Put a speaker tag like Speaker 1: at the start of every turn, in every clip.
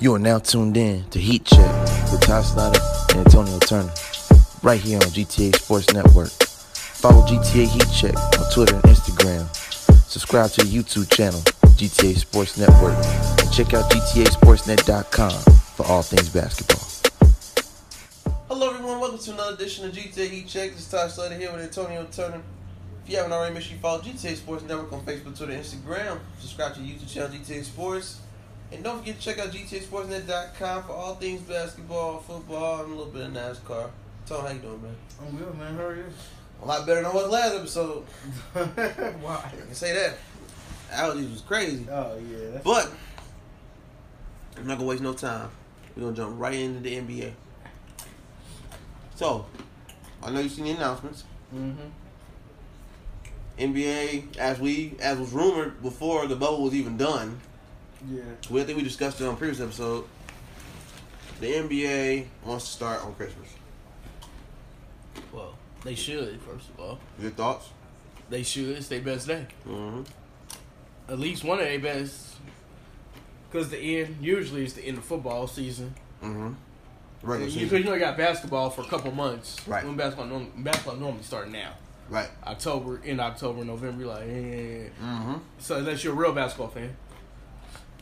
Speaker 1: You are now tuned in to Heat Check with Ty Snyder and Antonio Turner, right here on GTA Sports Network. Follow GTA Heat Check on Twitter and Instagram. Subscribe to the YouTube channel, GTA Sports Network, and check out GTASportsNet.com for all things basketball.
Speaker 2: Hello, everyone. Welcome to another edition of GTA Check. This is Tosh Slater here with Antonio Turner. If you haven't already, make sure you follow GTA Sports Network on Facebook, Twitter, Instagram. Subscribe to the YouTube channel GTA Sports. And don't forget to check out GTASportsNet.com for all things basketball, football, and a little bit of NASCAR. Tom, how you doing, man?
Speaker 3: I'm good, man. How are you?
Speaker 2: A lot better than I was last episode.
Speaker 3: Why?
Speaker 2: I can say that. Allergies was crazy.
Speaker 3: Oh yeah. That's,
Speaker 2: But I'm not gonna waste no time. We're gonna jump right into the NBA. So, I know you've seen the announcements.
Speaker 3: hmm
Speaker 4: Mm-hmm.
Speaker 2: NBA, as we as was rumored before the bubble was even done,
Speaker 3: Yeah.
Speaker 2: we I think we discussed it on previous episode. The NBA wants to start on Christmas.
Speaker 4: Well, they should, first of all.
Speaker 2: Your thoughts?
Speaker 4: They should. It's their best day.
Speaker 2: Mm-hmm.
Speaker 4: At least one of their best. Because the end, usually, is the end of football season.
Speaker 2: Mm-hmm.
Speaker 4: You,
Speaker 2: Regular
Speaker 4: you
Speaker 2: season.
Speaker 4: know, you got basketball for a couple months.
Speaker 2: Right.
Speaker 4: When basketball, norm, basketball normally start now.
Speaker 2: Right.
Speaker 4: October, in October, November, you're like, eh.
Speaker 2: Mm-hmm.
Speaker 4: So, unless you're a real basketball fan,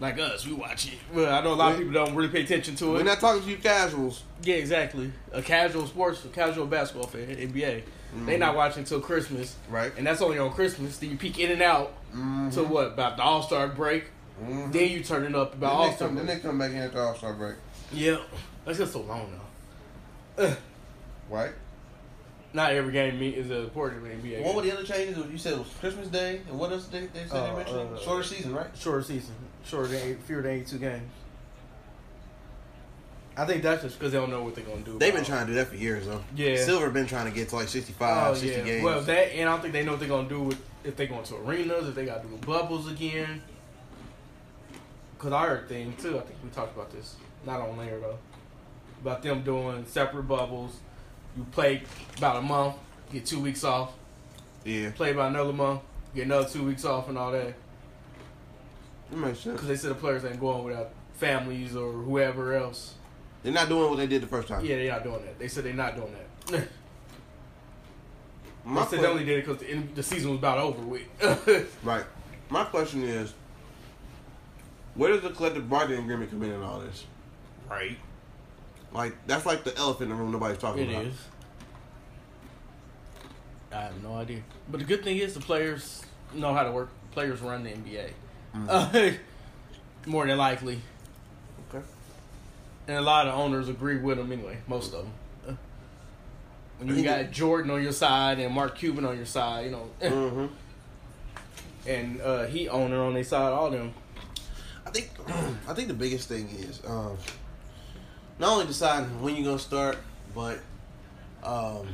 Speaker 4: like us, we watch it. Well, I know a lot of
Speaker 2: We-
Speaker 4: people don't really pay attention to
Speaker 2: We're
Speaker 4: it.
Speaker 2: not talking to you casuals.
Speaker 4: yeah, exactly. A casual sports, a casual basketball fan, NBA, they not watching till Christmas.
Speaker 2: Mm-hmm. Right.
Speaker 4: And that's only on Christmas. Then you peek in and out
Speaker 2: Mm-hmm.
Speaker 4: to what? About the All Star break.
Speaker 2: mm-hmm.
Speaker 4: Then you turn it up about All Star.
Speaker 2: Then they come back in at the All Star break.
Speaker 4: Yeah, that's just so long now.
Speaker 2: Right.
Speaker 4: Not every game meet is as important as NBA.
Speaker 2: What were
Speaker 4: game.
Speaker 2: the other changes? You said it was Christmas Day, and what else they, they said
Speaker 4: Uh,
Speaker 2: they mentioned?
Speaker 4: uh,
Speaker 2: Shorter season, right?
Speaker 4: Shorter season, shorter than eight, fewer than eighty-two games. I think that's just because they don't know what they're gonna do.
Speaker 2: They've been
Speaker 4: about-
Speaker 2: trying to do that for years, though.
Speaker 4: Yeah.
Speaker 2: Silver been trying to get to like 65,
Speaker 4: Oh
Speaker 2: 60
Speaker 4: yeah.
Speaker 2: games.
Speaker 4: Well, that and I don't think they know what they're gonna do with if they going to arenas, if they got to do bubbles again. Cause I heard a thing too. I think we talked about this, not on layer though, about them doing separate bubbles. You play about a month, get two weeks off.
Speaker 2: yeah.
Speaker 4: play by another month, get another two weeks off and all that.
Speaker 2: That makes sense.
Speaker 4: Because they said the players ain't going without families or whoever else.
Speaker 2: They're not doing what they did the first time.
Speaker 4: Yeah, they're not doing that. They said they're not doing that.
Speaker 2: My
Speaker 4: they said
Speaker 2: que-
Speaker 4: they only did it because the, end- the season was about over with.
Speaker 2: right. My question is, where does the collective bargaining agreement come in in all this?
Speaker 4: right.
Speaker 2: Like, that's like the elephant in the room nobody's talking
Speaker 4: It
Speaker 2: about.
Speaker 4: is. I have no idea. But the good thing is the players know how to work. Players run the NBA. Mm. more than likely.
Speaker 2: Okay.
Speaker 4: And a lot of owners agree with him anyway, most of them. When you got Jordan on your side and Mark Cuban on your side, you know,
Speaker 2: hmm
Speaker 4: and uh, he owner on their side, all them.
Speaker 2: I think I think the biggest thing is um, not only deciding when you're gonna start, but um,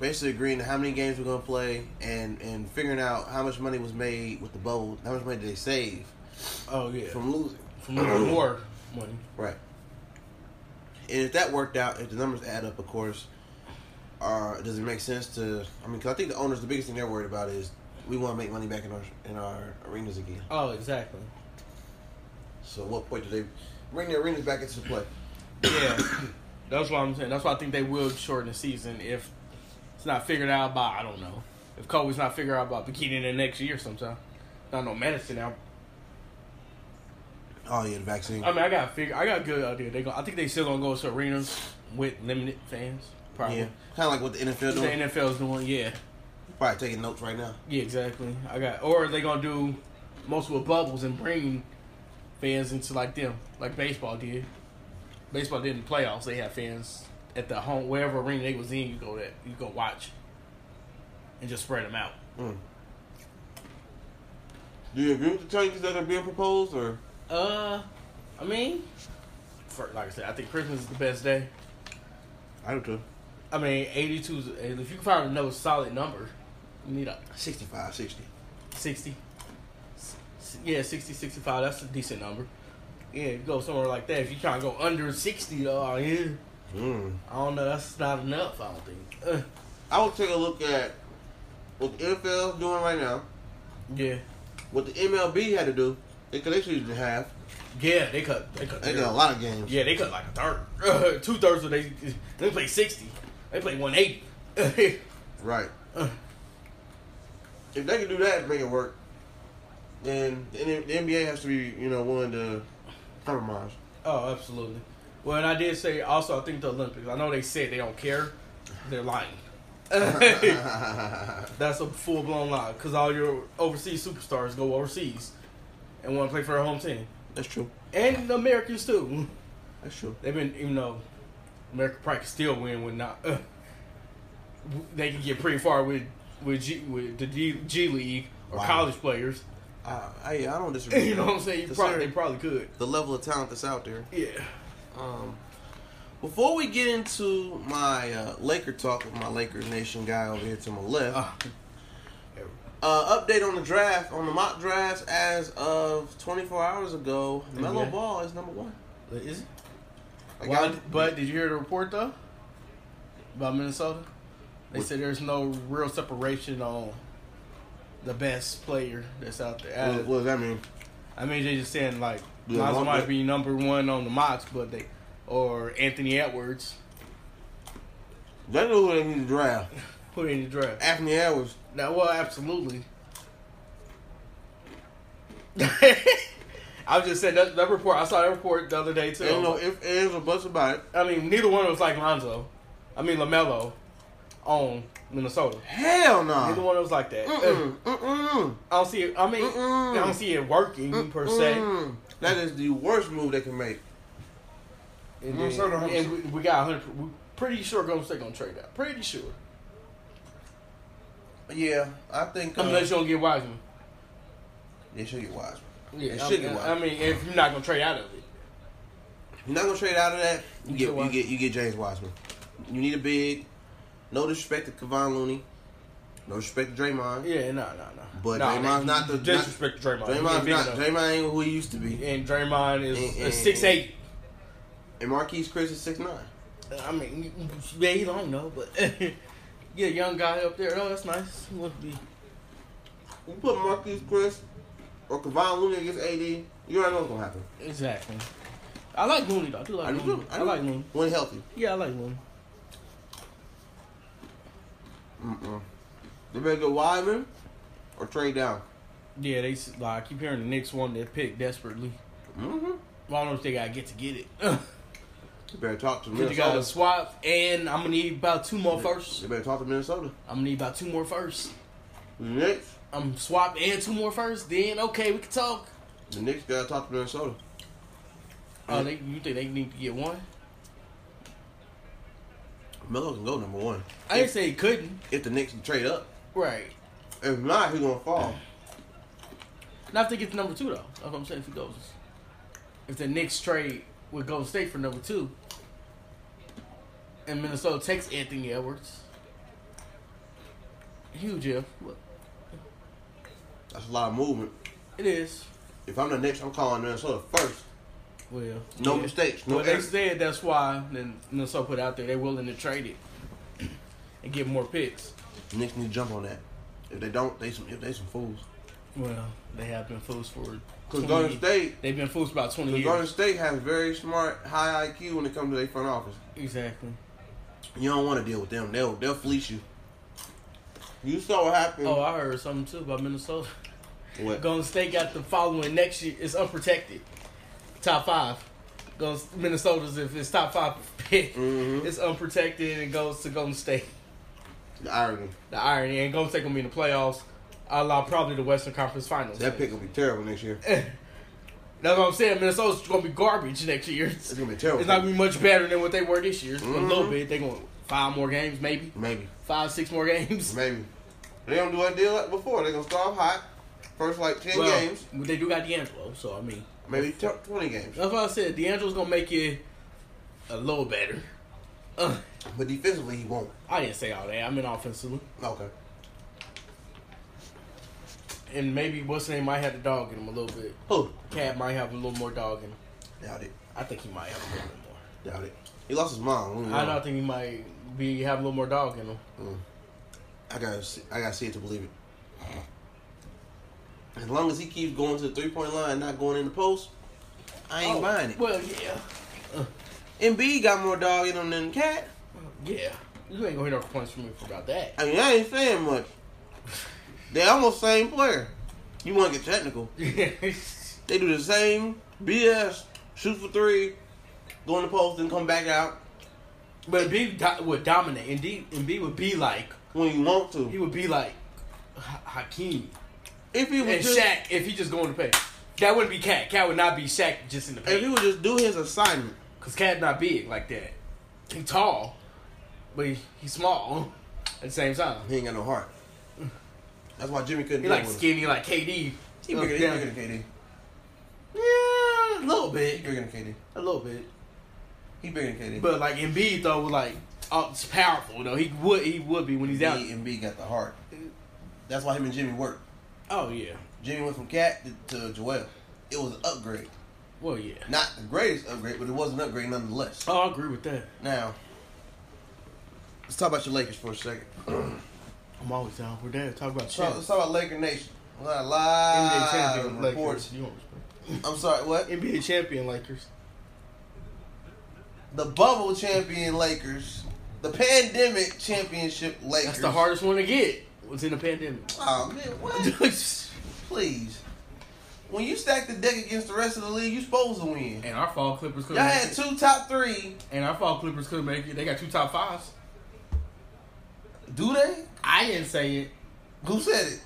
Speaker 2: basically agreeing to how many games we're gonna play and and figuring out how much money was made with the bubble, how much money did they save
Speaker 4: Oh yeah, from,
Speaker 2: from losing,
Speaker 4: from losing more money.
Speaker 2: right? And if that worked out, if the numbers add up, of course, uh, does it make sense to? I mean, 'cause I think the owners, the biggest thing they're worried about is we want to make money back in our in our arenas again.
Speaker 4: Oh, exactly.
Speaker 2: So, at what point do they bring the arenas back into play?
Speaker 4: Yeah, that's what I'm saying. That's why I think they will shorten the season if it's not figured out by I don't know if Kobe's not figured out by beginning of next year sometime. Not no medicine now.
Speaker 2: Oh yeah, the vaccine.
Speaker 4: I mean, I got to figure. I got a good idea. They go. I think they still gonna go to arenas with limited fans. Probably.
Speaker 2: Yeah, kind of like what the NFL
Speaker 4: The
Speaker 2: doing.
Speaker 4: NFL's doing, yeah,
Speaker 2: Probably taking notes right now.
Speaker 4: yeah, exactly. I got, or they gonna do multiple bubbles and bring fans into like them, like baseball did. Baseball did in the playoffs; they had fans at the home, wherever arena they was in. You go that, you go watch, and just spread them out.
Speaker 2: Mm. Do you agree with the changes that are being proposed, or
Speaker 4: Uh, I mean, for, like I said, I think Christmas is the best day.
Speaker 2: I don't know.
Speaker 4: I mean, eighty-two. is- If you can find another solid number, you need a
Speaker 2: 65, 60.
Speaker 4: 60. S- Yeah, 60, 65. That's a decent number. Yeah, you go somewhere like that. If you try to go under 60, though, I, mean,
Speaker 2: Mm.
Speaker 4: I don't know. That's not enough, I don't think. Uh,
Speaker 2: I would take a look at what the NFL is doing right now,
Speaker 4: yeah.
Speaker 2: what the MLB had to do, because they should have half,
Speaker 4: Yeah, they cut. They cut.
Speaker 2: They
Speaker 4: their-
Speaker 2: got a lot of games.
Speaker 4: Yeah, they cut like a third, two thirds of they. They play sixty. They play one eighty. Uh,
Speaker 2: Right. If they can do that and make it work, then the N- the NBA has to be, you know, willing to compromise.
Speaker 4: Oh, absolutely. Well, and I did say also, I think the Olympics. I know they said they don't care. They're lying. That's a full blown lie because all your overseas superstars go overseas and want to play for their home team,
Speaker 2: That's true.
Speaker 4: and the Americans too.
Speaker 2: That's true.
Speaker 4: They've been, even though America probably could still win with not. Uh, they can get pretty far with with G, with the G, G League or
Speaker 2: Wow.
Speaker 4: college players.
Speaker 2: I, I, I don't disagree.
Speaker 4: you know what I'm saying? You
Speaker 2: Yes,
Speaker 4: probably,
Speaker 2: sir.
Speaker 4: they probably could.
Speaker 2: The level of talent that's out there.
Speaker 4: Yeah.
Speaker 2: Um, before we get into my uh, Laker talk with my Lakers Nation guy over here to my left,
Speaker 4: Uh,
Speaker 2: Uh, update on the draft, on the mock drafts as of 24 hours ago. Melo
Speaker 4: Okay.
Speaker 2: Ball is number one.
Speaker 4: is it?
Speaker 2: I
Speaker 4: Why-
Speaker 2: got-
Speaker 4: but did you hear the report though about Minnesota? They
Speaker 2: What-
Speaker 4: said there's no real separation on the best player that's out there.
Speaker 2: what, what does that mean?
Speaker 4: I mean, they just saying like
Speaker 2: Yeah,
Speaker 4: Lonzo
Speaker 2: Lon-
Speaker 4: might be number one on the mocks, but they or Anthony Edwards
Speaker 2: They know who they need to draft.
Speaker 4: put in the draft.
Speaker 2: Anthony Edwards.
Speaker 4: Now, well, absolutely. I was just saying that, that report. I saw that report the other day too.
Speaker 2: They don't know if ands or buts about it.
Speaker 4: I mean, neither one was like Lonzo. I mean, Lamelo on Minnesota.
Speaker 2: Hell no.
Speaker 4: Neither one of those like that.
Speaker 2: Mm-mm, mm-mm,
Speaker 4: I don't see it. I mean,
Speaker 2: Mm-mm.
Speaker 4: I don't see it working Mm, per se.
Speaker 2: mm-mm. That is the worst move they can make.
Speaker 4: And, then,
Speaker 3: Minnesota don't-
Speaker 4: and we, we got 100. We're pretty sure Golden State gonna trade that. Pretty sure.
Speaker 2: Yeah, I think. Uh,
Speaker 4: Unless you don't get Wiseman.
Speaker 2: they should get wise.
Speaker 4: Yeah,
Speaker 2: It
Speaker 4: I
Speaker 2: should
Speaker 4: mean,
Speaker 2: get
Speaker 4: I mean, if you're not gonna trade out of it,
Speaker 2: You're not gonna trade out of that. You get
Speaker 4: You get
Speaker 2: you
Speaker 4: Wiseman.
Speaker 2: get you get James Wiseman. You need a big. No disrespect to Kevon Looney. No disrespect to Draymond.
Speaker 4: yeah, no, no, no.
Speaker 2: But
Speaker 4: Nah,
Speaker 2: Draymond's
Speaker 4: man,
Speaker 2: not the-
Speaker 4: you disrespect to Draymond. He ain't
Speaker 2: Draymond's
Speaker 4: big
Speaker 2: not.
Speaker 4: enough.
Speaker 2: Draymond ain't who he used to be.
Speaker 4: and Draymond is
Speaker 2: And-
Speaker 4: is
Speaker 2: and-
Speaker 4: six eight.
Speaker 2: And Marquise Chris is six nine.
Speaker 4: I mean, yeah, he don't know, but get a young guy up there. Oh, that's nice. He wants to be
Speaker 2: You put Marquise Chris or Kevon Looney against AD, you already know what's gonna happen.
Speaker 4: exactly. I like Looney though. I do like
Speaker 2: I do
Speaker 4: Looney.
Speaker 2: too.
Speaker 4: I,
Speaker 2: do.
Speaker 4: like Looney.
Speaker 2: When healthy.
Speaker 4: Yeah, I like Looney.
Speaker 2: Mm-mm. They better go Wiseman or trade down.
Speaker 4: Yeah, they s- like I keep hearing the Knicks want that pick desperately.
Speaker 2: Mm-hmm.
Speaker 4: Well, I don't know if they gotta get to get it. Cause
Speaker 2: You better talk to
Speaker 4: you got a
Speaker 2: Minnesota.
Speaker 4: swap, and I'm gonna need about two more firsts.
Speaker 2: You better talk to Minnesota.
Speaker 4: I'm gonna need about two more firsts.
Speaker 2: The Knicks.
Speaker 4: I'm swap and two more firsts. Then okay, we can talk.
Speaker 2: The Knicks gotta talk to Minnesota.
Speaker 4: Oh, they, you think they need to get one?
Speaker 2: Melo can go number one.
Speaker 4: I didn't say he couldn't.
Speaker 2: If the Knicks can trade up.
Speaker 4: Right.
Speaker 2: If not, he's gonna fall.
Speaker 4: Not if they get to number two though. That's what I'm saying. If he goes, if the Knicks trade with Golden State for number two, and Minnesota takes Anthony Edwards, huge if What-
Speaker 2: That's a lot of movement.
Speaker 4: it is.
Speaker 2: If I'm the Knicks, I'm calling Minnesota first.
Speaker 4: Well,
Speaker 2: No
Speaker 4: yeah.
Speaker 2: mistakes. No
Speaker 4: Well, they
Speaker 2: errors.
Speaker 4: said that's why then Minnesota put out there they're willing to trade it and get more picks.
Speaker 2: The Knicks need to jump on that. If they don't, they some they some fools.
Speaker 4: Well, they have been fools for 20
Speaker 2: Because Golden State,
Speaker 4: They've been fools for about twenty
Speaker 2: 'cause
Speaker 4: years.
Speaker 2: Golden State has very smart, high IQ when it comes to their front office.
Speaker 4: Exactly.
Speaker 2: You don't want to deal with them. They'll they'll fleece you. You saw what happened.
Speaker 4: Oh, I heard something too about Minnesota.
Speaker 2: what?
Speaker 4: Golden State got the following next year. It's unprotected. Top five. Goes Minnesota's if it's top five pick.
Speaker 2: Mhm.
Speaker 4: It's unprotected and goes to Golden State.
Speaker 2: The irony.
Speaker 4: The irony and Golden State gonna be in the playoffs. I allow probably the Western Conference Finals.
Speaker 2: That pick will be terrible next year.
Speaker 4: That's what I'm saying. Minnesota's gonna be garbage next year. It's
Speaker 2: It's gonna be terrible.
Speaker 4: not gonna be much better than what they were this year. A
Speaker 2: Mhm.
Speaker 4: little bit. They gonna five more games, maybe
Speaker 2: maybe,
Speaker 4: five, six more games.
Speaker 2: maybe they don't do what they did like before. They gonna start off hot. First like ten
Speaker 4: Well,
Speaker 2: games,
Speaker 4: they do got D'Angelo, so I mean,
Speaker 2: maybe t- twenty games.
Speaker 4: that's what I said. D'Angelo's gonna make it a little better. Uh,
Speaker 2: But defensively, he won't.
Speaker 4: I didn't say all that. I meant offensively,
Speaker 2: Okay.
Speaker 4: and maybe what's his name might have the dog in him a little bit.
Speaker 2: Who?
Speaker 4: Cat might have a little more dog in him.
Speaker 2: Doubt it.
Speaker 4: I think he might have a little bit more.
Speaker 2: Doubt it. He lost his mom. We don't
Speaker 4: I
Speaker 2: know. Mm.
Speaker 4: don't think he might be have a little more dog in him.
Speaker 2: I gotta, see, I gotta see it to believe it. As long as he keeps going to the three point line, not going in the post, I ain't
Speaker 4: Oh,
Speaker 2: buying it.
Speaker 4: Well, yeah,
Speaker 2: Embiid got more dog in him than Cat.
Speaker 4: yeah. You ain't gonna hear no complaints from me about that.
Speaker 2: I mean, I ain't saying much. They almost same player. You want to get technical? They do the same BS. Shoot for three, go in the post, and come back out
Speaker 4: but B do- would dominate, and D and B would be like,
Speaker 2: when you want
Speaker 4: he
Speaker 2: to.
Speaker 4: would be like Ha- Hakeem
Speaker 2: If he
Speaker 4: and
Speaker 2: was just,
Speaker 4: Shaq if he just going to pay. That wouldn't be Cat. Cat would not be Shaq just in the
Speaker 2: if he
Speaker 4: paint
Speaker 2: would just do his assignment,
Speaker 4: because Cat not big like that. He tall, but he, he small at the same time.
Speaker 2: he ain't got no heart. That's why Jimmy couldn't.
Speaker 4: He
Speaker 2: deal
Speaker 4: like
Speaker 2: with him.
Speaker 4: skinny like KD.
Speaker 2: He bigger, he bigger than KD.
Speaker 4: Yeah, a little
Speaker 2: He
Speaker 4: bit,
Speaker 2: bigger than KD.
Speaker 4: a little bit.
Speaker 2: He bigger than KD.
Speaker 4: But like Embiid though, was like oh, it's powerful though. He would he would be when he's out.
Speaker 2: Embiid, Embiid got the heart. That's why him and Jimmy worked.
Speaker 4: Oh yeah.
Speaker 2: Jimmy went from Cat to, to Joel. It was an upgrade.
Speaker 4: Well yeah.
Speaker 2: Not the greatest upgrade, but it was an upgrade nonetheless.
Speaker 4: Oh, I agree with that.
Speaker 2: Now, let's talk about your Lakers for a second.
Speaker 4: I'm always down for that. Talk about
Speaker 2: Let's talk,
Speaker 4: champs.
Speaker 2: let's talk about Laker Nation. We got a
Speaker 4: NBA
Speaker 2: lot
Speaker 4: champion
Speaker 2: of
Speaker 4: Lakers.
Speaker 2: uh, reports.
Speaker 4: You don't respect.
Speaker 2: I'm sorry, what?
Speaker 4: NBA champion Lakers.
Speaker 2: The bubble champion Lakers. The pandemic championship Lakers.
Speaker 4: That's the hardest one to get. Was in the pandemic.
Speaker 2: Oh man, what? Please. When you stack the deck against the rest of the league, you supposed to win.
Speaker 4: and our fall Clippers could
Speaker 2: Y'all had two top three.
Speaker 4: And our fall Clippers could make it. They got two top fives.
Speaker 2: Do they?
Speaker 4: I didn't say it.
Speaker 2: Who said it?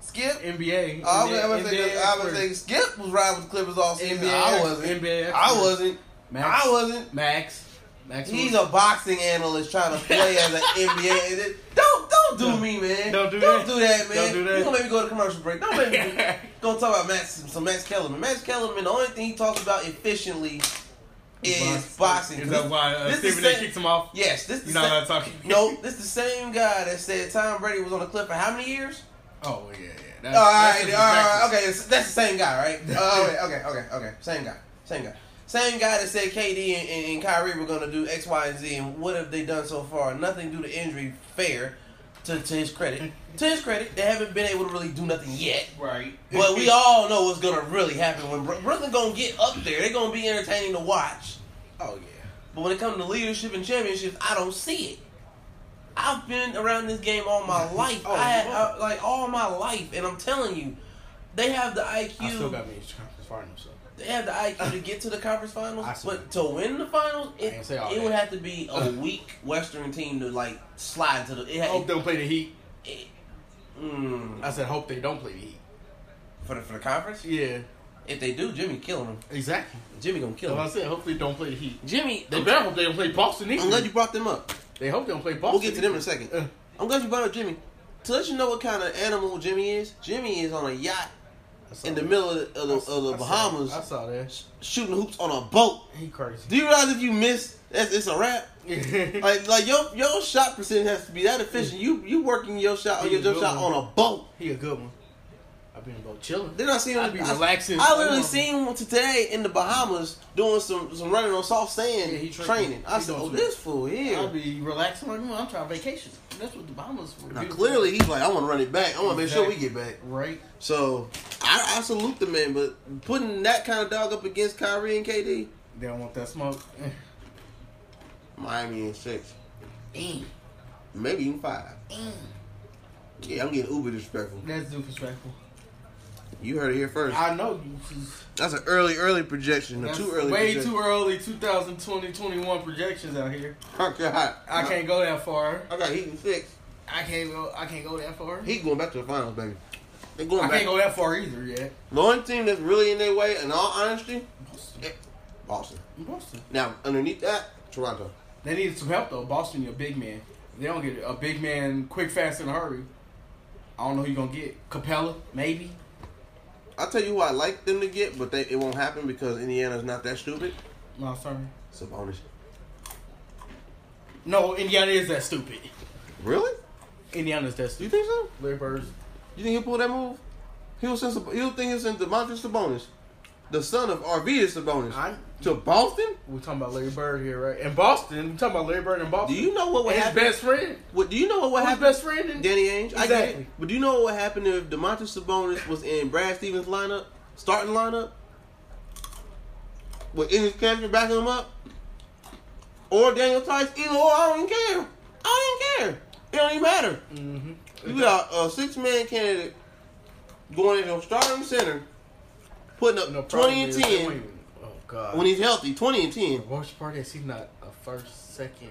Speaker 2: Skip? Oh,
Speaker 4: NBA.
Speaker 2: I was, I was
Speaker 4: NBA
Speaker 2: thinking, I was
Speaker 4: experts.
Speaker 2: thinking Skip was riding with the Clippers all season.
Speaker 4: NBA
Speaker 2: I wasn't.
Speaker 4: NBA
Speaker 2: I wasn't.
Speaker 4: Max.
Speaker 2: I wasn't.
Speaker 4: Max. Max.
Speaker 2: He's
Speaker 4: was-
Speaker 2: a boxing analyst trying to play as an NBA. and it- Don't don't do
Speaker 4: Don't-
Speaker 2: me, man.
Speaker 4: don't do
Speaker 2: Don't
Speaker 4: that.
Speaker 2: do that, man.
Speaker 4: Don't do that.
Speaker 2: You gonna make me go to commercial break? Don't make me. do- gonna talk about Max some Max Kellerman. Max Kellerman. The only thing he talks about efficiently is boxing.
Speaker 4: Is that why uh,
Speaker 2: This is
Speaker 4: Stephen A.
Speaker 2: sa-
Speaker 4: kicked him off?
Speaker 2: Yes, this the
Speaker 4: You're not
Speaker 2: same,
Speaker 4: allowed to talk.
Speaker 2: no, this the same guy that said Tom Brady was on the clip for how many years?
Speaker 4: Oh yeah, yeah. That's,
Speaker 2: All right, all
Speaker 4: that's
Speaker 2: right, okay. That's that's the same guy, right? Oh, wait, okay, okay, okay. Same guy, same guy, same guy that said KD and, and, and Kyrie were gonna do X, Y, and Z, and what have they done so far? Nothing due to injury. Fair, to, to his credit, to his credit, they haven't been able to really do nothing yet.
Speaker 4: Right.
Speaker 2: But we all know what's gonna really happen when Bru- Brooklyn gonna get up there. They're gonna be entertaining to watch.
Speaker 4: Oh yeah.
Speaker 2: But when it comes to leadership and championships, I don't see it. I've been around this game all my life.
Speaker 4: Oh,
Speaker 2: I, had,
Speaker 4: you
Speaker 2: I-
Speaker 4: are.
Speaker 2: like all my life, and I'm telling you, they have the
Speaker 4: I still
Speaker 2: IQ.
Speaker 4: got me in conference finals. So.
Speaker 2: They have the IQ to get to the conference
Speaker 4: I
Speaker 2: finals,
Speaker 4: still
Speaker 2: but to win the finals,
Speaker 4: ain't
Speaker 2: it,
Speaker 4: say all
Speaker 2: it would
Speaker 4: that.
Speaker 2: have to be a weak Western team to like slide to the. It,
Speaker 4: I hope
Speaker 2: had-
Speaker 4: they don't play Oh, the Heat.
Speaker 2: it- mm,
Speaker 4: I said hope they don't play the Heat.
Speaker 2: for the for the conference,
Speaker 4: Yeah.
Speaker 2: if they do, Jimmy killing them.
Speaker 4: Exactly.
Speaker 2: Jimmy gonna kill
Speaker 4: So I
Speaker 2: them.
Speaker 4: said hopefully they don't play the Heat.
Speaker 2: Jimmy,
Speaker 4: They better hope they don't play Boston either.
Speaker 2: I'm glad you brought them up.
Speaker 4: they hope they don't play Boston.
Speaker 2: We'll get to them in a
Speaker 4: either.
Speaker 2: second.
Speaker 4: Uh.
Speaker 2: I'm glad you brought up Jimmy. To let you know what kind of animal Jimmy is, Jimmy is on a yacht
Speaker 4: I saw
Speaker 2: in the
Speaker 4: that.
Speaker 2: middle of the, of the,
Speaker 4: I
Speaker 2: of
Speaker 4: saw-
Speaker 2: the
Speaker 4: I saw-
Speaker 2: Bahamas
Speaker 4: I saw that.
Speaker 2: shooting hoops on a boat.
Speaker 4: He crazy.
Speaker 2: Do you realize if you miss, that's, it's a wrap?
Speaker 4: like,
Speaker 2: Like, like your your shot percentage has to be that efficient. You you working your shot on your jump shot on a boat.
Speaker 4: he a good one. I've been about chilling.
Speaker 2: Then I seen him.
Speaker 4: I be
Speaker 2: I,
Speaker 4: relaxing.
Speaker 2: I literally
Speaker 4: Yeah.
Speaker 2: seen him today in the Bahamas doing some, some running on soft sand
Speaker 4: Yeah, he training.
Speaker 2: training. I
Speaker 4: He
Speaker 2: said,
Speaker 4: doing
Speaker 2: "Oh,
Speaker 4: some-
Speaker 2: this fool here."
Speaker 4: I'll be relaxing like, well, I'm trying vacation. That's what the Bahamas for.
Speaker 2: now clearly, he's like, "I want to run it back. I want to make sure we
Speaker 4: Exactly.
Speaker 2: get back."
Speaker 4: right?
Speaker 2: So I, I salute the man, but putting that kind of dog up against Kyrie and KD,
Speaker 4: They don't want that smoke.
Speaker 2: Miami in six,
Speaker 4: Damn.
Speaker 2: maybe even five. Yeah, I'm getting uber disrespectful.
Speaker 4: That's disrespectful.
Speaker 2: You heard it here first.
Speaker 4: I know you.
Speaker 2: That's an early, early projection. or
Speaker 4: That's
Speaker 2: too early.
Speaker 4: Way
Speaker 2: projection.
Speaker 4: too early 2020 21 projections out here.
Speaker 2: Okay, hot.
Speaker 4: I can't go that far.
Speaker 2: I got Heat in six.
Speaker 4: I can't go. I can't go that far.
Speaker 2: Heat going back to the finals, baby. They going
Speaker 4: I
Speaker 2: back.
Speaker 4: can't go that far either yet.
Speaker 2: The only team that's really in their way, in all honesty, eh, Boston.
Speaker 4: Boston. Boston.
Speaker 2: Now underneath that, Toronto.
Speaker 4: They need some help though. Boston, your big man. If They don't get a big man quick, fast, in a hurry. I don't know who you gonna get. Capella, maybe.
Speaker 2: I'll tell you who I like them to get, but they, it won't happen because Indiana's not that stupid.
Speaker 4: No, sorry.
Speaker 2: Sabonis.
Speaker 4: No, Indiana is that stupid.
Speaker 2: Really?
Speaker 4: Indiana's that
Speaker 2: Do you
Speaker 4: stupid.
Speaker 2: think so?
Speaker 4: Larry Bird's
Speaker 2: You think he'll pull that move? He'll send. Sab- He'll think he'll send Demontis Sabonis, the son of Arvidas Sabonis,
Speaker 4: I-
Speaker 2: to Boston.
Speaker 4: We're talking about Larry Bird here, right? And Boston. We're talking about Larry Bird in
Speaker 2: Do
Speaker 4: Boston.
Speaker 2: you know what would
Speaker 4: And his
Speaker 2: happen?
Speaker 4: best friend.
Speaker 2: What do you know what would
Speaker 4: Who's his
Speaker 2: happen?
Speaker 4: best friend? In-
Speaker 2: Danny Ainge. I get it.
Speaker 4: Exactly.
Speaker 2: But do you know what would happen if Demontis Sabonis was in Brad Stevens' lineup, starting lineup? with Ennis Cantor backing him up, or Daniel Tice, either or, I don't even care. I don't even care. It don't even matter.
Speaker 4: Mm-hmm.
Speaker 2: You got a six man candidate going into starting center, putting up
Speaker 4: No problem.
Speaker 2: twenty and
Speaker 4: is-
Speaker 2: ten
Speaker 4: wait, Oh God.
Speaker 2: when he's healthy. Twenty and ten.
Speaker 4: The worst part is he's not a first, second.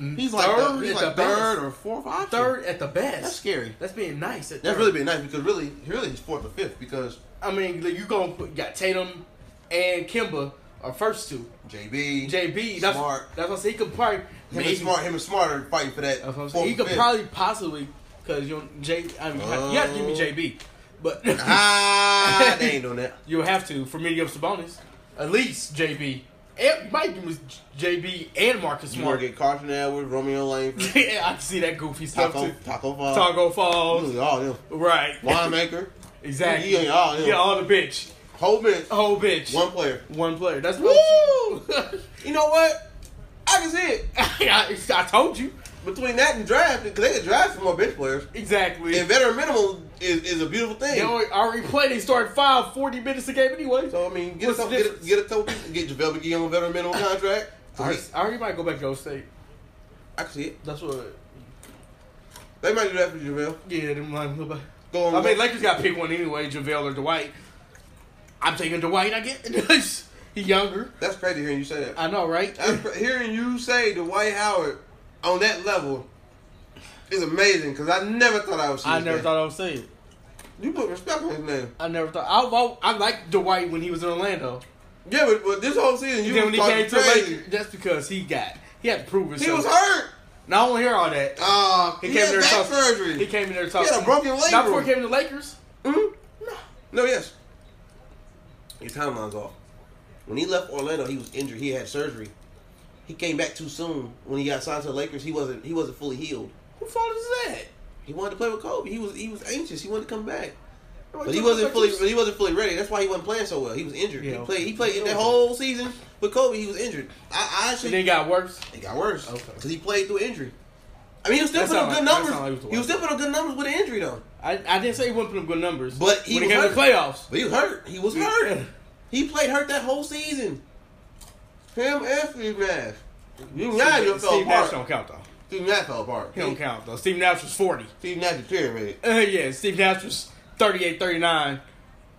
Speaker 4: Mm,
Speaker 2: He's like
Speaker 4: third
Speaker 2: the, he's
Speaker 4: at
Speaker 2: like
Speaker 4: the
Speaker 2: third
Speaker 4: best.
Speaker 2: or fourth option.
Speaker 4: third at the best.
Speaker 2: That's scary.
Speaker 4: That's being nice. At
Speaker 2: That's
Speaker 4: third.
Speaker 2: really been nice because really, really he's fourth or fifth because
Speaker 4: I mean, like, you gonna put you got Tatum and Kimba are first two.
Speaker 2: JB,
Speaker 4: JB, that's
Speaker 2: Smart.
Speaker 4: That's what I'm saying. He could probably
Speaker 2: him and smart, him and smarter fighting for that.
Speaker 4: That's what I'm
Speaker 2: fourth
Speaker 4: saying. He
Speaker 2: and
Speaker 4: could
Speaker 2: fifth.
Speaker 4: probably possibly because you don't- J. I mean, you have to give me
Speaker 2: Oh.
Speaker 4: JB, but
Speaker 2: ah, they ain't doing that.
Speaker 4: you'll have to for me to give Sabonis at least JB. And you might give him JB and Marcus
Speaker 2: You want
Speaker 4: Smart.
Speaker 2: to get Carson Edwards, Romeo Langford,
Speaker 4: yeah, I can see that goofy stuff
Speaker 2: Taco,
Speaker 4: too.
Speaker 2: Taco Fall,
Speaker 4: Taco
Speaker 2: You
Speaker 4: Falls,
Speaker 2: need all them.
Speaker 4: right?
Speaker 2: Wanamaker,
Speaker 4: Exactly.
Speaker 2: You need all them.
Speaker 4: Yeah, all Oh. the bitch,
Speaker 2: Whole bench,
Speaker 4: whole bitch, one,
Speaker 2: one player.
Speaker 4: player. That's what.
Speaker 2: Woo! you know what? I can see it
Speaker 4: I, I told you
Speaker 2: between that and draft because they could draft some more bench players.
Speaker 4: exactly.
Speaker 2: And veteran minimum is, is a beautiful thing.
Speaker 4: They already, already played. They started five, 40 minutes a game anyway.
Speaker 2: So I mean, get a
Speaker 4: What's the
Speaker 2: couple, get, a,
Speaker 4: difference?
Speaker 2: get a couple people, get JaVale McGee on a veteran minimum contract. So
Speaker 4: I already,
Speaker 2: he-
Speaker 4: I already might go back to O State.
Speaker 2: I can see it.
Speaker 4: That's what.
Speaker 2: They might do that for JaVale.
Speaker 4: Yeah, them like go back.
Speaker 2: Go on.
Speaker 4: I mean, Lakers got to pick one anyway, JaVale or Dwight. I'm taking Dwight. I get he younger.
Speaker 2: that's crazy hearing you say that.
Speaker 4: I know, right?
Speaker 2: That's cra- hearing you say Dwight Howard on that level is amazing because I never thought I would see.
Speaker 4: I
Speaker 2: his
Speaker 4: never
Speaker 2: name.
Speaker 4: thought I would say it.
Speaker 2: you put respect on his name.
Speaker 4: I never thought I vote. I liked Dwight when he was in Orlando.
Speaker 2: Yeah, but, but this whole season you
Speaker 4: then
Speaker 2: were
Speaker 4: when he
Speaker 2: talking
Speaker 4: came to
Speaker 2: crazy.
Speaker 4: Lakers, that's because he got he had to prove
Speaker 2: he
Speaker 4: himself.
Speaker 2: was hurt.
Speaker 4: Now I won't hear all that.
Speaker 2: Uh, he,
Speaker 4: He came
Speaker 2: had
Speaker 4: there
Speaker 2: back
Speaker 4: talking-
Speaker 2: surgery.
Speaker 4: He came in there
Speaker 2: he
Speaker 4: talking.
Speaker 2: had a broken
Speaker 4: Not before he
Speaker 2: labrum.
Speaker 4: came to Lakers.
Speaker 2: Mhm. No, yes. Your timeline's off. When he left Orlando, he was injured. He had surgery. He came back too soon. When he got signed to the Lakers, he wasn't he wasn't fully healed.
Speaker 4: Who fault is that?
Speaker 2: He wanted to play with Kobe. He was he was anxious. He wanted to come back, but
Speaker 4: Nobody
Speaker 2: he
Speaker 4: took
Speaker 2: wasn't
Speaker 4: the
Speaker 2: fully
Speaker 4: Lakers.
Speaker 2: he wasn't fully ready. That's why he wasn't playing so well. He was injured.
Speaker 4: Yeah.
Speaker 2: He played he played
Speaker 4: Yeah.
Speaker 2: that whole season with Kobe. He was injured. I, I
Speaker 4: And
Speaker 2: actually
Speaker 4: then it got worse.
Speaker 2: it got worse because
Speaker 4: Okay.
Speaker 2: he played through injury. I mean, he was still
Speaker 4: That
Speaker 2: putting up
Speaker 4: sound
Speaker 2: good
Speaker 4: like- that
Speaker 2: numbers.
Speaker 4: sound like it was the
Speaker 2: he was still
Speaker 4: worst.
Speaker 2: putting up good numbers with an injury though.
Speaker 4: I, I didn't say he wouldn't put up good numbers,
Speaker 2: But he
Speaker 4: when
Speaker 2: was
Speaker 4: it came to the playoffs,
Speaker 2: But he was hurt. He was hurt. He played hurt that whole season. Him and Steve Nash. Steve Nash
Speaker 4: Steve,
Speaker 2: fell
Speaker 4: Steve Nash
Speaker 2: apart.
Speaker 4: don't count though.
Speaker 2: Steve Nash fell apart.
Speaker 4: He don't count though. Steve Nash was forty.
Speaker 2: Steve Nash deteriorated.
Speaker 4: Uh, yeah, Steve Nash was 38, 39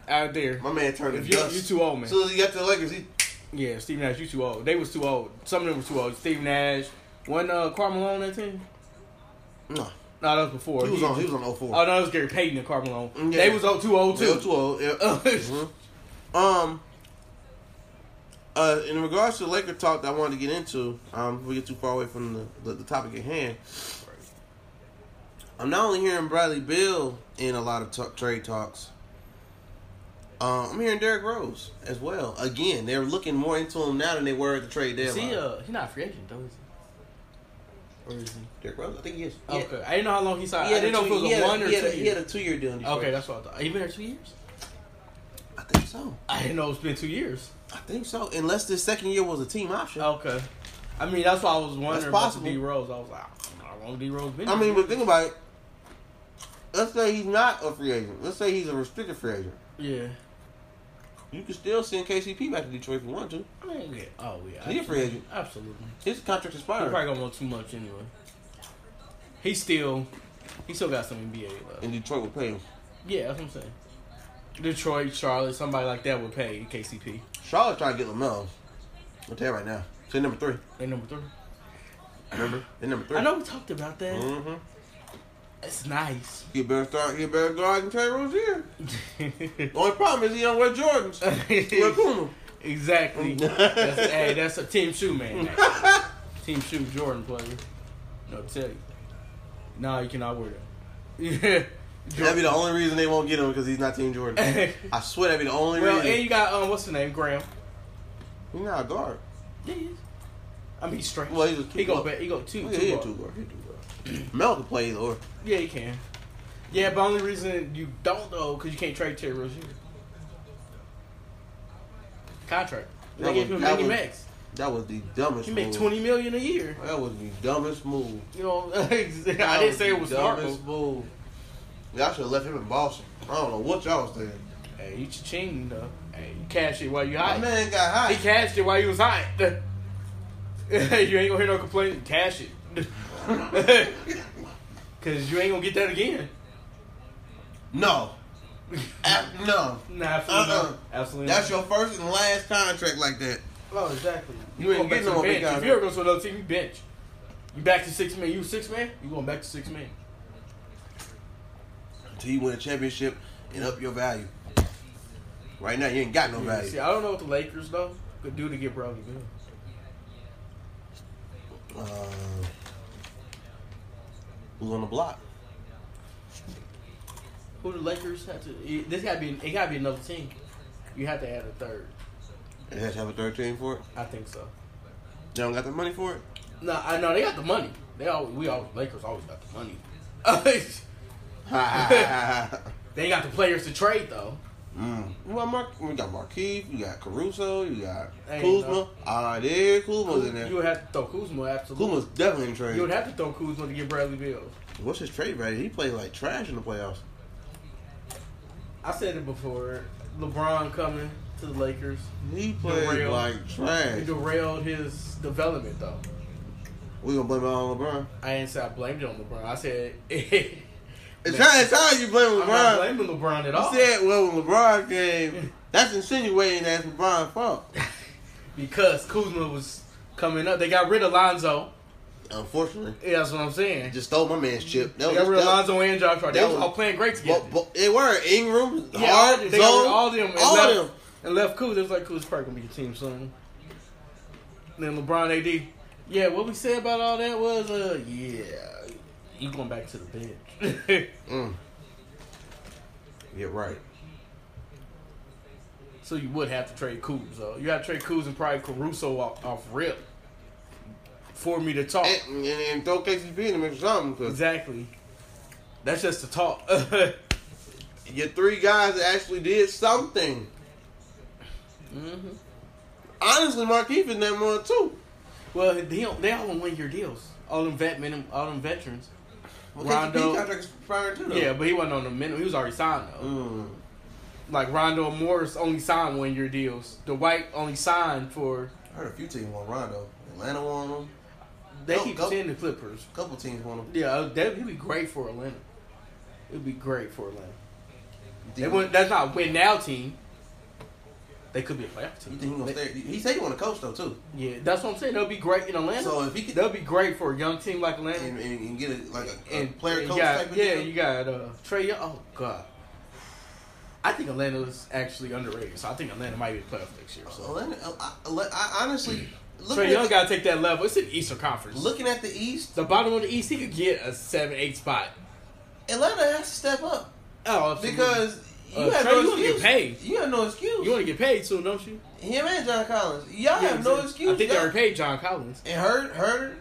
Speaker 4: out there.
Speaker 2: My man turned to
Speaker 4: If you
Speaker 2: dust.
Speaker 4: you too old man.
Speaker 2: As soon as he got to the Lakers, he
Speaker 4: yeah, Steve Nash, you too old. They was too old. Some of them were too old. Steve Nash, when uh, Carmelo on that team?
Speaker 2: no.
Speaker 4: No, that was before.
Speaker 2: He was on. He was on 04.
Speaker 4: Oh no, it was Gary Payton and Carmelo.
Speaker 2: Mm, yeah.
Speaker 4: They was oh old, too old
Speaker 2: They
Speaker 4: too. Mm-hmm.
Speaker 2: were too old. Yeah. oh
Speaker 4: Uh,
Speaker 2: Mhm. Um. Uh, in regards to Laker talk that I wanted to get into, um, before we get too far away from the, the, the topic at hand. I'm not only hearing Bradley Bill in a lot of t- trade talks. Uh, I'm hearing Derrick Rose as well. Again, they're looking more into him now than they were at the trade
Speaker 4: Is
Speaker 2: deadline.
Speaker 4: he uh he's not a free agent though, is he? Or is he?
Speaker 2: Derrick Rose, I think he is. He had-
Speaker 4: Okay. I didn't know how long he signed.
Speaker 2: He
Speaker 4: I
Speaker 2: had,
Speaker 4: didn't know if it was
Speaker 2: he had
Speaker 4: a one or
Speaker 2: he had
Speaker 4: two
Speaker 2: a- he had
Speaker 4: years.
Speaker 2: a two-year deal. in Detroit.
Speaker 4: Okay, that's what I thought. He been there two years?
Speaker 2: I think so.
Speaker 4: I didn't know it's been two years.
Speaker 2: I think so. Unless this second year was a team option.
Speaker 4: Okay. I mean, that's why I was wondering about
Speaker 2: possible.
Speaker 4: the D Rose. I was like, I don't know D Rose. been
Speaker 2: I mean,
Speaker 4: here.
Speaker 2: but think about it. Let's say he's not a free agent. Let's say he's a restricted free agent.
Speaker 4: yeah.
Speaker 2: You can still send KCP back to Detroit if you want to.
Speaker 4: I mean, yeah. Oh, yeah.
Speaker 2: He a free agent.
Speaker 4: Absolutely.
Speaker 2: His contract
Speaker 4: He probably
Speaker 2: expired
Speaker 4: gonna want too much anyway. He still, he still got some NBA left.
Speaker 2: and Detroit will pay him.
Speaker 4: Yeah, that's what I'm saying. Detroit, Charlotte, somebody like that would pay KCP.
Speaker 2: Charlotte trying to get Lamelo. I'll tell you right now. They're number three.
Speaker 4: They number three.
Speaker 2: Remember? They're number three.
Speaker 4: I know we talked about that.
Speaker 2: Mm-hmm.
Speaker 4: It's nice.
Speaker 2: He better start. He better guard and Trey Rozier. The only problem is he don't wear Jordans. He wear Puma.
Speaker 4: exactly. That's, hey, that's a team shoe man. that. team shoe Jordan player. No tell you. No, you cannot wear that.
Speaker 2: That'd be the only reason they won't get him because he's not Team Jordan. I swear that'd be the only
Speaker 4: well,
Speaker 2: reason.
Speaker 4: and you got um, what's the name, Graham?
Speaker 2: he's not a guard.
Speaker 4: Yeah, he is. I mean, he's straight.
Speaker 2: Well, he's a two
Speaker 4: he go
Speaker 2: guard.
Speaker 4: back. He go two.
Speaker 2: Yeah,
Speaker 4: two
Speaker 2: he a
Speaker 4: guard.
Speaker 2: two guard. He a two guard. Mel can play either or.
Speaker 4: Yeah, he can. Yeah, but only reason you don't though, because you can't trade Terry Rozier. Contract. They
Speaker 2: That
Speaker 4: gave
Speaker 2: was-
Speaker 4: him
Speaker 2: that
Speaker 4: mini
Speaker 2: was-
Speaker 4: max.
Speaker 2: That was the dumbest.
Speaker 4: He make
Speaker 2: move.
Speaker 4: twenty million a year.
Speaker 2: That was the dumbest move.
Speaker 4: You know, I
Speaker 2: That
Speaker 4: didn't say it was
Speaker 2: the
Speaker 4: smart.
Speaker 2: dumbest move. Y'all should have left him in Boston. I don't know what y'all was thinking.
Speaker 4: Hey, you cha-ching though. Hey, you cash it while you
Speaker 2: My
Speaker 4: hot.
Speaker 2: man got hot.
Speaker 4: He cashed it while he was hot. you ain't gonna hear no complaint. Cash it. Cause you ain't gonna get that again.
Speaker 2: no. Uh, no.
Speaker 4: Nah, absolutely
Speaker 2: Uh-uh.
Speaker 4: not. Absolutely
Speaker 2: That's
Speaker 4: not.
Speaker 2: your first and last contract like that.
Speaker 3: Oh, exactly.
Speaker 2: You ain't
Speaker 4: going back
Speaker 2: getting
Speaker 4: to
Speaker 2: no
Speaker 4: the
Speaker 2: big
Speaker 4: bench. If
Speaker 2: contract.
Speaker 4: you're going to another team, you bench. You back to six man. You six man. You going back to six man.
Speaker 2: Until you win a championship and up your value. Right now, you ain't got no
Speaker 4: Yeah,
Speaker 2: value.
Speaker 4: see, I don't know what the Lakers though could do to get Bradley Bill.
Speaker 2: Uh, who's on the block?
Speaker 4: Who the Lakers have to? It, this got to be. It got to be another team. You have to add a third.
Speaker 2: They have to have a third team for it.
Speaker 4: I think so.
Speaker 2: They don't got the money for it.
Speaker 4: No, I know they got the money. They always, we always Lakers always got the money. they ain't got the players to trade though.
Speaker 2: mm. we, got Mar- we got Marquise, you got Caruso, you got
Speaker 4: Ain't
Speaker 2: Kuzma.
Speaker 4: no-
Speaker 2: Ah, there, Kuzma's in
Speaker 4: You
Speaker 2: there.
Speaker 4: would have to throw Kuzma absolutely.
Speaker 2: Kuzma's definitely in
Speaker 4: You
Speaker 2: trade.
Speaker 4: would have to throw Kuzma to get Bradley Bill.
Speaker 2: What's his trade value? He played like trash in the playoffs.
Speaker 4: I said it before. LeBron coming to the Lakers
Speaker 2: He played
Speaker 4: Derailed.
Speaker 2: like trash.
Speaker 4: it derailed his development though.
Speaker 2: We gonna blame it all on LeBron.
Speaker 4: I didn't say I blamed it on LeBron. I said I'm
Speaker 2: It's
Speaker 4: Man.
Speaker 2: how, it's how you blame
Speaker 4: not
Speaker 2: LeBron.
Speaker 4: blaming LeBron at
Speaker 2: You
Speaker 4: all
Speaker 2: said, well, when LeBron came, that's insinuating that's LeBron's fault.
Speaker 4: because Kuzma was coming up. They got rid of Lonzo.
Speaker 2: Unfortunately,
Speaker 4: Yeah, that's what I'm saying.
Speaker 2: they just stole my man's chip. That
Speaker 4: they
Speaker 2: was,
Speaker 4: got rid of
Speaker 2: that,
Speaker 4: Lonzo and Josh Hart. They
Speaker 2: that
Speaker 4: was
Speaker 2: was-
Speaker 4: all playing great together.
Speaker 2: but, but they were Ingram,
Speaker 4: Yeah,
Speaker 2: Hard,
Speaker 4: they
Speaker 2: Zone,
Speaker 4: got rid of all them. And
Speaker 2: all
Speaker 4: left,
Speaker 2: of them.
Speaker 4: And left Kuz. It was like, Kuz probably going to be your team soon. Then LeBron AD. Yeah, what we said about all that was, uh, yeah, you going back to the bench.
Speaker 2: Mm. Yeah, right.
Speaker 4: so you would have to trade Kuz, though. You have to trade Kuz and probably Caruso off, off rip for me to talk.
Speaker 2: And, and, and throw KCP in him or something. Cause
Speaker 4: exactly. That's just to talk.
Speaker 2: Mm-hmm. your three guys that actually did something.
Speaker 4: hmm
Speaker 2: Honestly, Markeith in that one too.
Speaker 4: Well, they, don't- they all on one year deals. All them vet men, all them veterans.
Speaker 2: Well,
Speaker 4: Rondo-
Speaker 2: KCP contract is prior to though.
Speaker 4: Yeah, but he wasn't on the minimum. He was already signed though.
Speaker 2: Mm.
Speaker 4: Like Rondo and Morris only signed one year deals. Dwight only signed for.
Speaker 2: I heard a few teams want Rondo. Atlanta want him.
Speaker 4: They
Speaker 2: Go-
Speaker 4: keep
Speaker 2: go.
Speaker 4: saying the Clippers.
Speaker 2: A couple teams want him.
Speaker 4: Yeah, uh, that would be great for Atlanta. It'd be great for Atlanta. They
Speaker 2: You
Speaker 4: wouldn't, that's not a win now team. They could be a playoff
Speaker 2: think
Speaker 4: team.
Speaker 2: he gonna stay? He said he want to coach though too.
Speaker 4: Yeah, that's what I'm saying. That'd be great in Atlanta.
Speaker 2: So if he could
Speaker 4: that'd be great for a young team like Atlanta.
Speaker 2: and, and, and get a, like a, a
Speaker 4: and
Speaker 2: player
Speaker 4: and
Speaker 2: coach
Speaker 4: you got,
Speaker 2: type of
Speaker 4: Uh, yeah,
Speaker 2: deal.
Speaker 4: you got uh, Trey. Young. Oh God, I think Atlanta's actually underrated. So I think Atlanta might be a playoff next year.
Speaker 2: So
Speaker 4: So
Speaker 2: Atlanta, uh, I, I, I honestly looking
Speaker 4: Trey
Speaker 2: at,
Speaker 4: Young got to take that level. It's an Eastern Conference.
Speaker 2: looking at the East,
Speaker 4: the bottom of the East, he could get a seven, eight spot.
Speaker 2: Atlanta has to step up
Speaker 4: Oh,
Speaker 2: because you
Speaker 4: Uh,
Speaker 2: have
Speaker 4: Trey,
Speaker 2: no
Speaker 4: you wanna get
Speaker 2: excuse.
Speaker 4: paid.
Speaker 2: You have no excuse.
Speaker 4: you want to get paid soon, don't you?
Speaker 2: Him and John Collins, y'all
Speaker 4: Yeah,
Speaker 2: have no
Speaker 4: exactly.
Speaker 2: excuse.
Speaker 4: I think they
Speaker 2: Y'all-
Speaker 4: already paid John Collins.
Speaker 2: and Hurd, Hurd,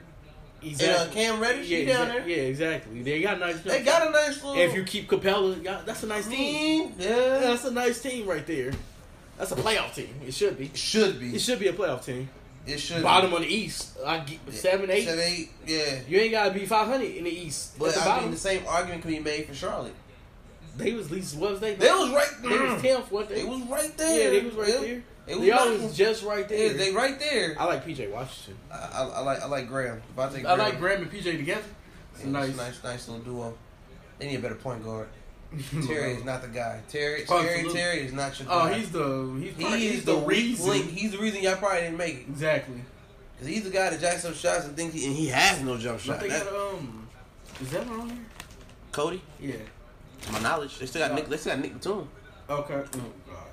Speaker 2: and uh, Cam Reddish,
Speaker 4: yeah,
Speaker 2: he down
Speaker 4: exac-
Speaker 2: there.
Speaker 4: yeah, exactly. They got a nice.
Speaker 2: They got a nice little
Speaker 4: If you keep Capella, y'all- that's a nice team.
Speaker 2: team.
Speaker 4: Yeah,
Speaker 2: Yeah,
Speaker 4: that's a nice team right there. That's a playoff team. It should be.
Speaker 2: it should be.
Speaker 4: It should be a playoff team.
Speaker 2: It should
Speaker 4: Bottom
Speaker 2: be.
Speaker 4: of the East, I get seven, eight.
Speaker 2: Seven, eight. Yeah.
Speaker 4: You ain't gotta be five hundred in the East. But
Speaker 2: But
Speaker 4: the
Speaker 2: I
Speaker 4: bottom,
Speaker 2: mean, the same argument can be made for Charlotte.
Speaker 4: they was least was they?
Speaker 2: They was right
Speaker 4: They was
Speaker 2: there.
Speaker 4: tenth, weren't they?
Speaker 2: They was right there.
Speaker 4: yeah, they was right
Speaker 2: Yeah.
Speaker 4: there.
Speaker 2: They was
Speaker 4: They
Speaker 2: right
Speaker 4: always just right
Speaker 2: there.
Speaker 4: there.
Speaker 2: Yeah, they right there.
Speaker 4: I like PJ Washington.
Speaker 2: I, I, I like I like Graham. If I take
Speaker 4: I
Speaker 2: Graham,
Speaker 4: like Graham and PJ together. It's
Speaker 2: it's a
Speaker 4: nice.
Speaker 2: nice, nice, nice little duo. They need a better point guard. Terry is not the guy. Terry,
Speaker 4: Oh,
Speaker 2: Terry,
Speaker 4: absolutely.
Speaker 2: Terry is not your.
Speaker 4: Oh,
Speaker 2: guy.
Speaker 4: he's the he's,
Speaker 2: he
Speaker 4: probably-
Speaker 2: is
Speaker 4: he's
Speaker 2: the,
Speaker 4: the,
Speaker 2: weak
Speaker 4: reason.
Speaker 2: link. He's the reason y'all probably didn't make it.
Speaker 4: Exactly.
Speaker 2: Cause he's the guy that jacks up shots and think he and he has no jump
Speaker 4: Don't
Speaker 2: shot.
Speaker 4: they
Speaker 2: That's-
Speaker 4: got um? Is that on there?
Speaker 2: Cody,
Speaker 4: Yeah.
Speaker 2: to my knowledge, they still got Nick. They still got Nick Batum.
Speaker 4: Okay. Oh God.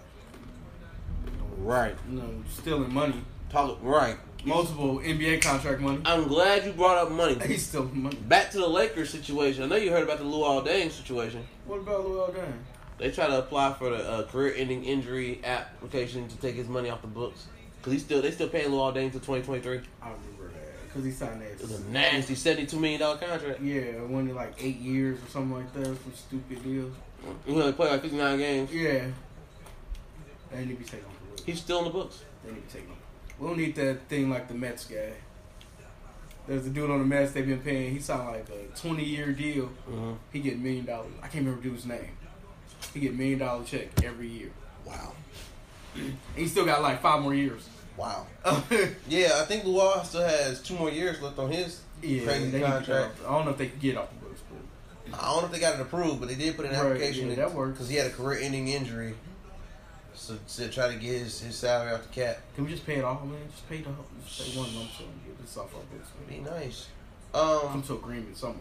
Speaker 2: Right.
Speaker 4: No, stealing money.
Speaker 2: Talk right.
Speaker 4: Multiple NBA contract money.
Speaker 2: I'm glad you brought up money.
Speaker 4: He's stealing money.
Speaker 2: Back to the Lakers situation. I know you heard about the Luol Deng situation.
Speaker 4: What about Luol Deng?
Speaker 2: They try to apply for the uh, career-ending injury application to take his money off the books because he's still they still paying Luol Deng to 2023.
Speaker 4: I remember that because he signed that.
Speaker 2: It was a nasty 72 million dollar contract.
Speaker 4: Yeah, one in like eight years or something like that. Some stupid deal.
Speaker 2: He only played like 59 games.
Speaker 4: Yeah. They need to be taken off the list.
Speaker 2: He's still in the books.
Speaker 4: They need to take him. We don't need that thing like the Mets guy. There's a dude on the Mets they've been paying. He signed like a 20 year deal. He get million dollars. I can't remember dude's name. He get million dollar check every year.
Speaker 2: Wow.
Speaker 4: And he still got like five more years.
Speaker 2: Wow. Yeah, I think Luau still has two more years left on his
Speaker 4: yeah,
Speaker 2: crazy
Speaker 4: they need to
Speaker 2: contract.
Speaker 4: get off- I don't know if they can get off the books, but
Speaker 2: I don't know if they got it approved, but they did put an
Speaker 4: Right,
Speaker 2: application
Speaker 4: yeah,
Speaker 2: in
Speaker 4: that works.
Speaker 2: because he had a career-ending injury. So to try to get his, his salary off the cap,
Speaker 4: can we just pay it off? Man, just pay the whole, just pay one lump sum. and Get this off our books.
Speaker 2: would be
Speaker 4: Man.
Speaker 2: nice.
Speaker 4: Come
Speaker 2: Um,
Speaker 4: to agreement somewhere.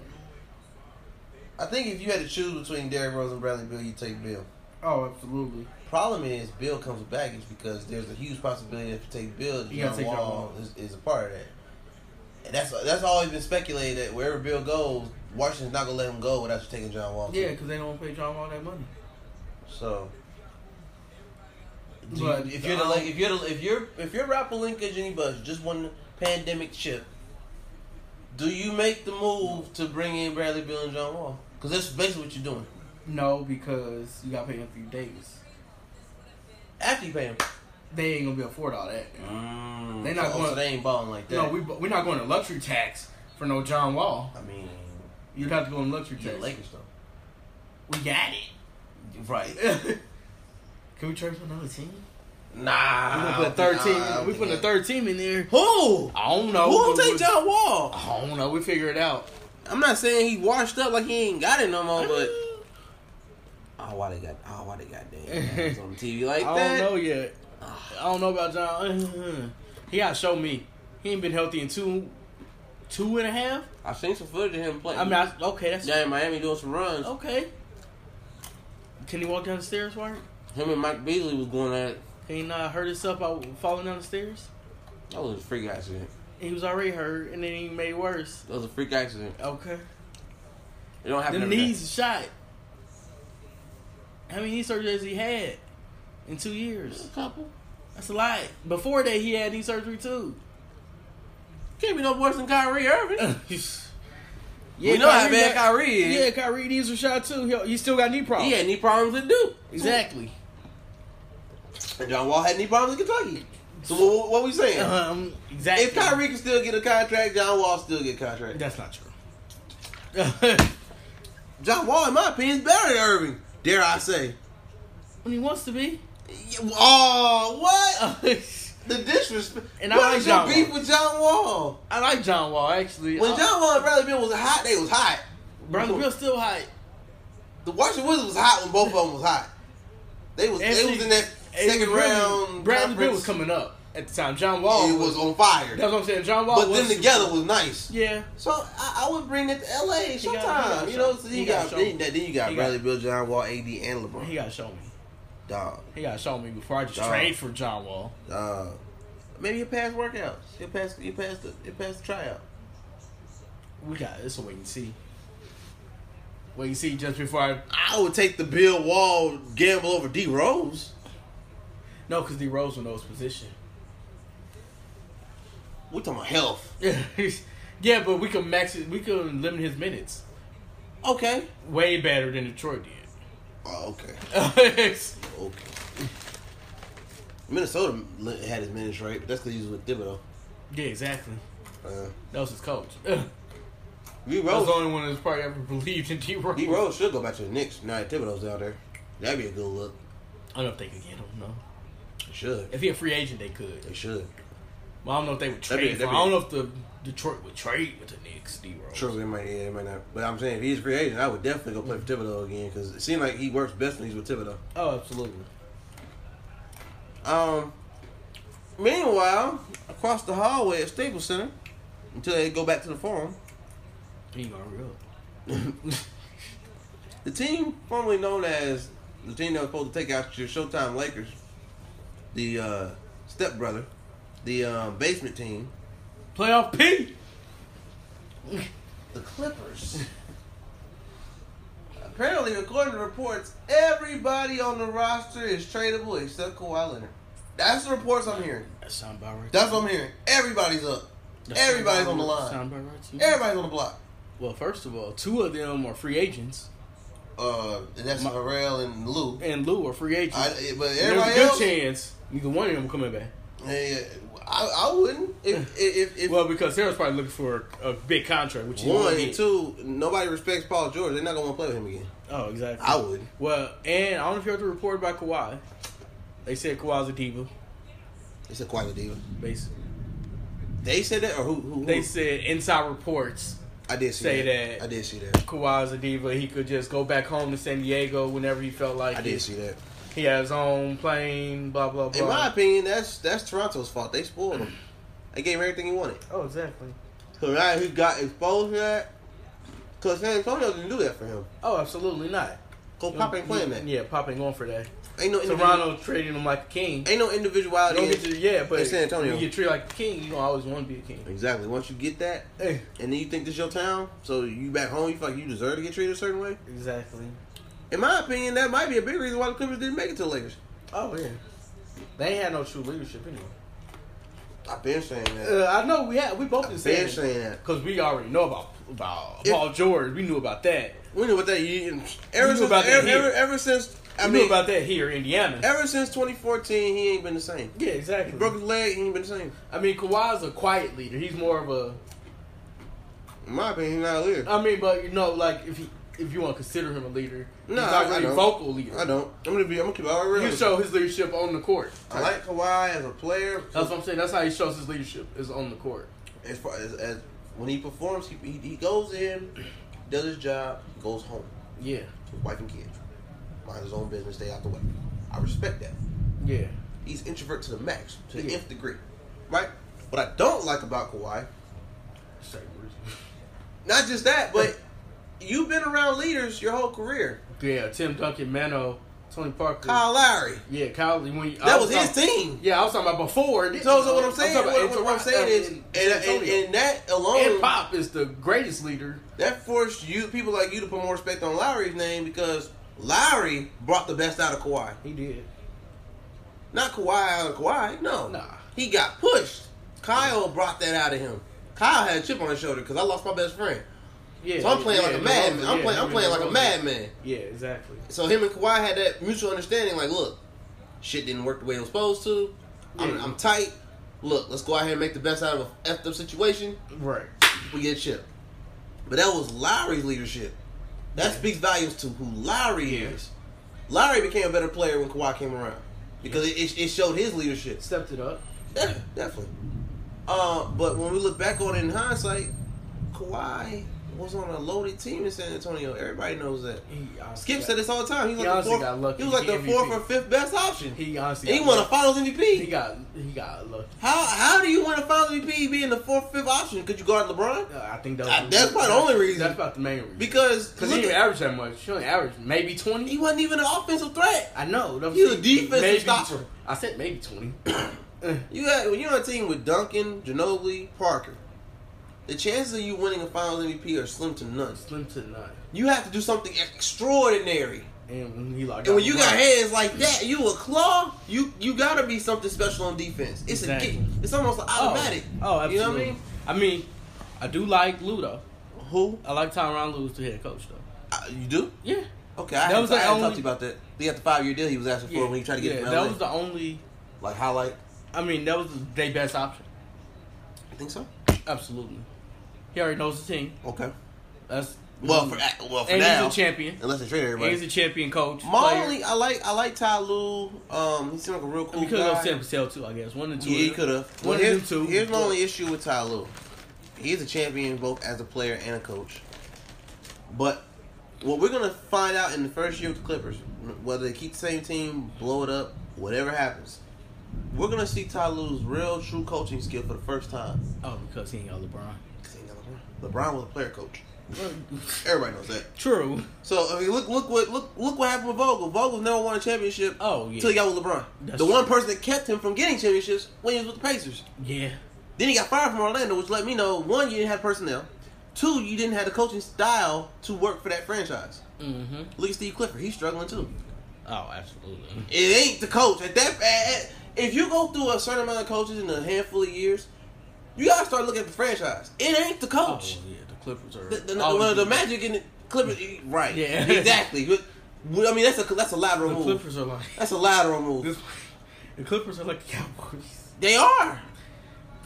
Speaker 2: I think if you had to choose between Derrick Rose and Bradley Bill, you take Bill.
Speaker 4: Oh, absolutely.
Speaker 2: Problem is, Bill comes with baggage because there's a huge possibility if you take Bill,
Speaker 4: You gotta
Speaker 2: John
Speaker 4: take John
Speaker 2: Wall
Speaker 4: Wall.
Speaker 2: is, is a part of that. And that's that's always been speculated that wherever Bill goes, Washington's not gonna let him go without you taking John Wall. too.
Speaker 4: Yeah, because they don't want to pay John Wall that money.
Speaker 2: So. Do you-
Speaker 4: But,
Speaker 2: if you're the
Speaker 4: um,
Speaker 2: like, if you're the, if you're if you're rapper linkage and you buzz just one pandemic chip, do you make the move to bring in Bradley Bill and John Wall? Because that's basically what you're doing.
Speaker 4: No, because you got to pay Anthony Davis.
Speaker 2: After you pay him,
Speaker 4: They ain't gonna be able to afford all that.
Speaker 2: they
Speaker 4: They not
Speaker 2: so,
Speaker 4: going-
Speaker 2: so they ain't balling like that.
Speaker 4: No, we we're not going to luxury tax for no John Wall.
Speaker 2: I mean,
Speaker 4: You'd have to go in luxury
Speaker 2: you're
Speaker 4: tax.
Speaker 2: the Lakers though,
Speaker 4: we got
Speaker 2: right?
Speaker 4: it. Can we trade for another team?
Speaker 2: Nah,
Speaker 4: We gonna put a
Speaker 2: I
Speaker 4: third
Speaker 2: don't
Speaker 4: team.
Speaker 2: think- nah, I don't
Speaker 4: we
Speaker 2: think
Speaker 4: put a
Speaker 2: that-
Speaker 4: third team in there.
Speaker 2: Who?
Speaker 4: I don't know.
Speaker 2: Who will
Speaker 4: but
Speaker 2: take
Speaker 4: we-
Speaker 2: John Wall?
Speaker 4: I don't know. We figure it out.
Speaker 2: I'm not saying he washed up like he ain't got it no more, but oh, why they got oh, why they got damn on TV like
Speaker 4: I
Speaker 2: that?
Speaker 4: don't know yet. I don't know about John. he gotta show me. He ain't been healthy in two, two and a half.
Speaker 2: I've seen some footage of him playing.
Speaker 4: I Oh. mean, I, okay, that's
Speaker 2: down in Miami doing some runs.
Speaker 4: okay. Can he walk down the stairs, Mark?
Speaker 2: Him and Mike Beasley was going at it.
Speaker 4: Can he not hurt himself by falling down the stairs?
Speaker 2: That was a freak accident.
Speaker 4: He was already hurt, and then he made it worse.
Speaker 2: That was a freak accident.
Speaker 4: Okay.
Speaker 2: It don't happen.
Speaker 4: Them
Speaker 2: every day.
Speaker 4: knees shot. How many knee surgeries he had in two years?
Speaker 2: A couple.
Speaker 4: That's a lot. Before that, he had knee surgery too.
Speaker 2: Can't be no worse than Kyrie Irving.
Speaker 4: Uh. Yeah,
Speaker 2: we know how
Speaker 4: Kyrie
Speaker 2: bad
Speaker 4: got-
Speaker 2: Kyrie is.
Speaker 4: Yeah, Kyrie knees were shot too. He, he still got knee
Speaker 2: He
Speaker 4: problems.
Speaker 2: had knee problems at Duke.
Speaker 4: exactly.
Speaker 2: And John Wall had knee problems in Kentucky. So what, what we saying?
Speaker 4: Um, exactly.
Speaker 2: If Kyrie can still get a contract, John Wall still get a contract.
Speaker 4: that's not true.
Speaker 2: John Wall, in my opinion, is better than Irving. Dare I say?
Speaker 4: when he wants to be.
Speaker 2: Oh, what?
Speaker 4: Uh.
Speaker 2: The disrespect.
Speaker 4: And I
Speaker 2: what
Speaker 4: like
Speaker 2: is your
Speaker 4: John
Speaker 2: beef
Speaker 4: Wall.
Speaker 2: with John Wall?
Speaker 4: I like John Wall actually.
Speaker 2: When
Speaker 4: Uh,
Speaker 2: John Wall and Bradley Beal was hot, they was hot.
Speaker 4: Bradley Beal still hot.
Speaker 2: The Washington Wizards was hot when both of them was hot. They was they
Speaker 4: Actually,
Speaker 2: was in that
Speaker 4: it
Speaker 2: second
Speaker 4: was really-
Speaker 2: round.
Speaker 4: Bradley Beal was
Speaker 2: conference.
Speaker 4: coming up at the time. John Wall.
Speaker 2: It was on fire.
Speaker 4: That's what I'm saying. John Wall.
Speaker 2: but
Speaker 4: was
Speaker 2: them together was nice.
Speaker 4: Yeah.
Speaker 2: So I, I would bring it to LA
Speaker 4: got- he
Speaker 2: sometime.
Speaker 4: got
Speaker 2: You know,
Speaker 4: shown.
Speaker 2: so
Speaker 4: He
Speaker 2: you
Speaker 4: got
Speaker 2: got, then,
Speaker 4: shown.
Speaker 2: then you got
Speaker 4: He got-
Speaker 2: Bradley Bill, John Wall, AD, and LeBron.
Speaker 4: He gotta show me.
Speaker 2: dog,
Speaker 4: He gotta show me before I just
Speaker 2: Dog.
Speaker 4: trade for John Wall.
Speaker 2: dog. Maybe you pass workouts. You pass. You pass the. You pass the tryout.
Speaker 4: We got it's a wait and see. Wait and see just before I
Speaker 2: I would take the Bill Wall gamble over D Rose.
Speaker 4: no, because D Rose will know his position.
Speaker 2: We talking about health.
Speaker 4: yeah, but we could max it. We could limit his minutes
Speaker 2: Okay.
Speaker 4: way better than Detroit
Speaker 2: Oh, okay.
Speaker 4: did.
Speaker 2: Okay. Minnesota li- had his minutes right, but that's because he was with Thibodeau.
Speaker 4: yeah, exactly.
Speaker 2: Uh,
Speaker 4: That was his coach. that
Speaker 2: D
Speaker 4: was the
Speaker 2: Rose,
Speaker 4: only one that's probably ever believed in D Rose.
Speaker 2: D Rose should go back to the Knicks now that Thibodeau's out there. That'd be a good look.
Speaker 4: I don't know if they could get him. No,
Speaker 2: They should.
Speaker 4: if he a free agent, they could.
Speaker 2: They should.
Speaker 4: But I don't know if they would
Speaker 2: That'd be-
Speaker 4: trade. for,
Speaker 2: that'd
Speaker 4: him.
Speaker 2: be-
Speaker 4: I don't know if the Detroit would trade with the Knicks. D Rose.
Speaker 2: Sure, they might. Yeah, they might not. But I'm saying if he's a free agent, I would definitely go play for Thibodeau again because it seems like he works best when he's with Thibodeau.
Speaker 4: Oh, absolutely.
Speaker 2: Um. Meanwhile, across the hallway at Staples Center, until they go back to the forum,
Speaker 4: He ain't gonna real.
Speaker 2: The team formerly known as the team that was supposed to take out your Showtime Lakers, the uh, stepbrother, the um, basement team,
Speaker 4: Playoff P.
Speaker 2: the Clippers. Apparently, according to reports, everybody on the roster is tradable except Kawhi Leonard. That's the reports I'm hearing.
Speaker 4: That sound about right.
Speaker 2: That's what I'm hearing. Everybody's up.
Speaker 4: That sound
Speaker 2: Everybody's
Speaker 4: about
Speaker 2: on the
Speaker 4: right.
Speaker 2: line.
Speaker 4: Sound about right to you?
Speaker 2: Everybody's on the block.
Speaker 4: Well, first of all, two of them are free agents,
Speaker 2: Uh, and that's
Speaker 4: My-
Speaker 2: Harrell and Lou.
Speaker 4: and Lou are free agents.
Speaker 2: I, but
Speaker 4: There's a
Speaker 2: everybody
Speaker 4: good
Speaker 2: else,
Speaker 4: chance either one of them coming back.
Speaker 2: eh, I, I wouldn't. If if if,
Speaker 4: Well, because Sarah's probably looking for a, a big contract, which he
Speaker 2: One
Speaker 4: won't
Speaker 2: and
Speaker 4: get.
Speaker 2: two, nobody respects Paul George. They're not gonna want to play with him again.
Speaker 4: Oh, exactly.
Speaker 2: I would.
Speaker 4: well, and I don't know if you heard the report about Kawhi. They said Kawhi's a diva,
Speaker 2: It's a Kawhi Diva.
Speaker 4: basically.
Speaker 2: They said that, or who? who, who?
Speaker 4: They said inside reports
Speaker 2: I did see
Speaker 4: say
Speaker 2: that.
Speaker 4: that.
Speaker 2: I did see that.
Speaker 4: Kawhi's a diva. He could just go back home to San Diego whenever he felt like
Speaker 2: I
Speaker 4: it.
Speaker 2: did see that.
Speaker 4: He had his own plane. Blah blah blah.
Speaker 2: In my opinion, that's that's Toronto's fault. They spoiled him. They gave him everything he wanted.
Speaker 4: oh, exactly.
Speaker 2: So now he got exposed for that. Cause San Antonio didn't do that for him.
Speaker 4: Oh, absolutely not.
Speaker 2: Cause Pop ain't playing that.
Speaker 4: Mm, Yeah, Pop ain't going for that.
Speaker 2: Ain't no individual,
Speaker 4: Toronto treating him like a king.
Speaker 2: Ain't no
Speaker 4: You don't
Speaker 2: individuality.
Speaker 4: get
Speaker 2: in-
Speaker 4: to- yeah, but
Speaker 2: in San Antonio.
Speaker 4: when you get treated like a king, you gonna always want to be a king.
Speaker 2: Exactly. Once you get that,
Speaker 4: Eh,
Speaker 2: and then you think this your town, so you back home, you feel like you deserve to get treated a certain way.
Speaker 4: Exactly.
Speaker 2: In my opinion, that might be a big reason why the Clippers didn't make it to the Lakers.
Speaker 4: Oh yeah. They ain't had no true leadership anyway.
Speaker 2: I've been saying that.
Speaker 4: Uh, I know we had. We both been
Speaker 2: I've been
Speaker 4: saying
Speaker 2: saying that.
Speaker 4: because we already know about about
Speaker 2: If-
Speaker 4: Paul George. We knew about that.
Speaker 2: We knew about that. You, ever
Speaker 4: We knew
Speaker 2: since,
Speaker 4: about that
Speaker 2: ever, ever,
Speaker 4: here.
Speaker 2: ever since, I
Speaker 4: we
Speaker 2: mean,
Speaker 4: knew about that here in Indiana.
Speaker 2: ever since 2014, he ain't been the same.
Speaker 4: yeah,
Speaker 2: He
Speaker 4: exactly.
Speaker 2: broke his leg, he ain't been the same.
Speaker 4: I mean, Kawhi's a quiet leader. He's more of a.
Speaker 2: In my opinion, he's not a leader.
Speaker 4: I mean, but you know, like if you if you want to consider him a leader,
Speaker 2: No,
Speaker 4: he's
Speaker 2: I-
Speaker 4: not
Speaker 2: I
Speaker 4: really a
Speaker 2: don't.
Speaker 4: vocal leader.
Speaker 2: I don't. I'm gonna be. I'm gonna keep it all real.
Speaker 4: You show his leadership on the court.
Speaker 2: I like Kawhi as a player.
Speaker 4: That's what I'm saying. That's how he shows his leadership is on the court.
Speaker 2: As far as, as when he performs, he, he he goes in, does his job, goes home
Speaker 4: Yeah,
Speaker 2: to his wife and kids, minds his own business, stay out the way. I respect that.
Speaker 4: yeah.
Speaker 2: He's introvert to the max, to the
Speaker 4: Yeah.
Speaker 2: nth degree, right? What I don't like about Kawhi,
Speaker 4: Say words.
Speaker 2: not just that, but you've been around leaders your whole career.
Speaker 4: Yeah, Tim Duncan, Mano, Tony Parker.
Speaker 2: Kyle Lowry,
Speaker 4: Yeah, Kyle. When you, I
Speaker 2: that was his
Speaker 4: talking-
Speaker 2: team.
Speaker 4: Yeah, I was talking about before.
Speaker 2: So, so what I'm saying,
Speaker 4: talking about
Speaker 2: what,
Speaker 4: in
Speaker 2: what I'm
Speaker 4: Toronto-
Speaker 2: saying is,
Speaker 4: in
Speaker 2: and,
Speaker 4: San
Speaker 2: and,
Speaker 4: Antonio.
Speaker 2: and um, that
Speaker 4: And
Speaker 2: alone,
Speaker 4: Pop is the greatest leader.
Speaker 2: that forced you people like you to put more respect on Lowry's name because Lowry brought the best out of Kawhi.
Speaker 4: He did.
Speaker 2: Not Kawhi out of Kawhi, no.
Speaker 4: Nah.
Speaker 2: He got pushed. Kyle brought that out of him. Kyle had a chip on his shoulder because I lost my best friend.
Speaker 4: Yeah.
Speaker 2: So I'm playing
Speaker 4: yeah,
Speaker 2: like a
Speaker 4: DeRozan,
Speaker 2: madman. I'm
Speaker 4: yeah,
Speaker 2: playing. I'm
Speaker 4: Henry
Speaker 2: playing like a
Speaker 4: DeRozan.
Speaker 2: madman.
Speaker 4: Yeah, exactly.
Speaker 2: So him and Kawhi had that mutual understanding. Like, look, shit didn't work the way it was supposed to. I'm,
Speaker 4: Yeah.
Speaker 2: I'm tight. Look, let's go out here and make the best out of a effed up situation.
Speaker 4: Right.
Speaker 2: We get a chip. But that was Lowry's leadership. That
Speaker 4: Yeah.
Speaker 2: speaks volumes to who Lowry
Speaker 4: Yeah.
Speaker 2: is. Lowry became a better player when Kawhi came around because it, it, it showed his leadership.
Speaker 4: Stepped it up.
Speaker 2: Yeah, definitely. Uh, but when we look back on it in hindsight, Kawhi was on a loaded team in San Antonio. Everybody knows that.
Speaker 4: He, I
Speaker 2: Skip
Speaker 4: forgot.
Speaker 2: said this all the time. He was
Speaker 4: He
Speaker 2: like the
Speaker 4: honestly
Speaker 2: fourth,
Speaker 4: got lucky.
Speaker 2: He was like
Speaker 4: He
Speaker 2: the fourth
Speaker 4: MVP.
Speaker 2: or fifth best option. He,
Speaker 4: He honestly.
Speaker 2: and he
Speaker 4: got
Speaker 2: won a
Speaker 4: lucky.
Speaker 2: Finals MVP.
Speaker 4: He got. He got lucky.
Speaker 2: how how do you win a Finals MVP being the fourth fifth option? Could you guard LeBron?
Speaker 4: Uh, I think that was
Speaker 2: Uh, that's probably the only reason.
Speaker 4: That's about the main reason.
Speaker 2: Because
Speaker 4: because he
Speaker 2: look
Speaker 4: didn't
Speaker 2: at-
Speaker 4: average that much. He only averaged maybe twenty.
Speaker 2: he wasn't even an offensive threat.
Speaker 4: I know. that
Speaker 2: He was a
Speaker 4: saying,
Speaker 2: defensive
Speaker 4: maybe
Speaker 2: stopper.
Speaker 4: tw- I said maybe twenty.
Speaker 2: You had, when you're on a team with Duncan, Ginobili, Parker, the chances of you winning a Finals MVP are slim to none.
Speaker 4: Slim to none.
Speaker 2: You have to do something extraordinary.
Speaker 4: And when he like.
Speaker 2: And when you got
Speaker 4: LeBron,
Speaker 2: hands like that, you a claw. You you gotta be something special on defense. It's a
Speaker 4: Exactly.
Speaker 2: kick. It's almost an automatic.
Speaker 4: Oh, absolutely.
Speaker 2: You know what I mean?
Speaker 4: I mean, I do like Lou though.
Speaker 2: Who
Speaker 4: I like Tyronn Lue as the head coach though.
Speaker 2: uh, you do?
Speaker 4: Yeah,
Speaker 2: Okay, I
Speaker 4: That
Speaker 2: that
Speaker 4: was
Speaker 2: was I
Speaker 4: the
Speaker 2: hadn't
Speaker 4: only-
Speaker 2: talked to you about that. They got the five year deal he was asking for
Speaker 4: yeah.
Speaker 2: when he tried to get
Speaker 4: yeah,
Speaker 2: it from LA.
Speaker 4: that was the only.
Speaker 2: like highlight.
Speaker 4: I mean, that was their best option.
Speaker 2: I think so.
Speaker 4: Absolutely. He already knows the team.
Speaker 2: Okay.
Speaker 4: That's
Speaker 2: Well, for a- well for
Speaker 4: Mm-hmm. and
Speaker 2: now,
Speaker 4: he's a champion.
Speaker 2: unless they trade
Speaker 4: And he's
Speaker 2: everybody.
Speaker 4: a champion coach. player.
Speaker 2: Molly, I like I like Ty Lue. Um, he seemed like a real cool
Speaker 4: We could
Speaker 2: guy.
Speaker 4: have Sam Cassell too, I guess. One and two.
Speaker 2: Yeah, he could have.
Speaker 4: One
Speaker 2: Well,
Speaker 4: of them
Speaker 2: here's,
Speaker 4: two.
Speaker 2: here's my only issue with Ty Lue. He's a champion both as a player and a coach. But what we're gonna find out in the first year with the Clippers, whether they keep the same team, blow it up, whatever happens, we're gonna see Ty Lue's real, true coaching skill for the first time.
Speaker 4: Oh, because he ain't got LeBron.
Speaker 2: 'Cause he ain't got LeBron. LeBron was a player coach. Everybody knows that.
Speaker 4: True.
Speaker 2: So I mean, look, look what, look, look what happened with Vogel. Vogel's never won a championship
Speaker 4: Oh yeah.
Speaker 2: until he got with LeBron.
Speaker 4: That's
Speaker 2: the one
Speaker 4: true.
Speaker 2: person that kept him from getting championships when he was with the Pacers.
Speaker 4: yeah.
Speaker 2: Then he got fired from Orlando, which let me know one, you didn't have personnel, two, you didn't have the coaching style to work for that franchise.
Speaker 4: Mm-hmm.
Speaker 2: Look at Steve Clifford; he's struggling too.
Speaker 4: Oh, absolutely.
Speaker 2: It ain't the coach at that. At, at- if you go through a certain amount of coaches in a handful of years, you gotta start looking at the franchise. It ain't the
Speaker 4: Oh
Speaker 2: coach.
Speaker 4: yeah, the Clippers are.
Speaker 2: The, the,
Speaker 4: oh,
Speaker 2: well, the
Speaker 4: yeah.
Speaker 2: Magic and the Clippers, eh, right?
Speaker 4: Yeah.
Speaker 2: exactly. But, well, I mean, that's a that's a lateral
Speaker 4: The
Speaker 2: move.
Speaker 4: Clippers are like.
Speaker 2: That's a lateral move.
Speaker 4: This, the Clippers are like the Cowboys.
Speaker 2: they are.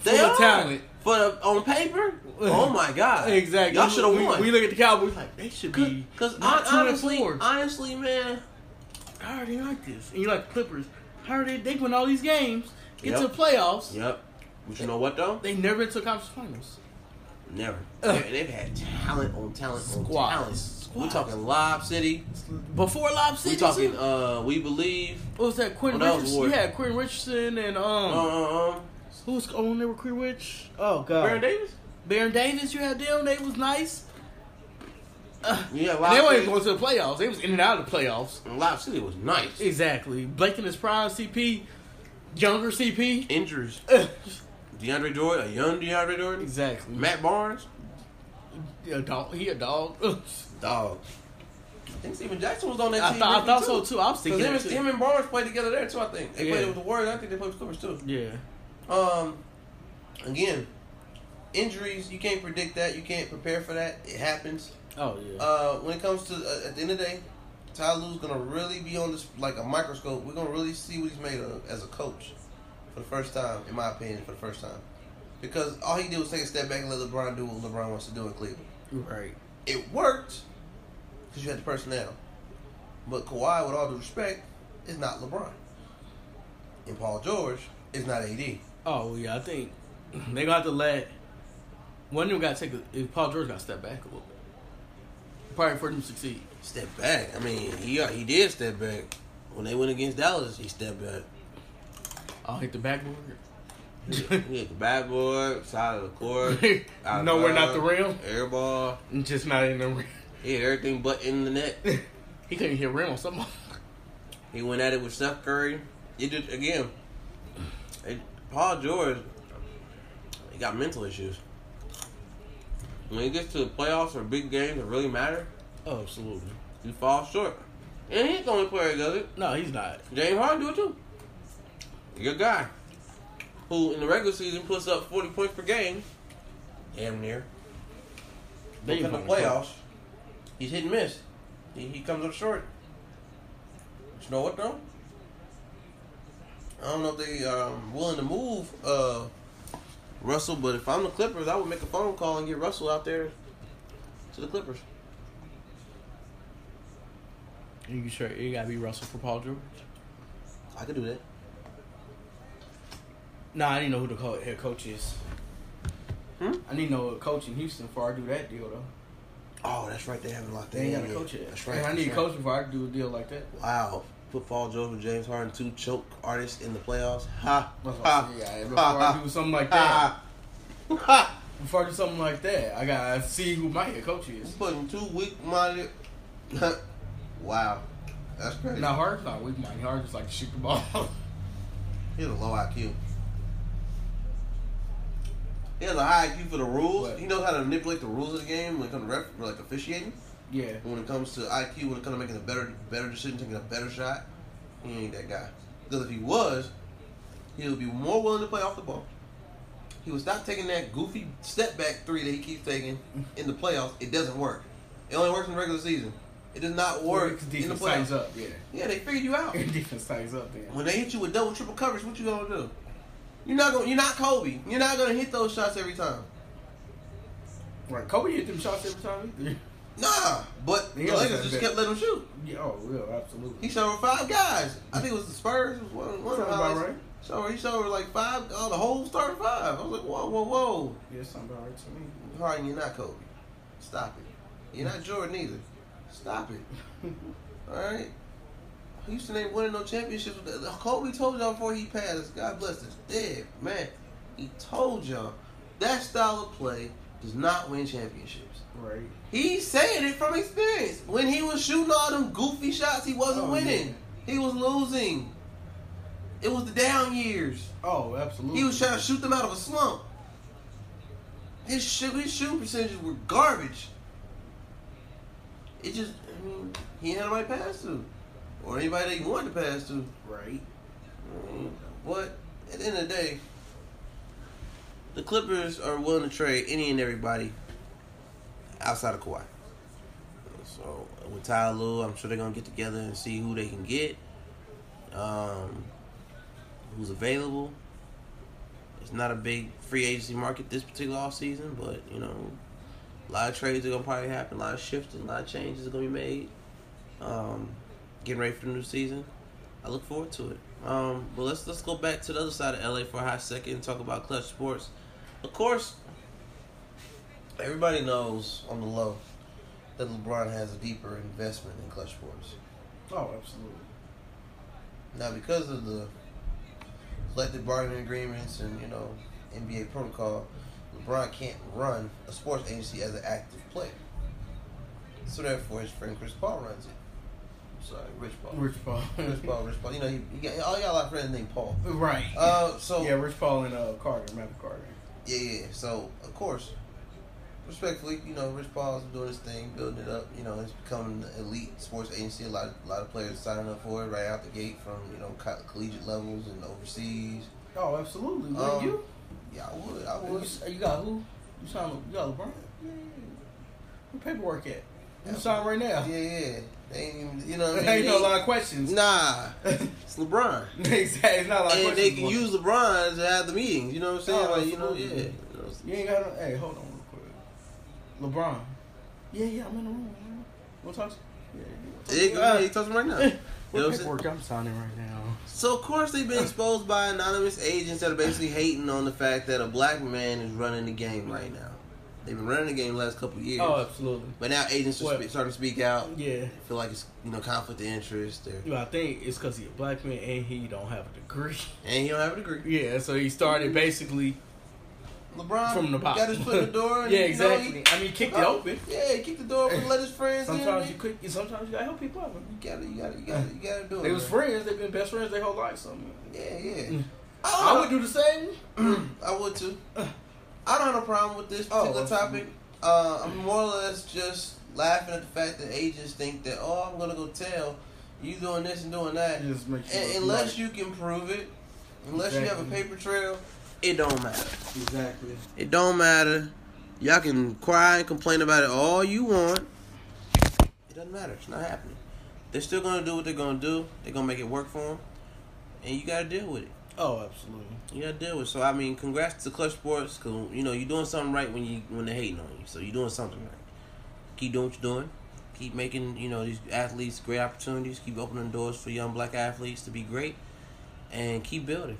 Speaker 2: They
Speaker 4: Full
Speaker 2: are
Speaker 4: of talent.
Speaker 2: for the, on paper. Oh my god!
Speaker 4: Exactly.
Speaker 2: Y'all should have
Speaker 4: We-
Speaker 2: won.
Speaker 4: We look at the Cowboys like they should be
Speaker 2: Because
Speaker 4: not two and
Speaker 2: honestly,
Speaker 4: four.
Speaker 2: honestly, man,
Speaker 4: I already like this. And you like the Clippers. How did they win all these games, get to
Speaker 2: Yep.
Speaker 4: the playoffs?
Speaker 2: Yep. But you know what though?
Speaker 4: They never took conference finals.
Speaker 2: Never.
Speaker 4: Ugh.
Speaker 2: And they've had talent on talent
Speaker 4: Squads.
Speaker 2: on talent. We
Speaker 4: Squads.
Speaker 2: talking Live City.
Speaker 4: Before Lob City,
Speaker 2: We talking
Speaker 4: too.
Speaker 2: uh We Believe.
Speaker 4: what was that? Quentin
Speaker 2: Oh, that was
Speaker 4: Richardson.
Speaker 2: Ward.
Speaker 4: You had Quentin Richardson and
Speaker 2: Um,
Speaker 4: um,
Speaker 2: um, um,
Speaker 4: who was on there with Quentin Rich? Oh God,
Speaker 2: Baron Davis.
Speaker 4: Baron Davis. You had them. They was nice. Uh,
Speaker 2: Yeah,
Speaker 4: and they
Speaker 2: Live
Speaker 4: weren't
Speaker 2: City.
Speaker 4: going to the playoffs. They was in and out of the playoffs.
Speaker 2: Live City was nice.
Speaker 4: Exactly. Blake in his prime, CP, younger CP.
Speaker 2: Injuries. DeAndre Jordan, a young DeAndre Jordan.
Speaker 4: exactly.
Speaker 2: Matt Barnes.
Speaker 4: A dog. He a dog. Ugh.
Speaker 2: Dog. I think Steven Jackson was on that
Speaker 4: I
Speaker 2: team.
Speaker 4: thought, I
Speaker 2: briefly,
Speaker 4: thought
Speaker 2: too.
Speaker 4: so too. I was
Speaker 2: Cause
Speaker 4: thinking
Speaker 2: him,
Speaker 4: that
Speaker 2: and-
Speaker 4: too.
Speaker 2: him and Barnes played together there too. I think they
Speaker 4: Yeah.
Speaker 2: played with the Warriors. I think they played with Clippers too.
Speaker 4: Yeah.
Speaker 2: Um, again, injuries you can't predict that. You can't prepare for that. It happens.
Speaker 4: Oh yeah.
Speaker 2: Uh, when it comes to uh, at the end of the day, Ty Lue's gonna really be on this like a microscope. We're gonna really see what he's made of as a coach for the first time, in my opinion, for the first time, because all he did was take a step back and let LeBron do what LeBron wants to do in Cleveland.
Speaker 4: right.
Speaker 2: It worked because you had the personnel, but Kawhi, with all due respect, is not LeBron, and Paul George is not AD.
Speaker 4: Oh yeah. I think they gonna have to let one of them got to take. A, Paul George got to step back a little bit. Probably for them to succeed.
Speaker 2: Step back. I mean, he uh, he did step back when they went against Dallas. He stepped back.
Speaker 4: I'll Oh, hit the backboard.
Speaker 2: He hit the backboard, side of the court. out of
Speaker 4: Nowhere
Speaker 2: bounds,
Speaker 4: not the rim.
Speaker 2: Airball.
Speaker 4: Just not in the rim.
Speaker 2: He hit everything but in the net.
Speaker 4: He couldn't hit rim on something.
Speaker 2: He went at it with Steph Curry. It just again. It, Paul George, he got mental issues. When he gets to the playoffs or big games that really matter,
Speaker 4: Oh, absolutely.
Speaker 2: he falls short. And he's the only player that does it.
Speaker 4: No, he's not.
Speaker 2: James Harden do it too. Your guy, who in the regular season puts up forty points per game, damn near. But in the playoffs, he's hit and miss. He, he comes up short. But you know what though? I don't know if they um, willing to move uh, Russell, but if I'm the Clippers, I would make a phone call and get Russell out there to the Clippers.
Speaker 4: You sure it gotta be Russell for Paul George?
Speaker 2: I could do that.
Speaker 4: Nah, I didn't know who the co- head coach is.
Speaker 2: Hmm?
Speaker 4: I need to know a coach in Houston before I do that deal though.
Speaker 2: Oh, that's right. They haven't locked
Speaker 4: They ain't
Speaker 2: in
Speaker 4: got a
Speaker 2: yet.
Speaker 4: coach yet.
Speaker 2: That's right.
Speaker 4: And I need
Speaker 2: that's
Speaker 4: a
Speaker 2: right.
Speaker 4: coach before I do a deal like that.
Speaker 2: Wow. Put Paul George and James Harden, two choke artists in the playoffs. Ha.
Speaker 4: That's what
Speaker 2: Ha.
Speaker 4: I said, yeah, before
Speaker 2: Ha.
Speaker 4: I do something like that,
Speaker 2: Ha. Ha.
Speaker 4: before I do something like that, I gotta see who my head coach
Speaker 2: He's
Speaker 4: is.
Speaker 2: putting two weak minded. wow. That's crazy.
Speaker 4: Now Harden's not weak minded. Harden's just like to shoot the ball.
Speaker 2: He has a low IQ. He has a high IQ for the rules.
Speaker 4: What?
Speaker 2: He knows how to manipulate the rules of the game when it comes to ref, like officiating.
Speaker 4: yeah,
Speaker 2: When it comes to IQ, when it comes to making a better, better decision, taking a better shot, he ain't that guy. Because if he was, he would be more willing to play off the ball. He would stop taking that goofy step back three that he keeps taking in the playoffs. It doesn't work. It only works in the regular season. It does not work in the
Speaker 4: defense tightens
Speaker 2: playoffs.
Speaker 4: up. Yeah,
Speaker 2: Yeah, they figured you out.
Speaker 4: defense tightens up. Then
Speaker 2: When they hit you with double triple coverage, what you gonna do? You're not gonna you're not Kobe. You're not gonna hit those shots every time.
Speaker 4: Right, Kobe hit them shots every time. either.
Speaker 2: Nah, but
Speaker 4: He
Speaker 2: the
Speaker 4: also
Speaker 2: Lakers
Speaker 4: had
Speaker 2: just
Speaker 4: that-
Speaker 2: kept letting him shoot.
Speaker 4: Yeah, oh, real, absolutely.
Speaker 2: He shot over five guys. I think it was the Spurs. It was one, one of the
Speaker 4: Sound about
Speaker 2: highlights.
Speaker 4: right.
Speaker 2: Shot over- he shot over like five, oh, the whole starting five. I was like, whoa, whoa, whoa.
Speaker 4: Yeah, something about right to me.
Speaker 2: Harden, you're not Kobe. Stop it. You're not Jordan either. Stop it. All right. Houston ain't winning no championships. With that. Kobe told y'all before he passed. God bless his dead man. He told y'all that style of play does not win championships.
Speaker 4: Right.
Speaker 2: He said it from experience. When he was shooting all them goofy shots, he wasn't
Speaker 4: Oh,
Speaker 2: winning. He was losing. It was the down years.
Speaker 4: Oh, absolutely.
Speaker 2: He was trying to shoot them out of a slump. His shoot, his shooting percentages were garbage. It just, I mean, he had nobody to pass to, or anybody that he wanted to pass to.
Speaker 4: right.
Speaker 2: But at the end of the day, the Clippers are willing to trade any and everybody outside of Kawhi. So with Ty Lue, I'm sure they're gonna get together and see who they can get, um, who's available. It's not a big free agency market this particular offseason, but you know, a lot of trades are gonna probably happen, a lot of shifts and a lot of changes are gonna be made. Um, getting ready for the new season. I look forward to it. Um, but let's let's go back to the other side of LA for a hot second and talk about clutch sports. Of course, everybody knows on the low that LeBron has a deeper investment in clutch sports.
Speaker 5: Oh, absolutely.
Speaker 2: Now, because of the collective bargaining agreements and you know NBA protocol, LeBron can't run a sports agency as an active player. So therefore, his friend Chris Paul runs it. Sorry, Rich Paul.
Speaker 3: Rich Paul.
Speaker 2: Rich Paul, Rich Paul. You know, you, you got, oh, you got a lot of friends named Paul.
Speaker 3: right.
Speaker 2: Uh, so
Speaker 3: yeah, Rich Paul and uh, Carter, Matt Carter.
Speaker 2: Yeah, yeah. So of course, respectfully, you know, Rich Paul's doing his thing, building it up. You know, it's becoming an elite sports agency. A lot, of, a lot of players signing up for it right out the gate from you know co- collegiate levels and overseas.
Speaker 5: Oh, absolutely. Wouldn't
Speaker 2: Um,
Speaker 5: you?
Speaker 2: Yeah, I would. I
Speaker 5: you?
Speaker 2: would.
Speaker 5: s- You got who? You signed? You got LeBron?
Speaker 3: Yeah. Where paperwork at?
Speaker 2: Yeah.
Speaker 3: You sign right now.
Speaker 2: Yeah, yeah. They ain't even. You know, what I mean?
Speaker 3: Ain't no
Speaker 2: They-
Speaker 3: lot of questions.
Speaker 2: Nah, it's LeBron,
Speaker 3: exactly. It's not a lot of
Speaker 2: and
Speaker 3: questions.
Speaker 2: they can
Speaker 3: boy.
Speaker 2: use LeBron to have the meetings. You know what I'm saying?
Speaker 3: Oh,
Speaker 2: like, you know, yeah.
Speaker 3: absolutely.
Speaker 2: You know,
Speaker 3: You ain't got no. Hey, hold on real quick. LeBron. Yeah, yeah, I'm in the room. man. Wanna talk? to- Yeah,
Speaker 2: There you
Speaker 3: you
Speaker 2: go.
Speaker 3: wanna
Speaker 2: Yeah,
Speaker 3: talk
Speaker 2: you
Speaker 3: to-
Speaker 2: touch him right now. You know what I'm
Speaker 3: What
Speaker 2: saying?
Speaker 3: paperwork I'm signing right now?
Speaker 2: So of course they've been exposed by anonymous agents that are basically hating on the fact that a black man is running the game right now. They've been running the game the last couple of years,
Speaker 3: Oh, absolutely.
Speaker 2: but now agents are
Speaker 3: Well-
Speaker 2: spe- starting to speak out.
Speaker 3: Yeah.
Speaker 2: They feel like it's you know conflict of interest, or,
Speaker 3: You know, I think it's because he's a black man and he don't have a degree.
Speaker 2: and he don't have a degree.
Speaker 3: Yeah, so he started basically
Speaker 2: LeBron
Speaker 3: from the bottom.
Speaker 2: got his foot in the door. And,
Speaker 3: yeah,
Speaker 2: you know, he-
Speaker 3: exactly. I mean, he kicked it open.
Speaker 2: Yeah, he kicked the door open, let his friends
Speaker 3: Sometimes
Speaker 2: in.
Speaker 3: you could. Sometimes you gotta help people out. man.
Speaker 2: You gotta, you gotta, you gotta, you gotta do it.
Speaker 3: They was
Speaker 2: man.
Speaker 3: friends. They've been best friends their whole life. So man.
Speaker 2: Yeah, yeah.
Speaker 3: Mm.
Speaker 2: I,
Speaker 3: I
Speaker 2: would
Speaker 3: would do the same.
Speaker 2: I would too. I don't have no problem with this
Speaker 3: Oh,
Speaker 2: particular topic. Uh, I'm more or less just laughing at the fact that agents think that, oh, I'm going to go tell you doing this and doing that.
Speaker 5: Just make sure.
Speaker 2: And unless you can prove it, unless you have a
Speaker 3: Exactly.
Speaker 2: paper trail, it don't matter.
Speaker 5: exactly.
Speaker 2: It don't matter. Y'all can cry and complain about it all you want. It doesn't matter. It's not happening. They're still going to do what they're going to do. They're going to make it work for them. And you got to deal with it.
Speaker 3: Oh, absolutely.
Speaker 2: You gotta deal with. So I mean, congrats to Clutch Sports. 'cause, you know you're doing something right when you when they're hating on you. So you're doing something right. Keep doing what you're doing. Keep making you know these athletes great opportunities. Keep opening doors for young black athletes to be great, and keep building.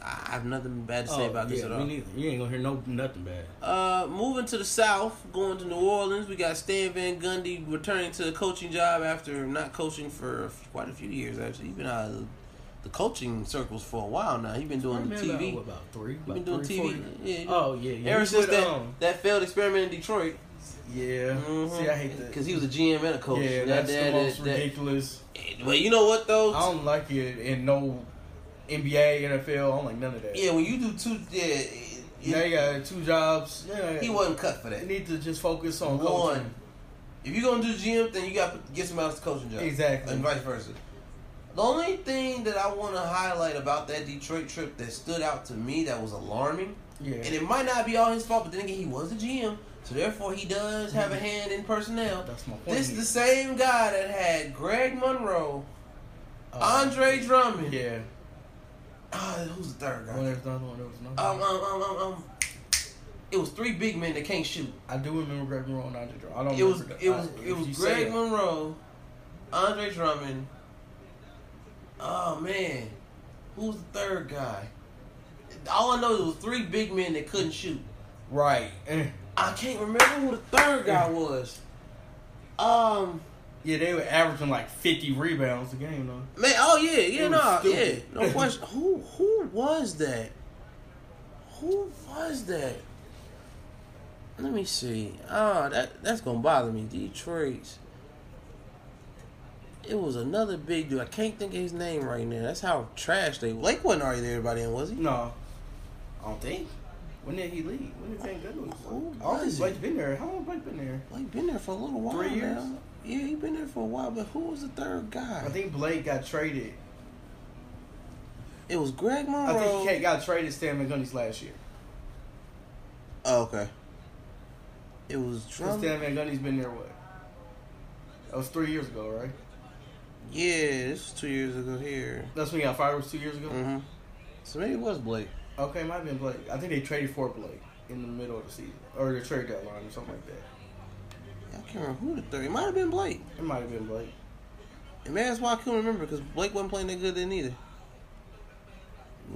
Speaker 2: I I have nothing bad to say about this
Speaker 3: Oh, yeah,
Speaker 2: at
Speaker 3: me
Speaker 2: all.
Speaker 3: neither. You ain't gonna hear no nothing bad.
Speaker 2: Uh, moving to the South, going to New Orleans, we got Stan Van Gundy returning to the coaching job after not coaching for quite a few years. Actually, he's been out of the coaching circles for a while now. He's been doing the
Speaker 3: Remember
Speaker 2: TV.
Speaker 3: About, what, about three.
Speaker 2: You've been
Speaker 3: About
Speaker 2: doing
Speaker 3: three,
Speaker 2: TV.
Speaker 3: four years?
Speaker 2: Yeah. you-
Speaker 3: Oh yeah. yeah.
Speaker 2: Ever
Speaker 3: He
Speaker 2: since
Speaker 3: put,
Speaker 2: that,
Speaker 3: um,
Speaker 2: that failed experiment in Detroit.
Speaker 3: yeah.
Speaker 2: Mhm.
Speaker 3: See, I hate that.
Speaker 2: Because he was a GM and a coach.
Speaker 3: yeah,
Speaker 2: That-
Speaker 3: that's
Speaker 2: that-
Speaker 3: the most
Speaker 2: that-
Speaker 3: ridiculous.
Speaker 2: that- Well, you know what, though?
Speaker 3: I don't like it in no NBA, NFL. I don't like none of that.
Speaker 2: Yeah, when you do two. Yeah, it-
Speaker 3: Now you got two jobs. Yeah,
Speaker 2: he wasn't cut for
Speaker 3: You
Speaker 2: that.
Speaker 3: need to just focus on coaching.
Speaker 2: One. If you're going to do GM, then you got to get somebody else to coaching job.
Speaker 3: Exactly.
Speaker 2: And vice versa. The only thing that I want to highlight about that Detroit trip that stood out to me that was alarming,
Speaker 3: Yeah.
Speaker 2: and it might not be all his fault, but then again, he was a GM, so therefore he does have a hand in personnel.
Speaker 3: that's my point.
Speaker 2: This the same guy that had Greg Monroe,
Speaker 3: Uh,
Speaker 2: Andre Drummond.
Speaker 3: Yeah.
Speaker 2: Ah, who's the third guy?
Speaker 3: Well, there's another one. There was another.
Speaker 2: Um, um,
Speaker 3: one.
Speaker 2: um, um, um. It was three big men that can't shoot.
Speaker 3: I do remember Greg Monroe and Andre Drummond. I don't.
Speaker 2: It was
Speaker 3: remember the-
Speaker 2: it was
Speaker 3: I-
Speaker 2: it
Speaker 3: if
Speaker 2: was
Speaker 3: you say
Speaker 2: Greg
Speaker 3: it-
Speaker 2: Monroe, Andre Drummond. Oh man, who's the third guy? All I know is it was three big men that couldn't shoot.
Speaker 3: Right. Eh.
Speaker 2: I can't remember who the third guy was. Um,
Speaker 3: Yeah, they were averaging like 50 rebounds a game though.
Speaker 2: Man, oh yeah, yeah,
Speaker 3: It was
Speaker 2: no, yeah,
Speaker 3: stupid.
Speaker 2: no question. who who was that? Who was that? Let me see. Oh, that that's gonna bother me. Detroit's. It was another big dude. I can't think of his name right now. That's how trash they. Lake wasn't already there, everybody in, was he?
Speaker 3: No, I don't think. When did he leave? When did Van Gundy leave?
Speaker 2: Who
Speaker 3: I
Speaker 2: was
Speaker 3: don't think
Speaker 2: it?
Speaker 3: Blake's been there. How long has Blake been there?
Speaker 2: Lake been there for a little while.
Speaker 3: Three years?
Speaker 2: Now. Yeah, he been there for a while. But who was the third guy?
Speaker 3: I think Blake got traded.
Speaker 2: it was Greg Monroe.
Speaker 3: I think he got traded Stan Van Gundy's last
Speaker 2: Um,
Speaker 3: year.
Speaker 2: oh, okay. It was
Speaker 3: 'Cause
Speaker 2: Drummond.
Speaker 3: Stan Van Gundy's been there what? That was three years ago, right?
Speaker 2: Yeah, this was two years ago here.
Speaker 3: That's when he got fired. Was two years ago.
Speaker 2: hmm So maybe it was Blake.
Speaker 3: Okay, it might have been Blake. I think they traded for Blake in the middle of the season or the trade deadline or something like that.
Speaker 2: I can't remember who the third. It might have been Blake.
Speaker 3: It might have been Blake.
Speaker 2: And man, that's why I couldn't remember because Blake wasn't playing that good then either.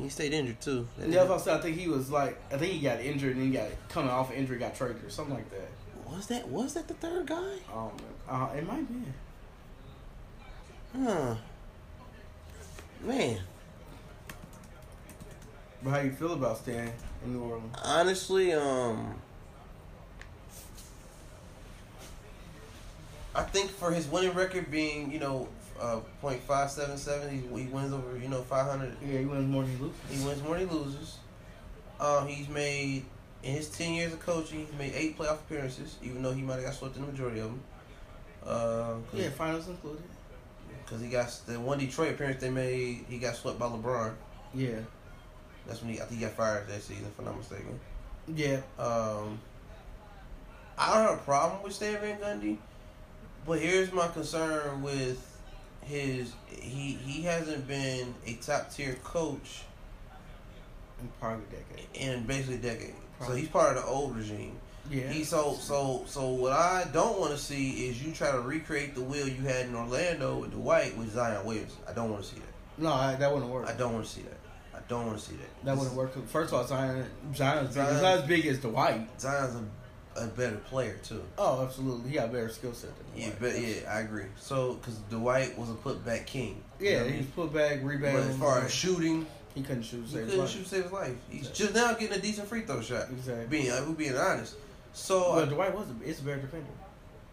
Speaker 2: He stayed injured too.
Speaker 3: And that's what I said. I think he was like, I think he got injured and then got coming off an injury, got traded or something like that.
Speaker 2: Was that was that the third guy?
Speaker 3: I don't know. Uh, it might be.
Speaker 2: Huh. Man,
Speaker 3: But how you feel about staying in New Orleans?
Speaker 2: honestly, um, I think for his winning record being, you know, uh, point five seven seven, he, he wins over, you know, five hundred.
Speaker 3: Yeah, you win more than you lose.
Speaker 2: He wins more than he loses. Um, he's made in his ten years of coaching, he's made eight playoff appearances, even though he might have got swept in the majority of them. Uh,
Speaker 3: Yeah, finals included.
Speaker 2: because he got the one Detroit appearance they made, he got swept by LeBron.
Speaker 3: Yeah.
Speaker 2: That's when he, I think he got fired that season, if I'm not mistaken.
Speaker 3: Yeah.
Speaker 2: Um, I don't have a problem with Stan Van Gundy, but here's my concern with his he he hasn't been a top tier coach
Speaker 3: In probably a decade.
Speaker 2: in basically a decade. So
Speaker 3: Probably.
Speaker 2: he's part of the old regime.
Speaker 3: Yeah.
Speaker 2: He so so so what I don't want to see is you try to recreate the will you had in Orlando with Dwight with Zion Williamson. I don't want to see that.
Speaker 3: no, I, that wouldn't work.
Speaker 2: I don't want to see that. I don't want to see that.
Speaker 3: that wouldn't work. First of all, Zion, Zion's big.
Speaker 2: Zion-
Speaker 3: He's not as big as Dwight.
Speaker 2: Zion's a, a better player too.
Speaker 3: Oh, absolutely. He got a better skill set than
Speaker 2: Yeah,
Speaker 3: Dwight.
Speaker 2: but yeah, I agree. So, because Dwight was a putback king. You know
Speaker 3: Yeah,
Speaker 2: what I
Speaker 3: he's
Speaker 2: mean?
Speaker 3: put back,
Speaker 2: but
Speaker 3: rebound.
Speaker 2: as far as shooting,
Speaker 3: he couldn't shoot.
Speaker 2: he
Speaker 3: save
Speaker 2: couldn't
Speaker 3: life.
Speaker 2: shoot to save his life. He's
Speaker 3: Exactly.
Speaker 2: just now getting a decent free throw shot.
Speaker 3: Exactly.
Speaker 2: Being, we're being honest. So
Speaker 3: Well,
Speaker 2: I-
Speaker 3: Dwight was a, is a better defender.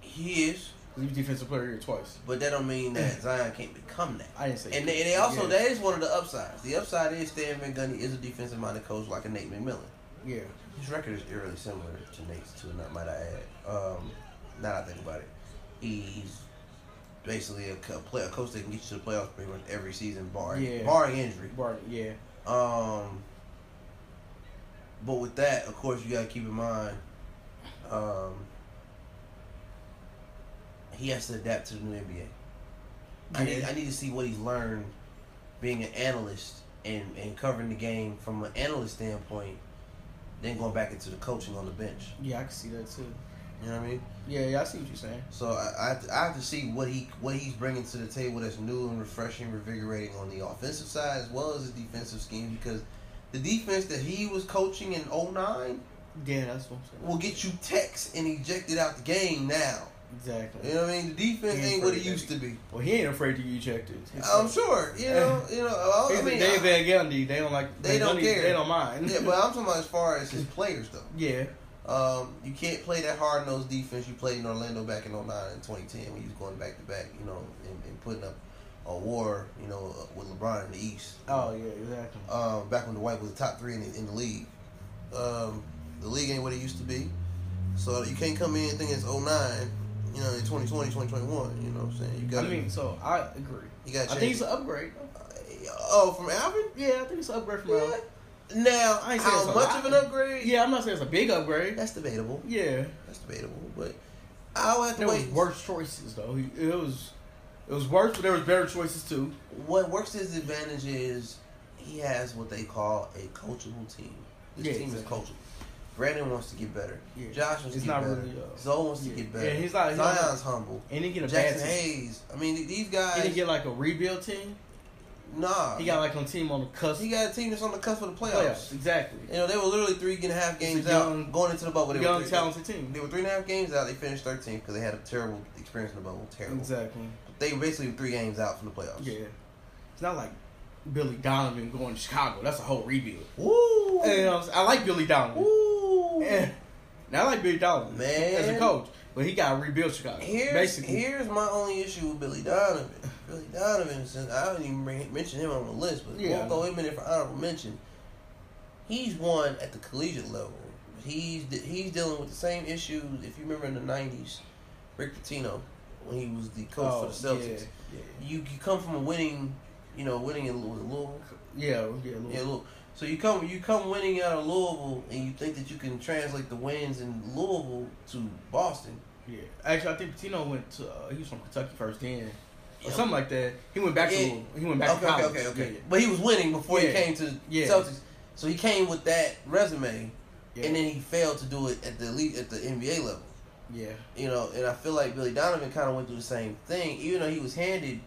Speaker 2: he is,
Speaker 3: He was defensive player here twice.
Speaker 2: but that don't mean that Zion can't become that.
Speaker 3: I didn't say.
Speaker 2: And they, and they also that is one of the upsides. The upside is Stan Van Gundy is a defensive minded coach like a Nate McMillan.
Speaker 3: Yeah.
Speaker 2: His record is eerily similar to Nate's too, not might I add. Um, now that I think about it, he's basically a, co- play, a coach that can get you to the playoffs pretty much every season, barring
Speaker 3: Yeah.
Speaker 2: barring injury.
Speaker 3: Barton, yeah.
Speaker 2: Um, but with that, of course, you got to keep in mind, um, he has to adapt to the new NBA. I need
Speaker 3: Yeah.
Speaker 2: I need to see what he's learned being an analyst and, and covering the game from an analyst standpoint, then going back into the coaching on the bench.
Speaker 3: Yeah, I can see that too.
Speaker 2: You know what I mean?
Speaker 3: Yeah, yeah, I see what you're saying.
Speaker 2: So I, I, have, to, I have to see what he what he's bringing to the table that's new and refreshing, revigorating on the offensive side as well as his defensive scheme because the defense that he was coaching in 09
Speaker 3: Yeah, that's what I'm saying.
Speaker 2: will get you text and ejected out the game now.
Speaker 3: Exactly.
Speaker 2: You know what I mean? The defense
Speaker 3: Yeah,
Speaker 2: ain't what it
Speaker 3: pretty
Speaker 2: used to be.
Speaker 3: Well, he ain't afraid to get ejected.
Speaker 2: Oh, I'm sure. You know. You know. I,
Speaker 3: He's
Speaker 2: I
Speaker 3: a
Speaker 2: mean,
Speaker 3: Dave
Speaker 2: I-
Speaker 3: Van Gundy. They don't like.
Speaker 2: They don't
Speaker 3: Gundy,
Speaker 2: care.
Speaker 3: They don't mind.
Speaker 2: yeah, but I'm talking about as far as his players though.
Speaker 3: yeah,
Speaker 2: Um, you can't play that hard nosed defense you played in Orlando back in 09 and 2010 when you was going back to back, you know, and, and putting up a war, you know, uh, with LeBron in the East.
Speaker 3: Oh yeah, exactly.
Speaker 2: Um, back when the White was the top three in the, in the league. Um, the league ain't what it used to be. So you can't come in and think it's 09, you know, in 2020, 2021, you know what I'm saying? You
Speaker 3: I
Speaker 2: gotta,
Speaker 3: mean, so I agree.
Speaker 2: you gotta
Speaker 3: I
Speaker 2: change.
Speaker 3: think it's an upgrade.
Speaker 2: it. Oh, from Alvin?
Speaker 3: Yeah, I think it's an upgrade from.
Speaker 2: Yeah. Now,
Speaker 3: I ain't saying
Speaker 2: how
Speaker 3: it's a
Speaker 2: much
Speaker 3: lot.
Speaker 2: of an upgrade?
Speaker 3: yeah, I'm not saying it's a big upgrade.
Speaker 2: That's debatable.
Speaker 3: Yeah,
Speaker 2: That's debatable, but I'll have to
Speaker 3: there was
Speaker 2: wait.
Speaker 3: worse choices though. He- It was, it was worse, but there was better choices too.
Speaker 2: What works to his advantage is he has what they call a coachable team. This
Speaker 3: Yeah,
Speaker 2: team
Speaker 3: exactly.
Speaker 2: is coachable. Brandon wants to get better.
Speaker 3: Yeah.
Speaker 2: Josh wants
Speaker 3: It's
Speaker 2: to get
Speaker 3: not
Speaker 2: better.
Speaker 3: really, uh,
Speaker 2: Zoe wants
Speaker 3: yeah.
Speaker 2: to get better.
Speaker 3: Yeah, he's not- he's not-
Speaker 2: Zion's humble.
Speaker 3: And he get a bad
Speaker 2: Jackson
Speaker 3: team.
Speaker 2: Hayes. I mean, these
Speaker 3: He
Speaker 2: guys.
Speaker 3: didn't get like a rebuild team.
Speaker 2: nah.
Speaker 3: He got like on team on the cusp.
Speaker 2: Uh-huh. he got a team that's on the cusp of the playoffs.
Speaker 3: playoffs. Exactly.
Speaker 2: You know, they were literally three and a half
Speaker 3: a
Speaker 2: games
Speaker 3: young-
Speaker 2: out going into the bubble. They were
Speaker 3: Young,
Speaker 2: three,
Speaker 3: talented team.
Speaker 2: They were three and a half games out. They finished 13th because they had a terrible experience in the bubble. Terrible.
Speaker 3: Exactly.
Speaker 2: They were basically three games out from the playoffs.
Speaker 3: Yeah. It's not like Billy Donovan going to Chicago. That's a whole rebuild.
Speaker 2: Woo!
Speaker 3: And, you know, I like Billy Donovan.
Speaker 2: Woo!
Speaker 3: Yeah. And I like Billy Donovan
Speaker 2: Man.
Speaker 3: as a coach, but he got to rebuild Chicago.
Speaker 2: Here's
Speaker 3: basically.
Speaker 2: here's my only issue with Billy Donovan. Billy Donovan, since I haven't even bring- mentioned him on the list, but
Speaker 3: Yeah.
Speaker 2: we'll throw him in there for honorable mention. He's one at the collegiate level. He's de- he's dealing with the same issues. If you remember in the '90s, Rick Pitino, when he was the coach
Speaker 3: Oh,
Speaker 2: for the Celtics,
Speaker 3: Yeah,
Speaker 2: you, you come from a winning, you know, winning in Louis- Louisville.
Speaker 3: yeah, yeah, yeah, a little-
Speaker 2: Yeah, look. So you come you come winning out of Louisville, and you think that you can translate the wins in Louisville to Boston.
Speaker 3: yeah. Actually, I think Patino went to. Uh, he was from Kentucky first, then or
Speaker 2: Yeah.
Speaker 3: something like that. He went back
Speaker 2: Yeah.
Speaker 3: to. He went back
Speaker 2: okay,
Speaker 3: to
Speaker 2: okay,
Speaker 3: college.
Speaker 2: okay, okay.
Speaker 3: Yeah,
Speaker 2: But he was winning before
Speaker 3: Yeah.
Speaker 2: he came to
Speaker 3: Yeah.
Speaker 2: Celtics. So he came with that resume,
Speaker 3: yeah,
Speaker 2: and then he failed to do it at the elite at the NBA level.
Speaker 3: yeah,
Speaker 2: You know, and I feel like Billy Donovan kind of went through the same thing, even though he was handed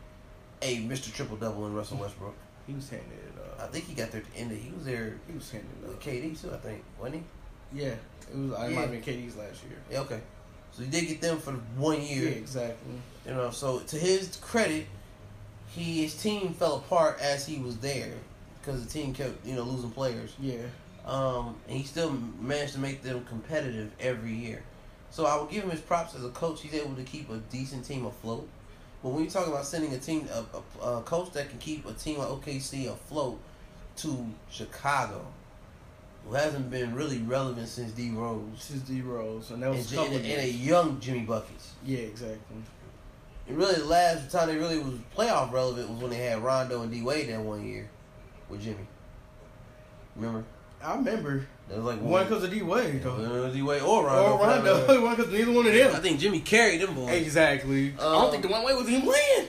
Speaker 2: a Mr. Triple Double in Russell Westbrook.
Speaker 3: he was handed. Uh,
Speaker 2: I think he got there at the end. Of, he was there
Speaker 3: He was handing
Speaker 2: with
Speaker 3: up.
Speaker 2: KD too. I think wasn't
Speaker 3: Yeah, it was. I might have
Speaker 2: Yeah.
Speaker 3: been KD's last year.
Speaker 2: he? Yeah, okay. So he did get them for one year.
Speaker 3: Yeah, exactly.
Speaker 2: You know, so to his credit, he his team fell apart as he was there because the team kept you know losing players.
Speaker 3: Yeah,
Speaker 2: Um, and he still managed to make them competitive every year. So I would give him his props as a coach. He's able to keep a decent team afloat. But when you talk about sending a team, a, a, a coach that can keep a team like OKC afloat to Chicago, who hasn't been really relevant since D Rose
Speaker 3: since D Rose, and that
Speaker 2: and,
Speaker 3: was a
Speaker 2: J-
Speaker 3: couple
Speaker 2: and, a,
Speaker 3: of
Speaker 2: and a
Speaker 3: years.
Speaker 2: young Jimmy Buckets.
Speaker 3: Yeah, exactly.
Speaker 2: And really, the last time they really was playoff relevant was when they had Rondo and D Wade that one year with Jimmy. Remember?
Speaker 3: I remember
Speaker 2: That was like
Speaker 4: One because of D Wade. though.
Speaker 2: D Wade or Rondo.
Speaker 4: Or
Speaker 2: for that matter.
Speaker 4: Rondo. One because neither one of
Speaker 2: I
Speaker 4: them.
Speaker 2: think Jimmy carried them boys.
Speaker 4: Exactly. I
Speaker 2: Um,
Speaker 4: don't think the one way was even playing.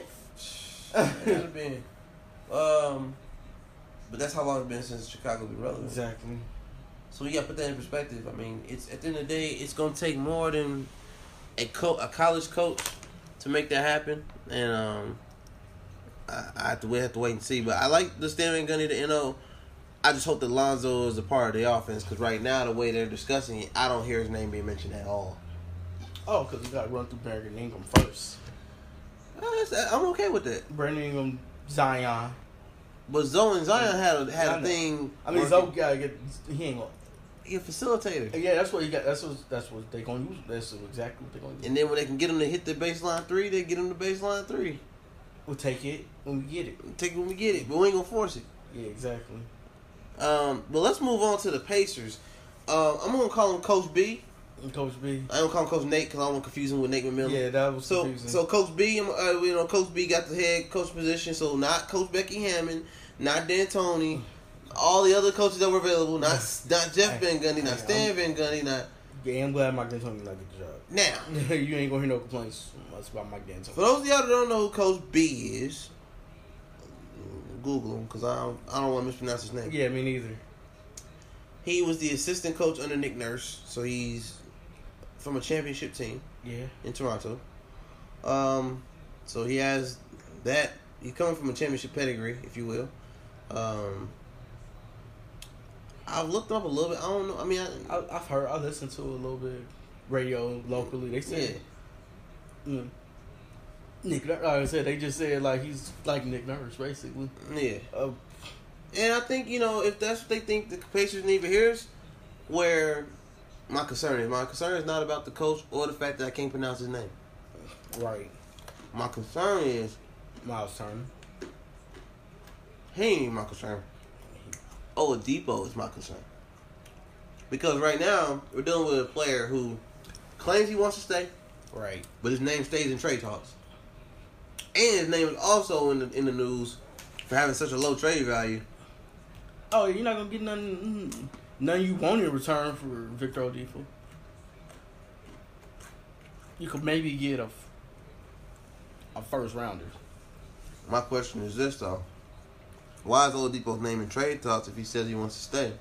Speaker 2: That'd have been. Um, but that's how long it's been since Chicago been relevant.
Speaker 4: Exactly.
Speaker 2: So we got to put that in perspective. I mean, it's at the end of the day, it's gonna take more than a co- a college coach to make that happen. And um, I, I have to we have to wait and see. But I like the Stan Gunny to know. I just hope that Lonzo is a part of the offense because right now the way they're discussing it, I don't hear his name being mentioned at all.
Speaker 4: Oh, because we got to run through Brandon Ingram first.
Speaker 2: Uh, that's- I'm okay with that.
Speaker 4: Brandon Ingram, Zion.
Speaker 2: But Zoe and Zion had a, had a
Speaker 4: Mm. Zion.
Speaker 2: thing.
Speaker 4: I mean,
Speaker 2: working.
Speaker 4: Zoe gotta get. He ain't gonna.
Speaker 2: He a facilitator.
Speaker 4: Yeah, that's what he got. That's what. That's what they gonna use. That's exactly what they gonna use.
Speaker 2: And then when they can get him to hit the baseline three, they get him to baseline three.
Speaker 4: we'll take it when we get it.
Speaker 2: Take it when we get it, but we ain't gonna force it.
Speaker 4: Yeah, exactly.
Speaker 2: Um, but let's move on to the Pacers. Um, I'm gonna call him Coach B.
Speaker 4: And Coach B.
Speaker 2: I don't call him Coach Nate because I don't want to confuse him with Nate McMillan.
Speaker 4: Yeah, that was
Speaker 2: So,
Speaker 4: confusing.
Speaker 2: so Coach B, um, uh, you know, Coach B got the head coach position. So not Coach Becky Hammond, not Dan Tony, all the other coaches that were available. Not not Jeff Van Gundy, not Stan Van Gundy, not
Speaker 4: yeah, I'm glad Mike D'Antoni not get the
Speaker 2: now.
Speaker 4: job. you ain't gonna hear no complaints from us about Mike
Speaker 2: For
Speaker 4: D'Antoni.
Speaker 2: those of y'all that don't know who Coach B is, Google him because I don't, I don't want to mispronounce his name.
Speaker 4: Yeah, me neither.
Speaker 2: He was the assistant coach under Nick Nurse, so he's from a championship team
Speaker 4: Yeah.
Speaker 2: in Toronto. Um, so he has that. He's coming from a championship pedigree, if you will. Um, I've looked him up a little bit. I don't know. I mean, I,
Speaker 4: I, I've heard. I listened to a little bit radio locally. They
Speaker 2: yeah,
Speaker 4: said mm, Nick. Nurse- Like I said they just said like he's like Nick Nurse basically.
Speaker 2: yeah. um,
Speaker 4: Uh,
Speaker 2: And I think you know if that's what they think the Pacers need, but here's where my concern is. My concern is not about the coach or the fact that I can't pronounce his name.
Speaker 4: right.
Speaker 2: My concern is
Speaker 4: Miles Turner.
Speaker 2: he ain't my concern. Oladipo is my concern because right now we're dealing with a player who claims he wants to stay,
Speaker 4: Right.
Speaker 2: but his name stays in trade talks, and his name is also in the in the news for having such a low trade value.
Speaker 4: Oh, you're not gonna get nothing. mm, Nothing you want in return for Victor Oladipo. You could maybe get a f- a first rounder.
Speaker 2: My question is this though: Why is Oladipo's name in trade talks if he says he wants to stay?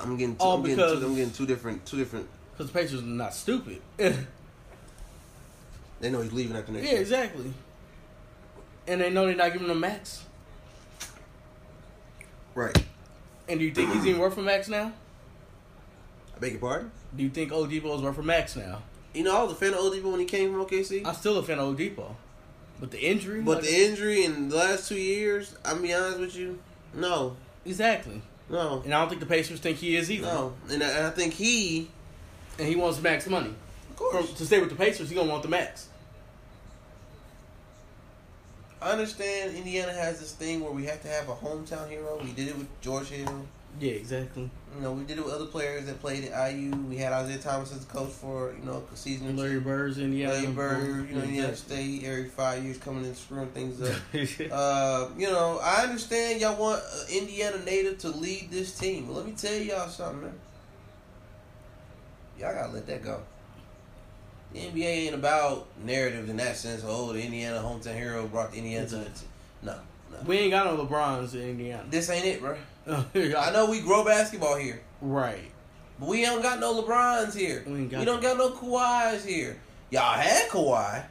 Speaker 2: I'm getting two,
Speaker 4: Oh,
Speaker 2: I'm, getting
Speaker 4: because-
Speaker 2: two I'm getting two different two different.
Speaker 4: Because the Patriots are not stupid. yeah,
Speaker 2: They know he's leaving after next year.
Speaker 4: exactly. And they know they're not giving him max.
Speaker 2: Right.
Speaker 4: And do you think he's even worth a max now?
Speaker 2: I beg your pardon.
Speaker 4: Do you think Oladipo is worth a max now?
Speaker 2: You know, I was a fan of Oladipo when he came from OKC,
Speaker 4: I'm still a fan of Oladipo, but the injury.
Speaker 2: but
Speaker 4: like-
Speaker 2: the injury in the last two years, I'm be honest with you, no,
Speaker 4: exactly.
Speaker 2: no,
Speaker 4: And I don't think the Pacers think he is either.
Speaker 2: no, and I, and I think he,
Speaker 4: And he wants max money.
Speaker 2: of
Speaker 4: For,
Speaker 2: course,
Speaker 4: to stay with the Pacers, he gonna want the max.
Speaker 2: I understand Indiana has this thing where we have to have a hometown hero. We did it with George Hill.
Speaker 4: Yeah, exactly.
Speaker 2: You know, we did it with other players that played at IU. We had Isaiah Thomas as the coach for, you know, a season. or two.
Speaker 4: Larry Bird's Indiana.
Speaker 2: Larry Bird, you know, Indiana State every five years coming in screwing things up. uh, you know, I understand y'all want uh, Indiana native to lead this team. But let me tell y'all something, man. Y'all gotta let that go. The NBA ain't about narratives in that sense. Oh, the Indiana hometown hero brought the Indiana to the team. No, no.
Speaker 4: we ain't got no LeBrons in Indiana.
Speaker 2: this ain't it, bro. I
Speaker 4: I
Speaker 2: know we grow basketball here.
Speaker 4: Right.
Speaker 2: But we don't got no LeBrons here.
Speaker 4: We
Speaker 2: We,
Speaker 4: ain't got
Speaker 2: don't got
Speaker 4: them.
Speaker 2: no Kawhis here. Y'all had Kawhi.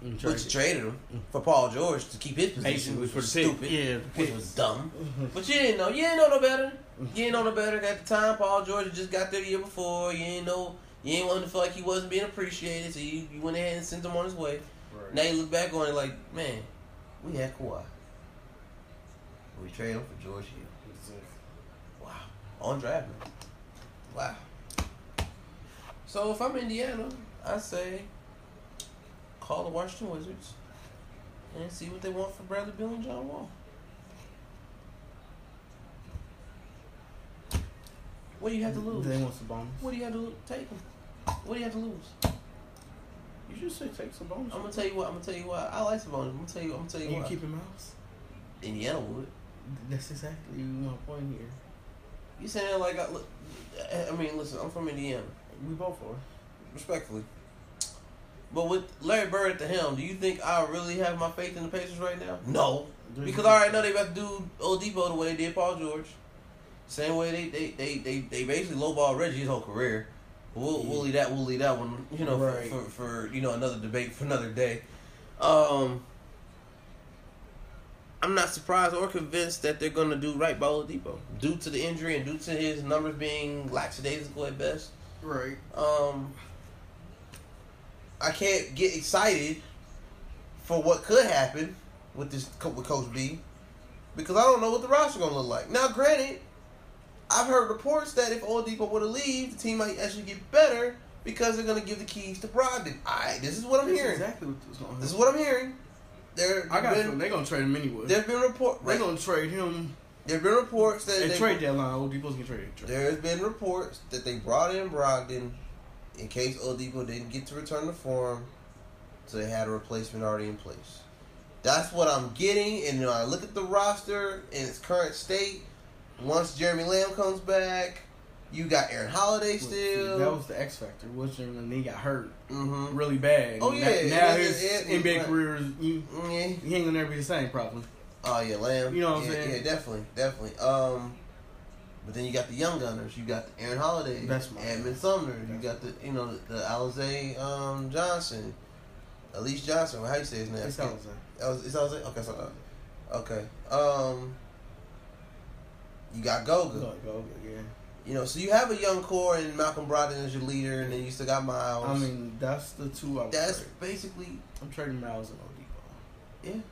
Speaker 4: And
Speaker 2: Which
Speaker 4: trade.
Speaker 2: traded him for Paul George to keep his position,
Speaker 4: Basically,
Speaker 2: which
Speaker 4: for
Speaker 2: was
Speaker 4: the pick.
Speaker 2: stupid,
Speaker 4: Yeah, the
Speaker 2: which
Speaker 4: pick.
Speaker 2: was dumb. But you didn't know. You didn't know no better. You didn't know no better at the time. Paul George had just got there the year before. You didn't know. You didn't want to feel like he wasn't being appreciated, so you, you went ahead and sent him on his way. Now you look back on it like, man, we had Kawhi. We traded him for George Hill. Wow. On draft night. Wow. So if I'm Indiana, I say call the Washington Wizards and see what they want for Bradley Bill and John Wall. What do you have to lose?
Speaker 3: They want Sabonis.
Speaker 2: What do you have to lo- take him? What do you have to lose?
Speaker 3: You should say take Sabonis.
Speaker 2: I'm gonna tell you what. I'm gonna tell you why. I like Sabonis. I'm gonna tell you. I'm gonna tell you
Speaker 3: And you
Speaker 2: why.
Speaker 3: keep him out.
Speaker 2: Indiana would.
Speaker 3: That's exactly my point here.
Speaker 2: You saying that like I, look, I- I mean, listen. I'm from Indiana,
Speaker 3: We both are.
Speaker 2: respectfully. But with Larry Bird at the helm, do you think I really have my faith in the Pacers right now? No, because I already know they about to do Old Depot the way they did Paul George. Same way they they they they, they basically lowball Reggie his whole career. We'll, we'll leave that we'll leave that one you know
Speaker 3: Right.
Speaker 2: for, for for you know another debate for another day. Um, I'm not surprised or convinced that they're gonna do right by Old Depot due to the injury and due to his numbers being lackadaisical at best.
Speaker 3: Right.
Speaker 2: Um, I can't get excited for what could happen with this co- with Coach B because I don't know what the roster gonna look like. Now, granted, I've heard reports that if Old Depot were to leave, the team might actually get better because they're gonna give the keys to Brogdon. I this is what I'm
Speaker 3: That's
Speaker 2: hearing.
Speaker 3: exactly what's going on.
Speaker 2: This is what I'm hearing. There,
Speaker 3: I got a feeling
Speaker 2: been,
Speaker 3: They're going to trade him anyway.
Speaker 2: there's been report.
Speaker 3: They're going to trade him
Speaker 2: There've been reports that
Speaker 3: at
Speaker 2: they-
Speaker 3: trade deadline. Old Depot's going to trade him.
Speaker 2: There's been reports that they brought in Brogdon in case Oladipo didn't get to return to form, so they had a replacement already in place. That's what I'm getting, and when I look at the roster in its current state, once Jeremy Lamb comes back, you got Aaron Holiday still.
Speaker 3: That was the X factor. Was him and he got hurt
Speaker 2: mm-hmm.
Speaker 3: really bad.
Speaker 2: Oh,
Speaker 3: Now-
Speaker 2: yeah.
Speaker 3: Now,
Speaker 2: It-
Speaker 3: his
Speaker 2: it- it-
Speaker 3: NBA
Speaker 2: right.
Speaker 3: career is you.
Speaker 2: Yeah.
Speaker 3: He ain't gonna never be the same, probably.
Speaker 2: Oh yeah, Lamb.
Speaker 3: You know what
Speaker 2: yeah,
Speaker 3: I'm saying?
Speaker 2: Yeah, definitely, definitely. Um, but then you got the young gunners. You got Aaron Holiday,
Speaker 3: That's my-
Speaker 2: Edmund Sumner. You
Speaker 3: that's-
Speaker 2: got the you know the, the Alize um, Johnson, Elise Johnson. How you say his name?
Speaker 3: That's all I'm saying.
Speaker 2: Alize. It's Alize. Okay, so okay. Um, you got Goga.
Speaker 3: Go, go, yeah.
Speaker 2: You know, so you have a young core and Malcolm Brogdon is your leader, and then you still got Miles.
Speaker 3: I mean, that's the two I would
Speaker 2: that's
Speaker 3: trade.
Speaker 2: basically.
Speaker 3: I'm trading Miles and Old Depot.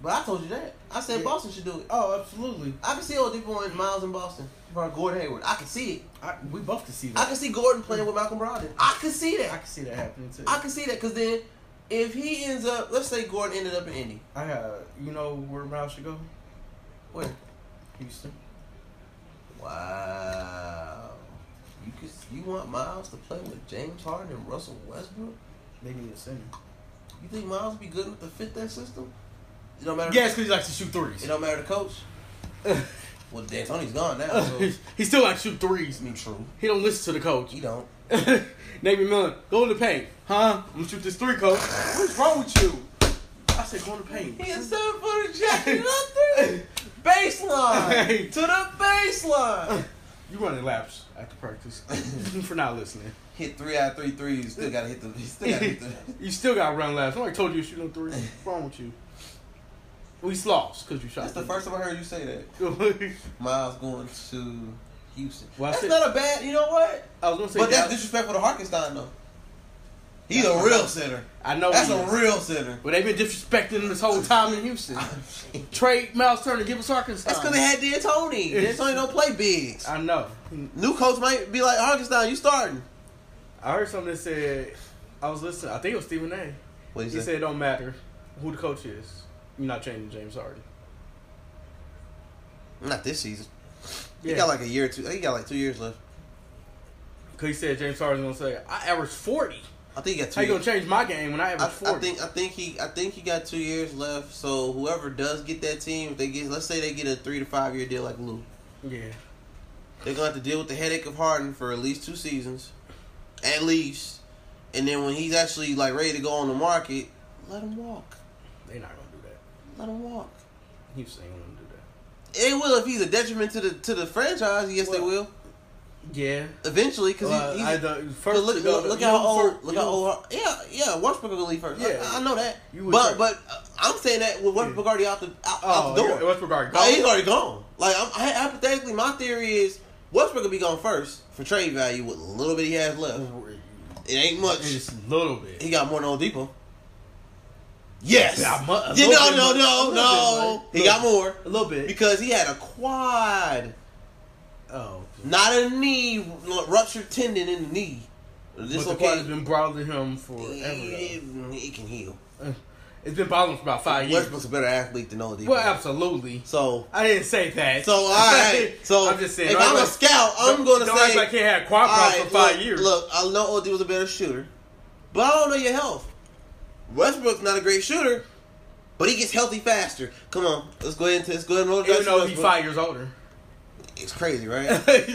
Speaker 2: But I told you that. I said
Speaker 3: Yeah.
Speaker 2: Boston should do it.
Speaker 3: Oh, absolutely.
Speaker 2: I can see Oladipo and Miles in Boston for Gordon Hayward. I can see it.
Speaker 3: I, we both could see
Speaker 2: I
Speaker 3: that.
Speaker 2: can see Gordon playing with Malcolm Brogdon. I can see
Speaker 3: I
Speaker 2: that.
Speaker 3: could see that happening too.
Speaker 2: I can see that because then, if he ends up, let's say Gordon ended up in Indy,
Speaker 3: I got. You know where Miles should go?
Speaker 2: where?
Speaker 3: Houston.
Speaker 2: Wow. You could, you want Miles to play with James Harden and Russell Westbrook?
Speaker 3: They need a center.
Speaker 2: You think Miles be good enough to fit that system? It don't matter.
Speaker 4: Yes, because he likes to shoot
Speaker 2: It
Speaker 4: threes.
Speaker 2: don't matter the coach. Well, D'Antoni's gone now. So.
Speaker 4: he still likes to shoot threes.
Speaker 2: Mm, True.
Speaker 4: He don't listen to the coach.
Speaker 2: He don't.
Speaker 4: Navy Miller, go to the paint. Huh? I'm gonna shoot this three, coach. What's wrong with you? I said go to the paint.
Speaker 2: He is seven footer jacking up there. Baseline to the baseline.
Speaker 4: You running laps after practice for not listening.
Speaker 2: Hit three out of three threes. Still gotta hit the. Still gotta hit the.
Speaker 4: you still got to run laps. Nobody told you to shoot no threes. What's wrong with you? We lost because you shot.
Speaker 2: That's the first time I heard you say that.
Speaker 4: first.
Speaker 2: Miles going to Houston.
Speaker 4: Well, I
Speaker 2: that's
Speaker 4: said-
Speaker 2: not a bad. You know what?
Speaker 4: I was gonna say,
Speaker 2: But that's
Speaker 4: Dallas-
Speaker 2: disrespectful to Harkenstein though. He's
Speaker 4: That's
Speaker 2: a
Speaker 4: my Oh,
Speaker 2: real
Speaker 4: guy.
Speaker 2: center.
Speaker 4: I know.
Speaker 2: That's
Speaker 4: he
Speaker 2: a
Speaker 4: is.
Speaker 2: real center.
Speaker 4: But they've been disrespecting him this whole time in Houston.
Speaker 2: that's
Speaker 4: Trade Miles Turner, give us Arkansas.
Speaker 2: because they had D'Antoni. D'Antoni don't play bigs.
Speaker 4: I know.
Speaker 2: New coach might be like Harkenstein. You starting?
Speaker 4: I heard something that said. I was listening. I think it was Stephen A.
Speaker 2: What
Speaker 4: He said it don't matter who the coach is. You're not changing James Harden.
Speaker 2: Not this season. He
Speaker 4: Yeah.
Speaker 2: got like a year or two. He got like two years left.
Speaker 4: Cause he said James Harden's gonna say, I averaged forty.
Speaker 2: I think he got two.
Speaker 4: How you
Speaker 2: years.
Speaker 4: gonna change my game when I average
Speaker 2: I,
Speaker 4: forty?
Speaker 2: I think I think he I think he got two years left. So whoever does get that team, if they get let's say they get a three to five year deal like Lou,
Speaker 4: yeah.
Speaker 2: they're gonna have to deal with the headache of Harden for at least two seasons, at least. And then when he's actually like ready to go on the market, let him walk.
Speaker 4: They're not gonna do that.
Speaker 2: Let him walk.
Speaker 4: Houston ain't gonna do that.
Speaker 2: They will if he's a detriment to the to the franchise. Yes, they
Speaker 4: Well,
Speaker 2: will.
Speaker 4: Yeah.
Speaker 2: Eventually, because
Speaker 4: Well,
Speaker 2: he,
Speaker 4: I
Speaker 2: he's,
Speaker 4: don't- first
Speaker 2: look,
Speaker 4: to go-
Speaker 2: look, look
Speaker 4: you
Speaker 2: how
Speaker 4: know,
Speaker 2: old,
Speaker 4: first-
Speaker 2: look
Speaker 4: you
Speaker 2: how
Speaker 4: know-
Speaker 2: old. Yeah, yeah, Westbrook gonna leave first.
Speaker 4: Yeah.
Speaker 2: I, I know that.
Speaker 4: You would
Speaker 2: but
Speaker 4: first.
Speaker 2: but uh, I'm saying that with Westbrook already out the out, out the
Speaker 4: Oh, yeah,
Speaker 2: door.
Speaker 4: Westbrook already
Speaker 2: Like, he's
Speaker 4: gone.
Speaker 2: already gone. Like I'm, I, hypothetically, my theory is Westbrook will be gone first for trade value. What little bit he has
Speaker 4: Mm-hmm.
Speaker 2: left, it ain't much.
Speaker 4: Just a little bit.
Speaker 2: He got more than Old Depot. Yes.
Speaker 4: Yeah, mu- a
Speaker 2: Yeah,
Speaker 4: little
Speaker 2: no,
Speaker 4: bit
Speaker 2: no, no,
Speaker 4: more. A little
Speaker 2: no.
Speaker 4: bit more.
Speaker 2: He got more
Speaker 4: A little bit.
Speaker 2: because he had a quad,
Speaker 4: oh.
Speaker 2: not a knee, ruptured tendon in the knee.
Speaker 4: But
Speaker 2: This
Speaker 4: the quad has been bothering him forever. though.
Speaker 2: He can heal.
Speaker 4: It's been bothering him for about five years.
Speaker 2: Westbrook's a better athlete than Old Depot.
Speaker 4: Well, absolutely.
Speaker 2: so
Speaker 4: I didn't say that.
Speaker 2: So all right. So
Speaker 4: I'm just saying.
Speaker 2: if
Speaker 4: don't
Speaker 2: I'm a
Speaker 4: act like-
Speaker 2: scout, I'm
Speaker 4: don't-
Speaker 2: gonna
Speaker 4: don't
Speaker 2: say
Speaker 4: act like he had quad problems
Speaker 2: all
Speaker 4: for
Speaker 2: right,
Speaker 4: five
Speaker 2: look,
Speaker 4: years.
Speaker 2: Look, I know OD was a better shooter, but I don't know your health. Westbrook's not a great shooter, but he gets healthy faster. Come on, let's go ahead and let's go ahead and roll the
Speaker 4: even
Speaker 2: dice.
Speaker 4: though
Speaker 2: with
Speaker 4: he's
Speaker 2: Westbrook.
Speaker 4: five years older.
Speaker 2: It's crazy, right? and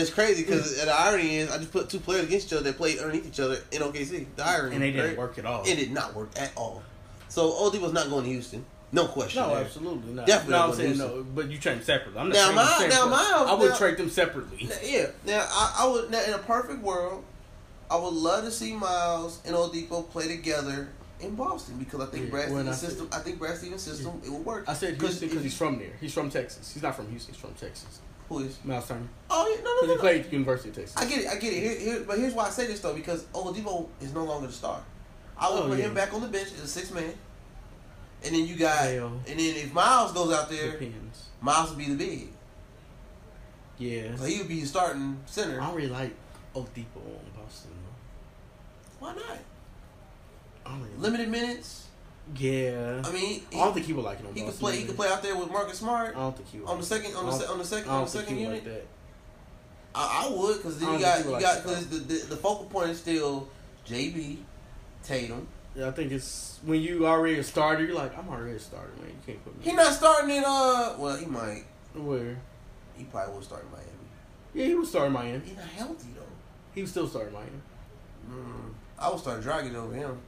Speaker 2: it's crazy because the irony is I just put two players against each other that played underneath each other in OKC. The irony,
Speaker 4: and they didn't
Speaker 2: right?
Speaker 4: work at all.
Speaker 2: It did not work at all. So OD was not going to Houston, no question.
Speaker 4: no,
Speaker 2: there.
Speaker 4: absolutely not.
Speaker 2: Definitely
Speaker 4: no, I'm
Speaker 2: gonna
Speaker 4: saying
Speaker 2: lose
Speaker 4: no, but you trade them separately. I'm not
Speaker 2: Now
Speaker 4: trading
Speaker 2: my-
Speaker 4: them separately.
Speaker 2: now my-
Speaker 4: I would
Speaker 2: now-
Speaker 4: trade them separately.
Speaker 2: Now, yeah. Now I, I would now, in a perfect world, I would love to see Miles and Old Depot play together in Boston because I think
Speaker 4: Yeah,
Speaker 2: Brad
Speaker 4: well,
Speaker 2: Stevens'
Speaker 4: I said-
Speaker 2: system. I think Brad Stevens' system it would work.
Speaker 4: I said Houston
Speaker 2: if-
Speaker 4: because he's from there. He's from Texas. He's not from Houston. He's from Texas.
Speaker 2: who is?
Speaker 4: Miles Turner.
Speaker 2: Oh yeah, no,
Speaker 4: Because
Speaker 2: no,
Speaker 4: he
Speaker 2: no, no.
Speaker 4: played at the University of Texas.
Speaker 2: I get it. I get it. Here, here, but here's why I say this though because Old Depot is no longer the star. I would
Speaker 4: Oh,
Speaker 2: put
Speaker 4: yeah.
Speaker 2: him back on the bench as a six man, and then you got
Speaker 4: Hell.
Speaker 2: and then if Miles goes out there,
Speaker 4: Depends.
Speaker 2: Miles would be the big.
Speaker 4: Yeah.
Speaker 2: So he would be your starting
Speaker 4: I
Speaker 2: center.
Speaker 4: don't really like Oladipo on Boston.
Speaker 2: Why not?
Speaker 4: Though. I don't really
Speaker 2: Limited minutes.
Speaker 4: like- yeah.
Speaker 2: I mean,
Speaker 4: I don't think he would like it on
Speaker 2: He
Speaker 4: Boston.
Speaker 2: could play. He
Speaker 4: either.
Speaker 2: could play out there with Marcus
Speaker 4: I
Speaker 2: Smart
Speaker 4: don't think he would.
Speaker 2: on the second on the
Speaker 4: I don't-
Speaker 2: se- on the second
Speaker 4: I
Speaker 2: on
Speaker 4: don't
Speaker 2: the
Speaker 4: think
Speaker 2: second
Speaker 4: he would
Speaker 2: unit.
Speaker 4: like that.
Speaker 2: I, I would because
Speaker 4: I
Speaker 2: then you
Speaker 4: don't
Speaker 2: got
Speaker 4: think
Speaker 2: you
Speaker 4: he would
Speaker 2: got
Speaker 4: like
Speaker 2: because the, the the focal point is still JB, Tatum.
Speaker 4: Yeah, I think it's when you already a starter. You're like, I'm already a starter, man. You can't put me.
Speaker 2: He not starting in uh well he might
Speaker 4: where?
Speaker 2: he probably will start in Miami.
Speaker 4: Yeah, he was starting Miami.
Speaker 2: He's not healthy though.
Speaker 4: He was still starting Miami.
Speaker 2: Mm, I would start Dragic over him.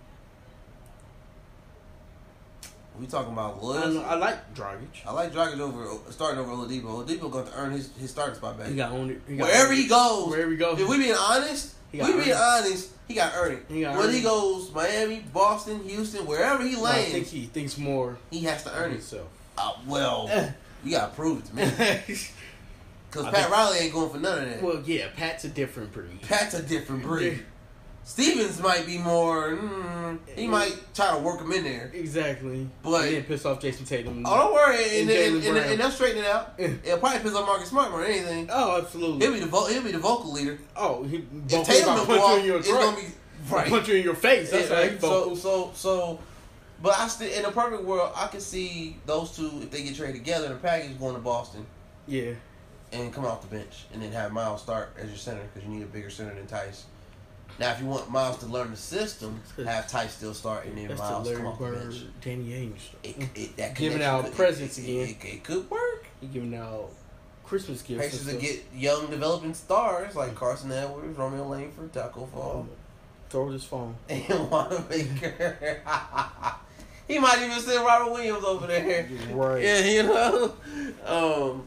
Speaker 2: We talking about
Speaker 4: I, don't
Speaker 2: Woods.
Speaker 4: know, I like Dragic.
Speaker 2: I like Dragic over starting over Oladipo. Oladipo going to earn his his starting spot back.
Speaker 4: He got owned. He got
Speaker 2: Wherever he goes,
Speaker 4: Wherever he goes.
Speaker 2: If we being honest,
Speaker 4: He
Speaker 2: we
Speaker 4: got
Speaker 2: being
Speaker 4: earned.
Speaker 2: honest, he got earned.
Speaker 4: He got
Speaker 2: Whether
Speaker 4: earned.
Speaker 2: he goes Miami, Boston, Houston, wherever he
Speaker 4: Well, I think
Speaker 2: lands,
Speaker 4: he thinks more
Speaker 2: he has to
Speaker 4: of
Speaker 2: earn it.
Speaker 4: himself.
Speaker 2: Uh, well, you gotta prove it to me,
Speaker 4: well,
Speaker 2: because
Speaker 4: I
Speaker 2: Pat
Speaker 4: think-
Speaker 2: Riley ain't going for none of that.
Speaker 4: yeah, Pat's a different breed.
Speaker 2: Pat's a different breed.
Speaker 4: Yeah.
Speaker 2: Stevens might be more. Mm, he
Speaker 4: Yeah.
Speaker 2: might try to work him in there.
Speaker 4: Exactly.
Speaker 2: But-
Speaker 4: and then piss off Jason Tatum.
Speaker 2: Oh, don't worry, and,
Speaker 4: And
Speaker 2: and,
Speaker 4: Jaylen
Speaker 2: and, and,
Speaker 4: Brown.
Speaker 2: they'll straighten it out.
Speaker 4: Yeah.
Speaker 2: It'll probably piss off Marcus Smart more than anything.
Speaker 4: Oh, absolutely.
Speaker 2: He'll be the vo- he'll be the vocal leader.
Speaker 4: oh, he
Speaker 2: If
Speaker 4: both
Speaker 2: Tatum
Speaker 4: about
Speaker 2: don't
Speaker 4: punch
Speaker 2: go
Speaker 4: you
Speaker 2: off,
Speaker 4: in your
Speaker 2: it's gonna
Speaker 4: throat.
Speaker 2: be right.
Speaker 4: Punch you in your face. That's
Speaker 2: Yeah,
Speaker 4: how
Speaker 2: like,
Speaker 4: he
Speaker 2: so
Speaker 4: vocals.
Speaker 2: so so but I still in a perfect world I could see those two if they get traded together in a package going to Boston
Speaker 4: Yeah.
Speaker 2: and come off the bench and then have Miles start as your center because you need a bigger center than Tice. Now if you want Miles to learn the system, have Tice still start and then
Speaker 4: That's the
Speaker 2: Miles
Speaker 4: Larry
Speaker 2: come off the
Speaker 4: Bird,
Speaker 2: bench.
Speaker 4: Danny Ainge.
Speaker 2: It, it, that
Speaker 4: Giving
Speaker 2: connection
Speaker 4: out
Speaker 2: could-
Speaker 4: presents
Speaker 2: it-
Speaker 4: again.
Speaker 2: It, it could work.
Speaker 4: He giving out Christmas gifts.
Speaker 2: Pacers
Speaker 4: and
Speaker 2: to
Speaker 4: stuff.
Speaker 2: get young developing stars like Carson Edwards, Romeo Langford, Taco Fall.
Speaker 4: Um, throw this phone.
Speaker 2: and Wanamaker. he might even send Robert Williams over there.
Speaker 4: Right.
Speaker 2: Yeah, you know. Um,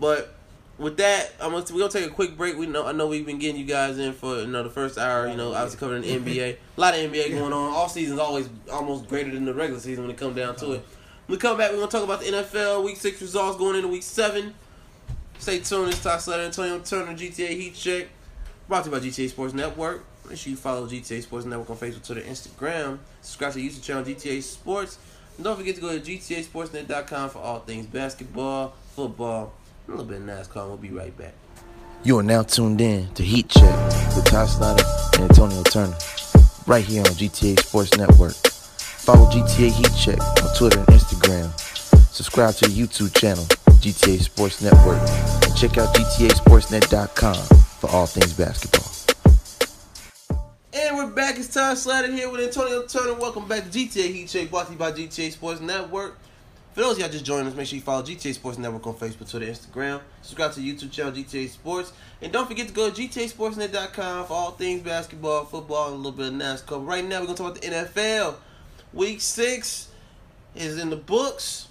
Speaker 2: but with that, I'm gonna we gonna take a quick break. We know I know we've been getting you guys in for you know the first hour. You know, I was covering the NBA. A lot of NBA going on. Off season's always almost greater than the regular season when it comes down to it. When we come back, we're gonna talk about the NFL Week Six results going into Week Seven. Stay tuned. It's Todd Slater, Antonio Turner, GTA Heat Check. Brought to you by GTA Sports Network. Make sure you follow GTA Sports Network on Facebook, Twitter, Instagram. Subscribe to the YouTube channel GTA Sports. And don't forget to go to GTASportsNet.com for all things basketball, football, and a little bit of NASCAR. We'll be right back.
Speaker 1: You are now tuned in to Heat Check with Todd Snyder and Antonio Turner, right here on GTA Sports Network. Follow GTA Heat Check on Twitter and Instagram. Subscribe to the YouTube channel, GTA Sports Network, and check out GTASportsNet.com for all things basketball.
Speaker 2: And we're back. It's Todd Slater here with Antonio Turner. Welcome back to GTA Heat Check, brought to you by GTA Sports Network. For those of y'all just joining us, make sure you follow GTA Sports Network on Facebook, Twitter, Instagram. Subscribe to the YouTube channel GTA Sports. And don't forget to go to GTASportsNet.com for all things basketball, football, and a little bit of NASCAR. But right now, we're going to talk about the NFL. Week 6 is in the books.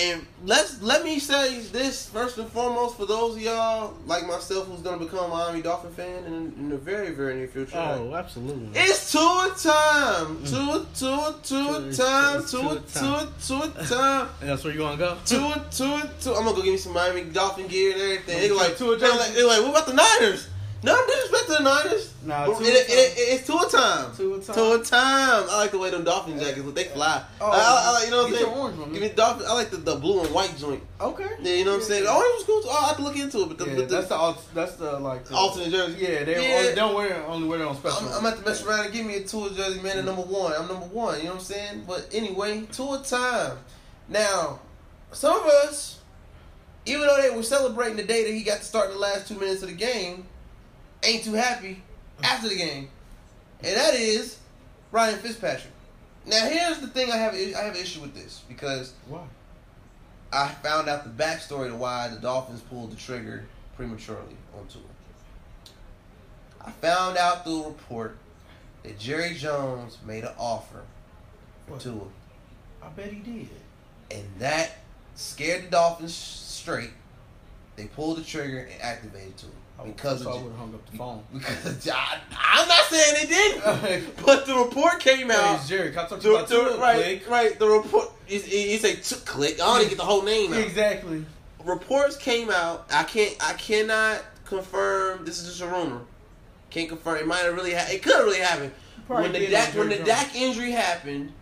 Speaker 2: And let's let me say this first and foremost for those of y'all like myself who's gonna become a Miami Dolphin fan in, in the very very near future.
Speaker 6: Oh, absolutely.
Speaker 2: It's tour time,
Speaker 3: Mm.
Speaker 2: tour tour tour
Speaker 6: Tour-
Speaker 2: time,
Speaker 6: it's
Speaker 2: tour
Speaker 6: tour
Speaker 2: tour tour time.
Speaker 6: and that's where you want to go?
Speaker 2: Two and two and two. I'm gonna go give me some Miami Dolphin gear and everything. They like,
Speaker 4: Tua
Speaker 2: they like, they like, what about the Niners? No disrespect to the Niners.
Speaker 3: Nah,
Speaker 2: But
Speaker 3: Tua
Speaker 2: it, it,
Speaker 3: time.
Speaker 2: it, it's two a time.
Speaker 3: Two a time. Oh,
Speaker 2: Two a time. I like the way them Dolphin jackets look. They fly. I, I, I like- you know what I'm
Speaker 3: get
Speaker 2: saying?
Speaker 3: Your orange one.
Speaker 2: Give me Dolphin. I like the, the blue and white joint.
Speaker 3: okay.
Speaker 2: Yeah, you know what I'm saying. Oh, it was cool. too. Oh, I have to look into it. But the,
Speaker 3: Yeah,
Speaker 2: but the,
Speaker 3: that's the alt- that's the like the,
Speaker 2: alternate jersey.
Speaker 3: Yeah, they
Speaker 2: Yeah.
Speaker 3: Only, don't wear only wear it on special.
Speaker 2: I'm, I'm at the mess around and give me a tour jersey, man. And number one, I'm number one. You know what I'm saying? But anyway, tour time. Now, some of us, even though they were celebrating the day that he got to start the last two minutes of the game, ain't too happy after the game, and that is Ryan Fitzpatrick. Now, here's the thing: I have I have an issue with this because
Speaker 3: Why?
Speaker 2: I found out the backstory to why the Dolphins pulled the trigger prematurely on Tua. I found out through a report that Jerry Jones made an offer for
Speaker 3: What?
Speaker 2: Tua,
Speaker 3: I bet he did.
Speaker 2: and that scared the Dolphins straight. They pulled the trigger and activated Tua because
Speaker 3: so I
Speaker 2: of
Speaker 3: would
Speaker 2: J-
Speaker 3: have hung up the phone.
Speaker 2: because I, I'm not saying they didn't,
Speaker 3: hey,
Speaker 2: but the report came out.
Speaker 3: Jerry, can I talk to you
Speaker 2: The,
Speaker 3: about
Speaker 2: the-
Speaker 3: Tua,
Speaker 2: right,
Speaker 3: Blake?
Speaker 2: right. The report. It's, it's a t- click. I don't even get the whole name out.
Speaker 3: Exactly.
Speaker 2: reports came out. I can't. I cannot confirm. This is just a rumor. Can't confirm. It might have really. Ha- it could have really happened.
Speaker 3: Probably
Speaker 2: when the
Speaker 3: did
Speaker 2: Dak
Speaker 3: on
Speaker 2: when the
Speaker 3: Jerry
Speaker 2: Dak injury happened,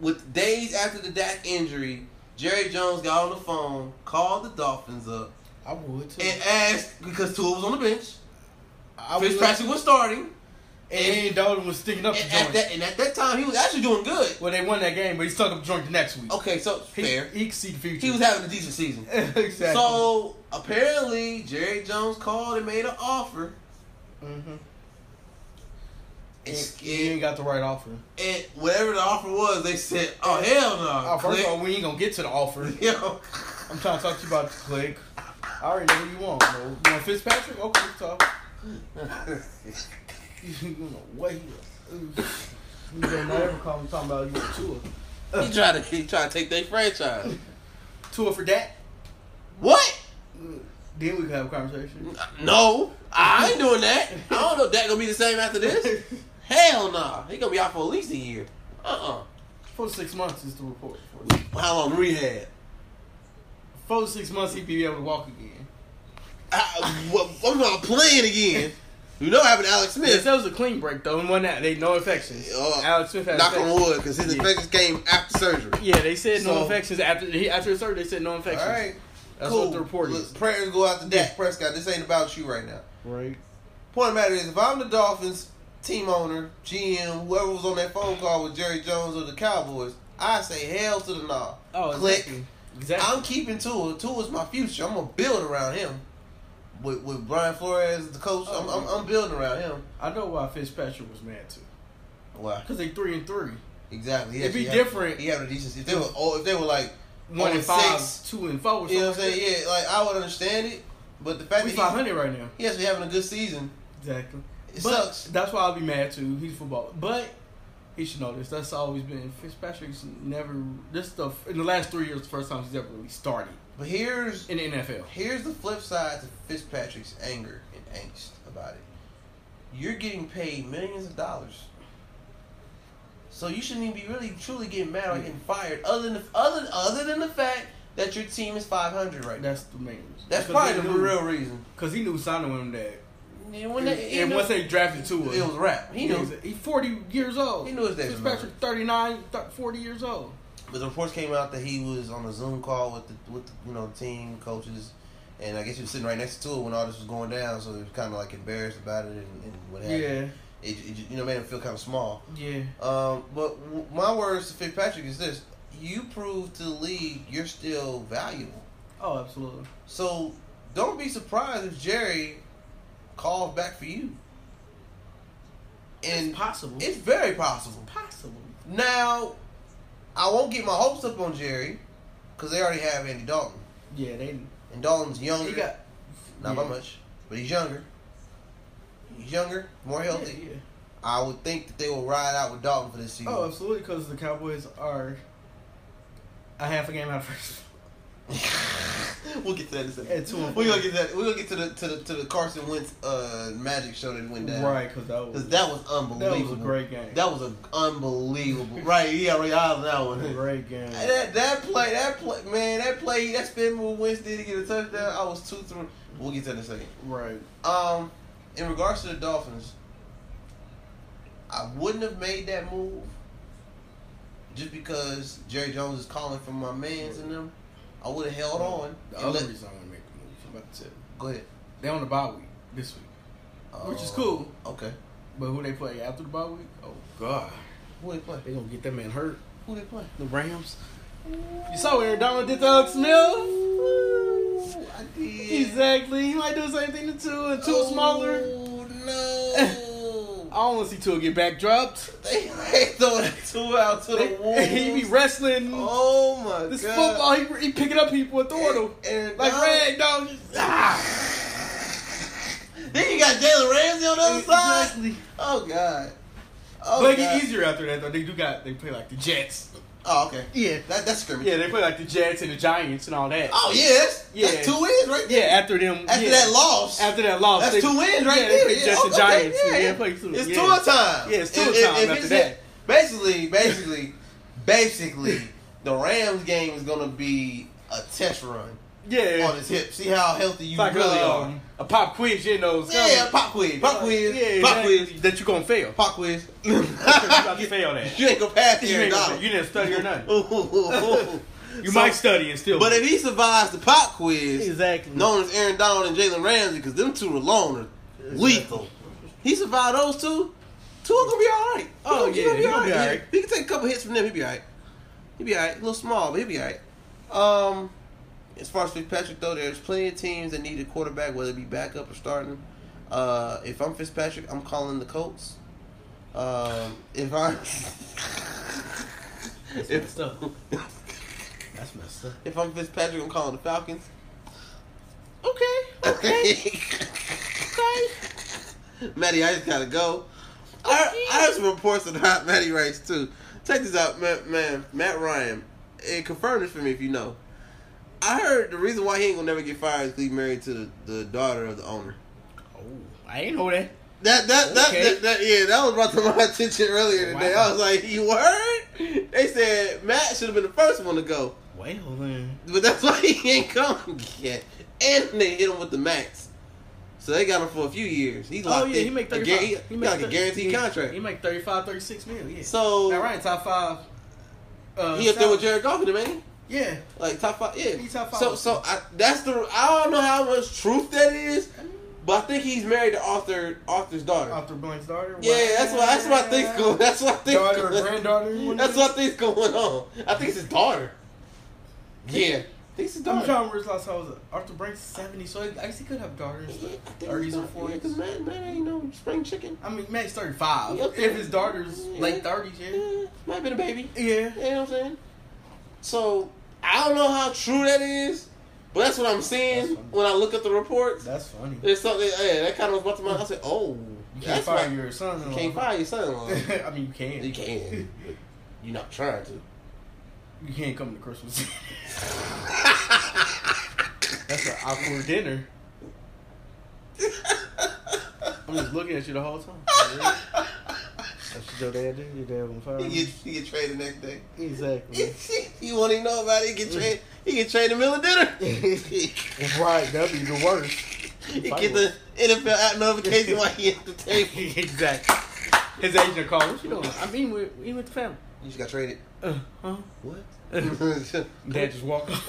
Speaker 2: with days after the Dak injury, Jerry Jones got on the phone, called the Dolphins up,
Speaker 3: I would too.
Speaker 2: and asked because Tua was on the bench.
Speaker 3: I would.
Speaker 2: Fitzpatrick was starting,
Speaker 3: and Dalton was sticking up the
Speaker 2: and at,
Speaker 3: joint.
Speaker 2: that, and at that time he was actually doing good.
Speaker 3: Well, they won that game, but he stuck up the joint the next week.
Speaker 2: Okay, so
Speaker 3: He,
Speaker 2: fair.
Speaker 3: He could see the future.
Speaker 2: He was having a decent season.
Speaker 3: exactly.
Speaker 2: So apparently Jerry Jones called and made an offer.
Speaker 3: hmm
Speaker 2: It's-
Speaker 3: he, he ain't got the right offer.
Speaker 2: and whatever the offer was, they said, "Oh hell no!"
Speaker 3: Uh, first
Speaker 2: Click.
Speaker 3: of all, we ain't gonna get to the offer.
Speaker 2: you know,
Speaker 3: I'm trying to talk to you about the click. I already know what you want, bro. You want Fitzpatrick? Okay, we can talk. you know what he was. You better not ever call me talking about you want Tua.
Speaker 2: he try to he try to take their franchise.
Speaker 3: Tua for that?
Speaker 2: What?
Speaker 3: Then we can have a conversation.
Speaker 2: No, I ain't doing that. I don't know if that gonna be the same after this. Hell no, he gonna be out for at least a year. Uh
Speaker 3: Four to six months is the report. Four
Speaker 2: uh
Speaker 3: to,
Speaker 2: How long rehab?
Speaker 3: four to six months, he'd be able to walk again.
Speaker 2: I, well, I'm not playing again. You know what happened to Alex
Speaker 4: Yes,
Speaker 2: Smith?
Speaker 4: that was a clean break though, and one that they no infections.
Speaker 2: Oh,
Speaker 4: Alex Smith had
Speaker 2: Knock on
Speaker 4: infections.
Speaker 2: wood, because his infections came after surgery.
Speaker 4: Yeah, they said
Speaker 2: So-
Speaker 4: no infections after he after his surgery. They said no
Speaker 2: All
Speaker 4: infections.
Speaker 2: right,
Speaker 4: That's
Speaker 2: cool.
Speaker 4: what the report
Speaker 2: Look,
Speaker 4: is.
Speaker 2: Prayers go out to Dak Prescott. This ain't about you right now.
Speaker 4: Right.
Speaker 2: Point of the matter is, if I'm the Dolphins team owner, GM, whoever was on that phone call with Jerry Jones or the Cowboys, I say hell to the nah.
Speaker 4: Oh,
Speaker 2: Click.
Speaker 4: exactly. Exactly.
Speaker 2: I'm keeping Tua. Tua's my future. I'm gonna build around him. With with Brian Flores as the coach, I'm, I'm I'm building around him.
Speaker 3: I know why Fitzpatrick was mad too.
Speaker 2: Why?
Speaker 3: Cause they three and three,
Speaker 2: Exactly.
Speaker 4: It'd be
Speaker 2: Yeah,
Speaker 4: different.
Speaker 2: He had a decency. If they were oh, if they were like
Speaker 3: one
Speaker 2: Oh,
Speaker 3: and five,
Speaker 2: six.
Speaker 3: two and four. Or
Speaker 2: you know what I'm
Speaker 3: something.
Speaker 2: saying, yeah, like I would understand it. But the fact
Speaker 3: We five
Speaker 2: that
Speaker 3: hundred right now.
Speaker 2: he, he actually having a good season,
Speaker 3: Exactly.
Speaker 2: it
Speaker 3: but
Speaker 2: sucks.
Speaker 3: That's why I'll be mad too. He's football, but he should know this. That's always been Fitzpatrick's never. This stuff in the last three years, the first time he's ever really started
Speaker 2: But here's
Speaker 3: in the NFL.
Speaker 2: Here's the flip side to Fitzpatrick's anger and angst about it. You're getting paid millions of dollars. So you shouldn't even be really truly getting mad or getting fired other than other other than the fact that your team is 500 right now.
Speaker 3: That's the main. reason.
Speaker 2: That's
Speaker 3: Because
Speaker 2: probably the
Speaker 3: he knew,
Speaker 2: real reason.
Speaker 3: Because he knew signing him that,
Speaker 2: And When
Speaker 3: and,
Speaker 2: they, he
Speaker 3: and
Speaker 2: knew-
Speaker 3: once they drafted Tua,
Speaker 2: it was rap. He
Speaker 3: he's-
Speaker 2: knew.
Speaker 3: he's forty years old.
Speaker 2: He knew his days were
Speaker 3: Fitzpatrick thirty nine, 40 years old.
Speaker 2: But the reports came out that he was on a Zoom call with the with the, you know team coaches, and I guess he was sitting right next to it when all this was going down. So he was kind of like embarrassed about it and, and what happened.
Speaker 3: Yeah,
Speaker 2: It, it you know made him feel kind of small.
Speaker 3: yeah.
Speaker 2: Um, but w- my words to Fitzpatrick is this: you prove to the league you're still valuable.
Speaker 3: Oh, absolutely.
Speaker 2: So don't be surprised if Jerry calls back for you. And
Speaker 3: it's possible.
Speaker 2: it's very possible.
Speaker 3: possible.
Speaker 2: Now, I won't get my hopes up on Jerry because they already have Andy Dalton,
Speaker 3: Yeah, they.
Speaker 2: and Dalton's
Speaker 3: He
Speaker 2: younger.
Speaker 3: got
Speaker 2: not by
Speaker 3: yeah.
Speaker 2: much, but he's younger. He's younger, more healthy.
Speaker 3: Yeah, yeah.
Speaker 2: I would think that they will ride out with Dalton for this season.
Speaker 3: Oh, absolutely, because the Cowboys are a half a game out first.
Speaker 2: we'll get to that in a second.
Speaker 3: At two and
Speaker 2: We're
Speaker 3: four.
Speaker 2: gonna get that. We're gonna get to the to the to the Carson Wentz uh, Magic show that went down.
Speaker 3: Right, because that was
Speaker 2: uh, Cause that was
Speaker 3: that was
Speaker 2: unbelievable.
Speaker 3: a great game.
Speaker 2: That was an unbelievable. right. Yeah. Right. I was on that
Speaker 3: a
Speaker 2: one.
Speaker 3: great game.
Speaker 2: And That that play, that play, man, that play, that spin move Wednesday to get a touchdown. I was two through. We'll get to that in a second.
Speaker 3: Right.
Speaker 2: Um, in regards to the Dolphins, I wouldn't have made that move just because Jerry Jones is calling for my man's and them. I would have held on.
Speaker 3: The
Speaker 2: and
Speaker 3: other
Speaker 2: let-
Speaker 3: reason I want to make the move, I'm about to tell you.
Speaker 2: go ahead.
Speaker 3: They on the bye week this week, which is
Speaker 2: Uh,
Speaker 3: cool.
Speaker 2: Okay.
Speaker 3: But who they play after the bye week? Oh,
Speaker 6: God,
Speaker 2: Who they play?
Speaker 6: they gonna get that man hurt.
Speaker 2: Who they play?
Speaker 6: The Rams.
Speaker 3: you saw what Aaron Donald did to Alex Smith.
Speaker 2: Ooh, I did.
Speaker 6: Exactly. He might do the same thing to two and
Speaker 2: Oh, No.
Speaker 6: I don't want to see Tua get backdropped.
Speaker 2: They they throw that two out to the wolves.
Speaker 6: he be wrestling
Speaker 2: oh my
Speaker 6: this
Speaker 2: god!
Speaker 6: football. He, he picking up people and throwing them
Speaker 2: and
Speaker 6: like
Speaker 2: Donald-
Speaker 6: rag dogs. Ah.
Speaker 2: Then you got Jalen Ramsey on the other side.
Speaker 6: Exactly.
Speaker 2: Oh god! Oh
Speaker 3: but it
Speaker 2: god!
Speaker 3: get easier after that though. They do got they play like the Jets.
Speaker 2: Oh okay.
Speaker 6: Yeah.
Speaker 2: That, that's scrimmage.
Speaker 6: Yeah, they play like the Jets and the Giants and all that.
Speaker 2: Oh yeah, that's,
Speaker 6: Yeah.
Speaker 2: that's two wins right
Speaker 6: Yeah,
Speaker 2: there.
Speaker 6: after them.
Speaker 2: After
Speaker 6: yeah.
Speaker 2: that loss,
Speaker 6: After that loss.
Speaker 2: that's
Speaker 6: they-
Speaker 2: two wins right
Speaker 6: yeah,
Speaker 2: there.
Speaker 6: They
Speaker 2: Yeah,
Speaker 6: just
Speaker 2: okay,
Speaker 6: the Giants.
Speaker 2: yeah,
Speaker 6: Yeah,
Speaker 2: yeah.
Speaker 6: they play two.
Speaker 2: it's
Speaker 6: yeah.
Speaker 2: tour time.
Speaker 6: Yeah, it's tour
Speaker 2: If- if-
Speaker 6: time
Speaker 2: if
Speaker 6: after
Speaker 2: it's-
Speaker 6: that.
Speaker 2: Basically, basically, basically, the Rams game is gonna be a test run
Speaker 6: Yeah.
Speaker 2: on his hip. See how healthy Oh, you
Speaker 6: It's like
Speaker 2: really
Speaker 6: really,
Speaker 2: are.
Speaker 6: um, a pop quiz, you know. it's
Speaker 2: Yeah,
Speaker 6: coming.
Speaker 2: pop quiz, pop quiz,
Speaker 6: Yeah,
Speaker 2: pop
Speaker 6: that,
Speaker 2: quiz,
Speaker 6: that you gonna fail.
Speaker 2: pop quiz.
Speaker 6: you about to fail that.
Speaker 2: you ain't gonna pass
Speaker 6: You,
Speaker 2: Aaron
Speaker 6: ain't gonna,
Speaker 2: Donald.
Speaker 6: you didn't study or nothing. You
Speaker 2: So-
Speaker 6: might study and still.
Speaker 2: But if he survives the pop quiz,
Speaker 6: exactly.
Speaker 2: known as Aaron Donald and Jalen Ramsey, because them two alone are lethal. He survived those two. Two are gonna be all right.
Speaker 6: Oh,
Speaker 2: He
Speaker 6: yeah,
Speaker 2: gonna,
Speaker 6: he gonna
Speaker 2: be
Speaker 6: be
Speaker 2: all right.
Speaker 6: all
Speaker 2: Yeah.
Speaker 6: right.
Speaker 2: He can take a couple hits from them. He'll be all right. He'll be all right. A little small, but he'll be all right. Um, as far as Fitzpatrick though, there's plenty of teams that need a quarterback, whether it be backup or starting. Uh, if I'm Fitzpatrick, I'm calling the Colts. Um, if I if,
Speaker 6: messed up. That's messed up.
Speaker 2: if I'm Fitzpatrick, I'm calling the Falcons. Okay. Okay. okay. Maddie, I just gotta go. I, I have some reports on hot Maddie race too. Check this out, man. man Matt Ryan, and confirm this for me if you know. I heard the reason why he ain't gonna never get fired is 'cause he married to the, the daughter of the owner.
Speaker 6: Oh, I ain't know that.
Speaker 2: That that that,
Speaker 6: Okay.
Speaker 2: that that yeah, that was brought to my attention earlier today. I
Speaker 6: Wow.
Speaker 2: was like, you heard? They said Matt should have been the first one to go.
Speaker 6: Well then,
Speaker 2: But that's why he ain't come yet. And they hit him with the max. So they got him for a few years. He's locked
Speaker 6: oh yeah,
Speaker 2: in.
Speaker 6: he make
Speaker 2: A
Speaker 6: thirty
Speaker 2: guar-
Speaker 6: five.
Speaker 2: He, he got like a guaranteed contract.
Speaker 6: He make 35, 36 mil. Yeah.
Speaker 2: so
Speaker 3: Now Ryan top five. Uh,
Speaker 2: he up there with Jared
Speaker 3: salary.
Speaker 2: Goff, man. He?
Speaker 3: Yeah,
Speaker 2: Like top five, yeah.
Speaker 3: He top five.
Speaker 2: So, so I, that's the. I don't know how much truth that is, but I think he's married to Arthur Arthur's daughter.
Speaker 3: after Blank's daughter.
Speaker 2: yeah, that's what that's what I think's going. That's what I think's
Speaker 3: Daughter or
Speaker 2: going.
Speaker 3: granddaughter? one of
Speaker 2: That's
Speaker 3: them.
Speaker 2: what I think's going on. I think it's his daughter. Yeah, I think it's his
Speaker 3: I'm
Speaker 2: daughter.
Speaker 3: trying to realize how old Arthur Brank's 70, so I guess he could have daughters.
Speaker 2: Yeah, I think
Speaker 3: Thirties
Speaker 2: it's
Speaker 3: or
Speaker 2: not- yeah,
Speaker 3: forties.
Speaker 2: 'cause man, man ain't no spring chicken.
Speaker 3: I mean, Matt's 35.
Speaker 2: Yep.
Speaker 3: If his daughter's late 30s, yeah.
Speaker 2: Yeah, might have been a baby.
Speaker 3: Yeah.
Speaker 2: You know what I'm saying? So I don't know how true that is, but that's what I'm seeing
Speaker 3: That's funny.
Speaker 2: when I look at the reports.
Speaker 3: That's funny. You
Speaker 2: There's something yeah, that kind of was brought to mind. I said, "Oh,
Speaker 3: can't
Speaker 2: that's
Speaker 3: fire
Speaker 2: why
Speaker 3: your son.
Speaker 2: you can't fire your son-in-law.
Speaker 3: I mean, you
Speaker 2: you
Speaker 3: can.
Speaker 2: can. but You're not trying to."
Speaker 3: You can't come to Christmas.
Speaker 6: That's an awkward dinner. I'm just looking at you the whole time. That's what your dad did. Your dad on
Speaker 2: He
Speaker 6: fire.
Speaker 2: get he get traded the next day.
Speaker 6: Exactly.
Speaker 2: you won't even know about it. He get traded. He get traded in the middle of dinner.
Speaker 6: right. That'd be the worst.
Speaker 2: he get the NFL app notification while he at the table.
Speaker 6: exactly. His agent called. What you doing? I mean, we we with the family.
Speaker 2: You just got traded.
Speaker 6: Uh huh.
Speaker 2: What?
Speaker 6: Dad just walk off.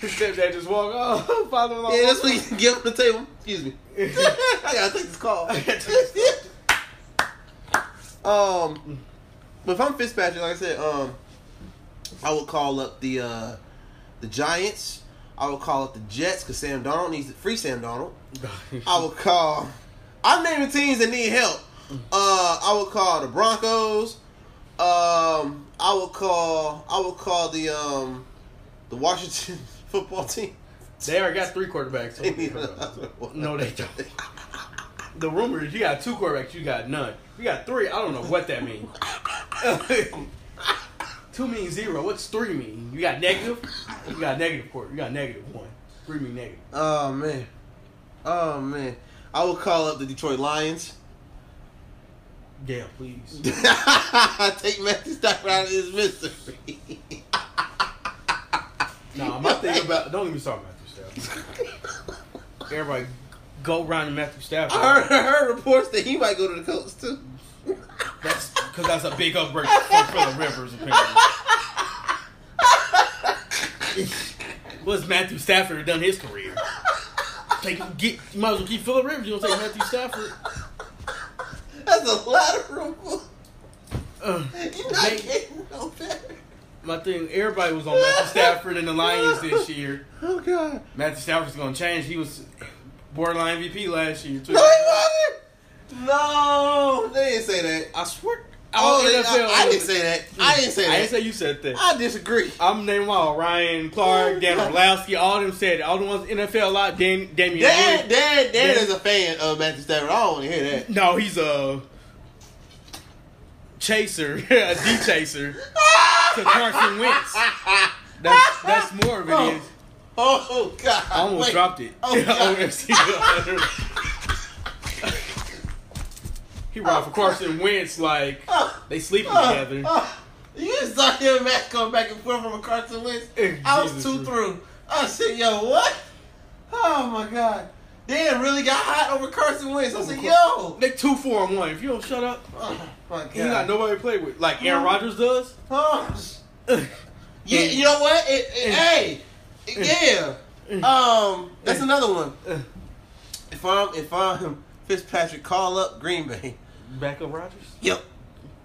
Speaker 6: His stepdad just walk off. Father in law.
Speaker 2: Yeah, that's what you give him the table. Excuse me. I gotta take this call. um, but if I'm Fitzpatrick, like I said, um, I would call up the uh, the Giants. I would call up the Jets because Sam Donald needs to free Sam Donald. I would call. I'm naming teams that need help. Uh, I would call the Broncos. Um, I would call. I would call the um, the Washington football team.
Speaker 6: They already got three quarterbacks.
Speaker 2: They need another one.
Speaker 6: No, they don't. The rumor is you got two quarterbacks, you got none. You got three. I don't know what that means.
Speaker 4: Two means zero. What's three mean? You got negative. You got negative quarter. You got negative one. Three mean negative.
Speaker 2: Oh man. Oh man. I will call up the Detroit Lions.
Speaker 4: Damn, please.
Speaker 2: Take Matthew Stafford out of his mystery.
Speaker 4: Nah, my thing about don't even start Matthew Stafford. Everybody go around to Matthew Stafford.
Speaker 2: I heard, I heard reports that he might go to the Colts too.
Speaker 4: That's because that's a big upgrade for Phillip Rivers, apparently. What's Matthew Stafford done his career? Take, get, you might as well keep Phillip Rivers. You don't take Matthew Stafford.
Speaker 2: That's a lateral move.
Speaker 4: Ugh.
Speaker 2: You're not
Speaker 4: They-
Speaker 2: getting no better.
Speaker 4: my thing, everybody was on Matthew Stafford and the Lions this year.
Speaker 2: Oh god.
Speaker 4: Matthew Stafford's going to change. He was borderline MVP last year, too.
Speaker 2: No, he wasn't. No, they didn't say that.
Speaker 4: I swear.
Speaker 2: Oh,
Speaker 4: all
Speaker 2: they,
Speaker 4: NFL
Speaker 2: I, I didn't say that. I didn't say
Speaker 4: I didn't
Speaker 2: that.
Speaker 4: say you said that.
Speaker 2: I disagree.
Speaker 4: I'm naming all Ryan Clark, Dan Orlowski, all them said it. All the ones NFL lot, Dan, Damian.
Speaker 2: Dad,
Speaker 4: Lillard.
Speaker 2: Dad, Dad
Speaker 4: Yeah.
Speaker 2: is a fan of Matthew Stafford. I don't want to hear that.
Speaker 4: No, he's a chaser, a D chaser to Carson Wentz. That's that's more of it. Is.
Speaker 2: Oh God!
Speaker 4: I almost
Speaker 2: Wait.
Speaker 4: dropped it.
Speaker 2: Oh, God.
Speaker 4: he ride for Carson Wentz like they sleeping together.
Speaker 2: Oh, you just saw him Matt going back and forth from a Carson Wentz.
Speaker 4: Eh,
Speaker 2: I was
Speaker 4: Jesus
Speaker 2: two
Speaker 4: Christ.
Speaker 2: through. I said, "Yo, what? Oh my God!" Dan really got hot over Carson Wentz. I said, "Yo,
Speaker 4: They two four and one. If you don't shut up,
Speaker 2: oh my God!"
Speaker 4: you got nobody to play with. Like
Speaker 2: Mm-hmm.
Speaker 4: Aaron Rodgers does.
Speaker 2: Oh. Yeah, you know what? It,
Speaker 4: Mm.
Speaker 2: it, hey, yeah. Um, that's
Speaker 4: Mm.
Speaker 2: another one. If I'm if I'm Fitzpatrick, call up Green Bay.
Speaker 4: Back up Rodgers.
Speaker 2: Yep.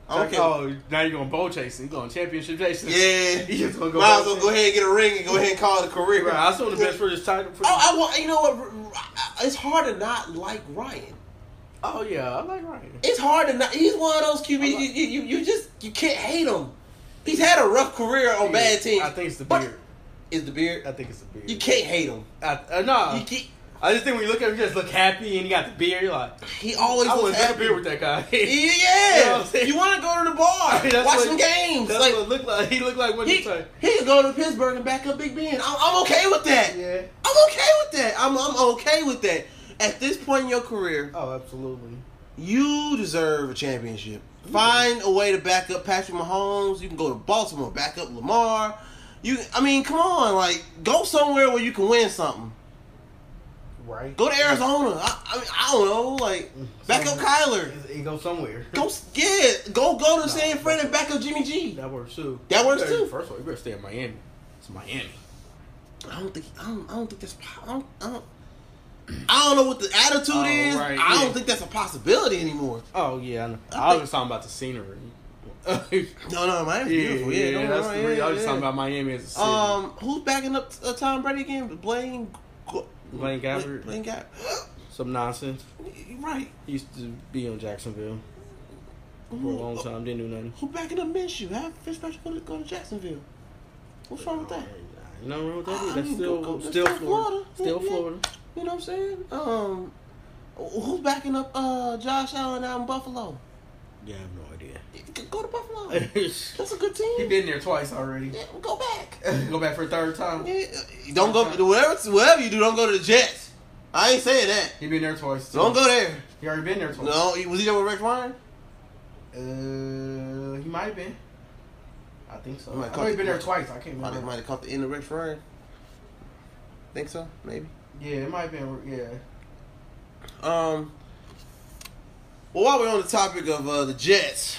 Speaker 2: Okay.
Speaker 4: Oh, now you're going bowl chasing. You're going championship chasing.
Speaker 2: Yeah.
Speaker 4: You just gonna go.
Speaker 2: Might as well go ahead and get a ring and go ahead and call it a career.
Speaker 4: Right, I assume the best for this title. For
Speaker 2: Oh, I want. You know what? It's hard to not like Ryan.
Speaker 4: oh, yeah, I like Ryan.
Speaker 2: It's hard to not. He's one of those QBs. You, you you you just you can't hate him. He's had a rough career on bad teams.
Speaker 4: I think it's the
Speaker 2: But-
Speaker 4: beard.
Speaker 2: Is the beard?
Speaker 4: I think it's the beard.
Speaker 2: You can't hate him.
Speaker 4: I, uh, no,
Speaker 2: You can't,
Speaker 4: I just think when you look at him, you just look happy, and he got the beard. You're like,
Speaker 2: he always
Speaker 4: I
Speaker 2: looks
Speaker 4: wouldn't have a
Speaker 2: happy.
Speaker 4: beard with that guy.
Speaker 2: Yeah,
Speaker 4: You know what
Speaker 2: yeah.
Speaker 4: I'm saying?
Speaker 2: you want to go to the bar,
Speaker 4: That's
Speaker 2: watch
Speaker 4: what-
Speaker 2: some games.
Speaker 4: That's
Speaker 2: Like
Speaker 4: what it looked like. He looked like what
Speaker 2: he,
Speaker 4: you say.
Speaker 2: he can go to Pittsburgh and back up Big Ben. I'm, I'm okay with that.
Speaker 4: Yeah.
Speaker 2: I'm okay with that. I'm I'm okay with that. At this point in your career,
Speaker 4: Oh, absolutely.
Speaker 2: you deserve a championship. Find a way to back up Patrick Mahomes. You can go to Baltimore, back up Lamar. You, I mean, come on, like go somewhere where you can win something.
Speaker 4: Right. Mm.
Speaker 2: Go to Arizona. I, I mean, I don't know, like back up Kyler.
Speaker 4: He go somewhere.
Speaker 2: Go, yeah, go go to San Fran and back up Jimmy G.
Speaker 4: That works too.
Speaker 2: That works,
Speaker 4: You better-
Speaker 2: too.
Speaker 4: First of all, you better stay in Miami. It's Miami.
Speaker 2: I don't think I don't, I don't think that's po- I don't, I don't I don't know what the attitude
Speaker 4: Oh,
Speaker 2: is.
Speaker 4: right,
Speaker 2: I don't
Speaker 4: yeah.
Speaker 2: think that's a possibility anymore.
Speaker 4: Oh yeah, I, know.
Speaker 2: I
Speaker 4: I was
Speaker 2: think-
Speaker 4: just talking about the scenery. yeah,
Speaker 2: No, no, Miami's
Speaker 4: yeah,
Speaker 2: beautiful. Yeah, no,
Speaker 4: that's
Speaker 2: no,
Speaker 4: the
Speaker 2: yeah,
Speaker 4: real- I was just
Speaker 2: yeah.
Speaker 4: talking about Miami as a city.
Speaker 2: Um, who's backing up uh, Tom Brady again? Blaine. Go-
Speaker 4: Blaine Gabbert.
Speaker 2: Blaine Gabbert.
Speaker 4: Some nonsense.
Speaker 2: right.
Speaker 4: He used to be on Jacksonville for a
Speaker 2: Who- uh,
Speaker 4: long time. Didn't do nothing.
Speaker 2: Who backing up Minshew? How Fitzpatrick go to, go to Jacksonville? What's wrong with that?
Speaker 4: Ain't nothing wrong with that.
Speaker 2: I
Speaker 4: either. That's
Speaker 2: mean,
Speaker 4: still,
Speaker 2: go- go- that's
Speaker 4: still
Speaker 2: still
Speaker 4: Florida.
Speaker 2: Florida.
Speaker 4: Still
Speaker 2: Yeah.
Speaker 4: Florida.
Speaker 2: You know what I'm saying? Um, who's backing up uh Josh Allen out in Buffalo?
Speaker 4: Yeah, I have no idea.
Speaker 2: Go to Buffalo. That's a good
Speaker 3: He
Speaker 2: team.
Speaker 3: been there twice already.
Speaker 2: Yeah, go back.
Speaker 3: Go back for a third time.
Speaker 2: Yeah, don't go whatever whatever you do. Don't go to the Jets. I ain't saying that.
Speaker 3: He been there twice. Too.
Speaker 2: Don't go there.
Speaker 3: He already been there twice.
Speaker 2: No, he- was he there with Rex Ryan?
Speaker 3: Uh, he might have been. I think so.
Speaker 2: He might
Speaker 3: I know
Speaker 2: cut-
Speaker 3: he been there twice. I can't
Speaker 2: Might
Speaker 3: remember.
Speaker 2: have, might have caught the end of Rex Ryan. Think so? Maybe.
Speaker 3: Yeah, it might have been. Yeah.
Speaker 2: Um. Well, while we're on the topic of uh, the Jets,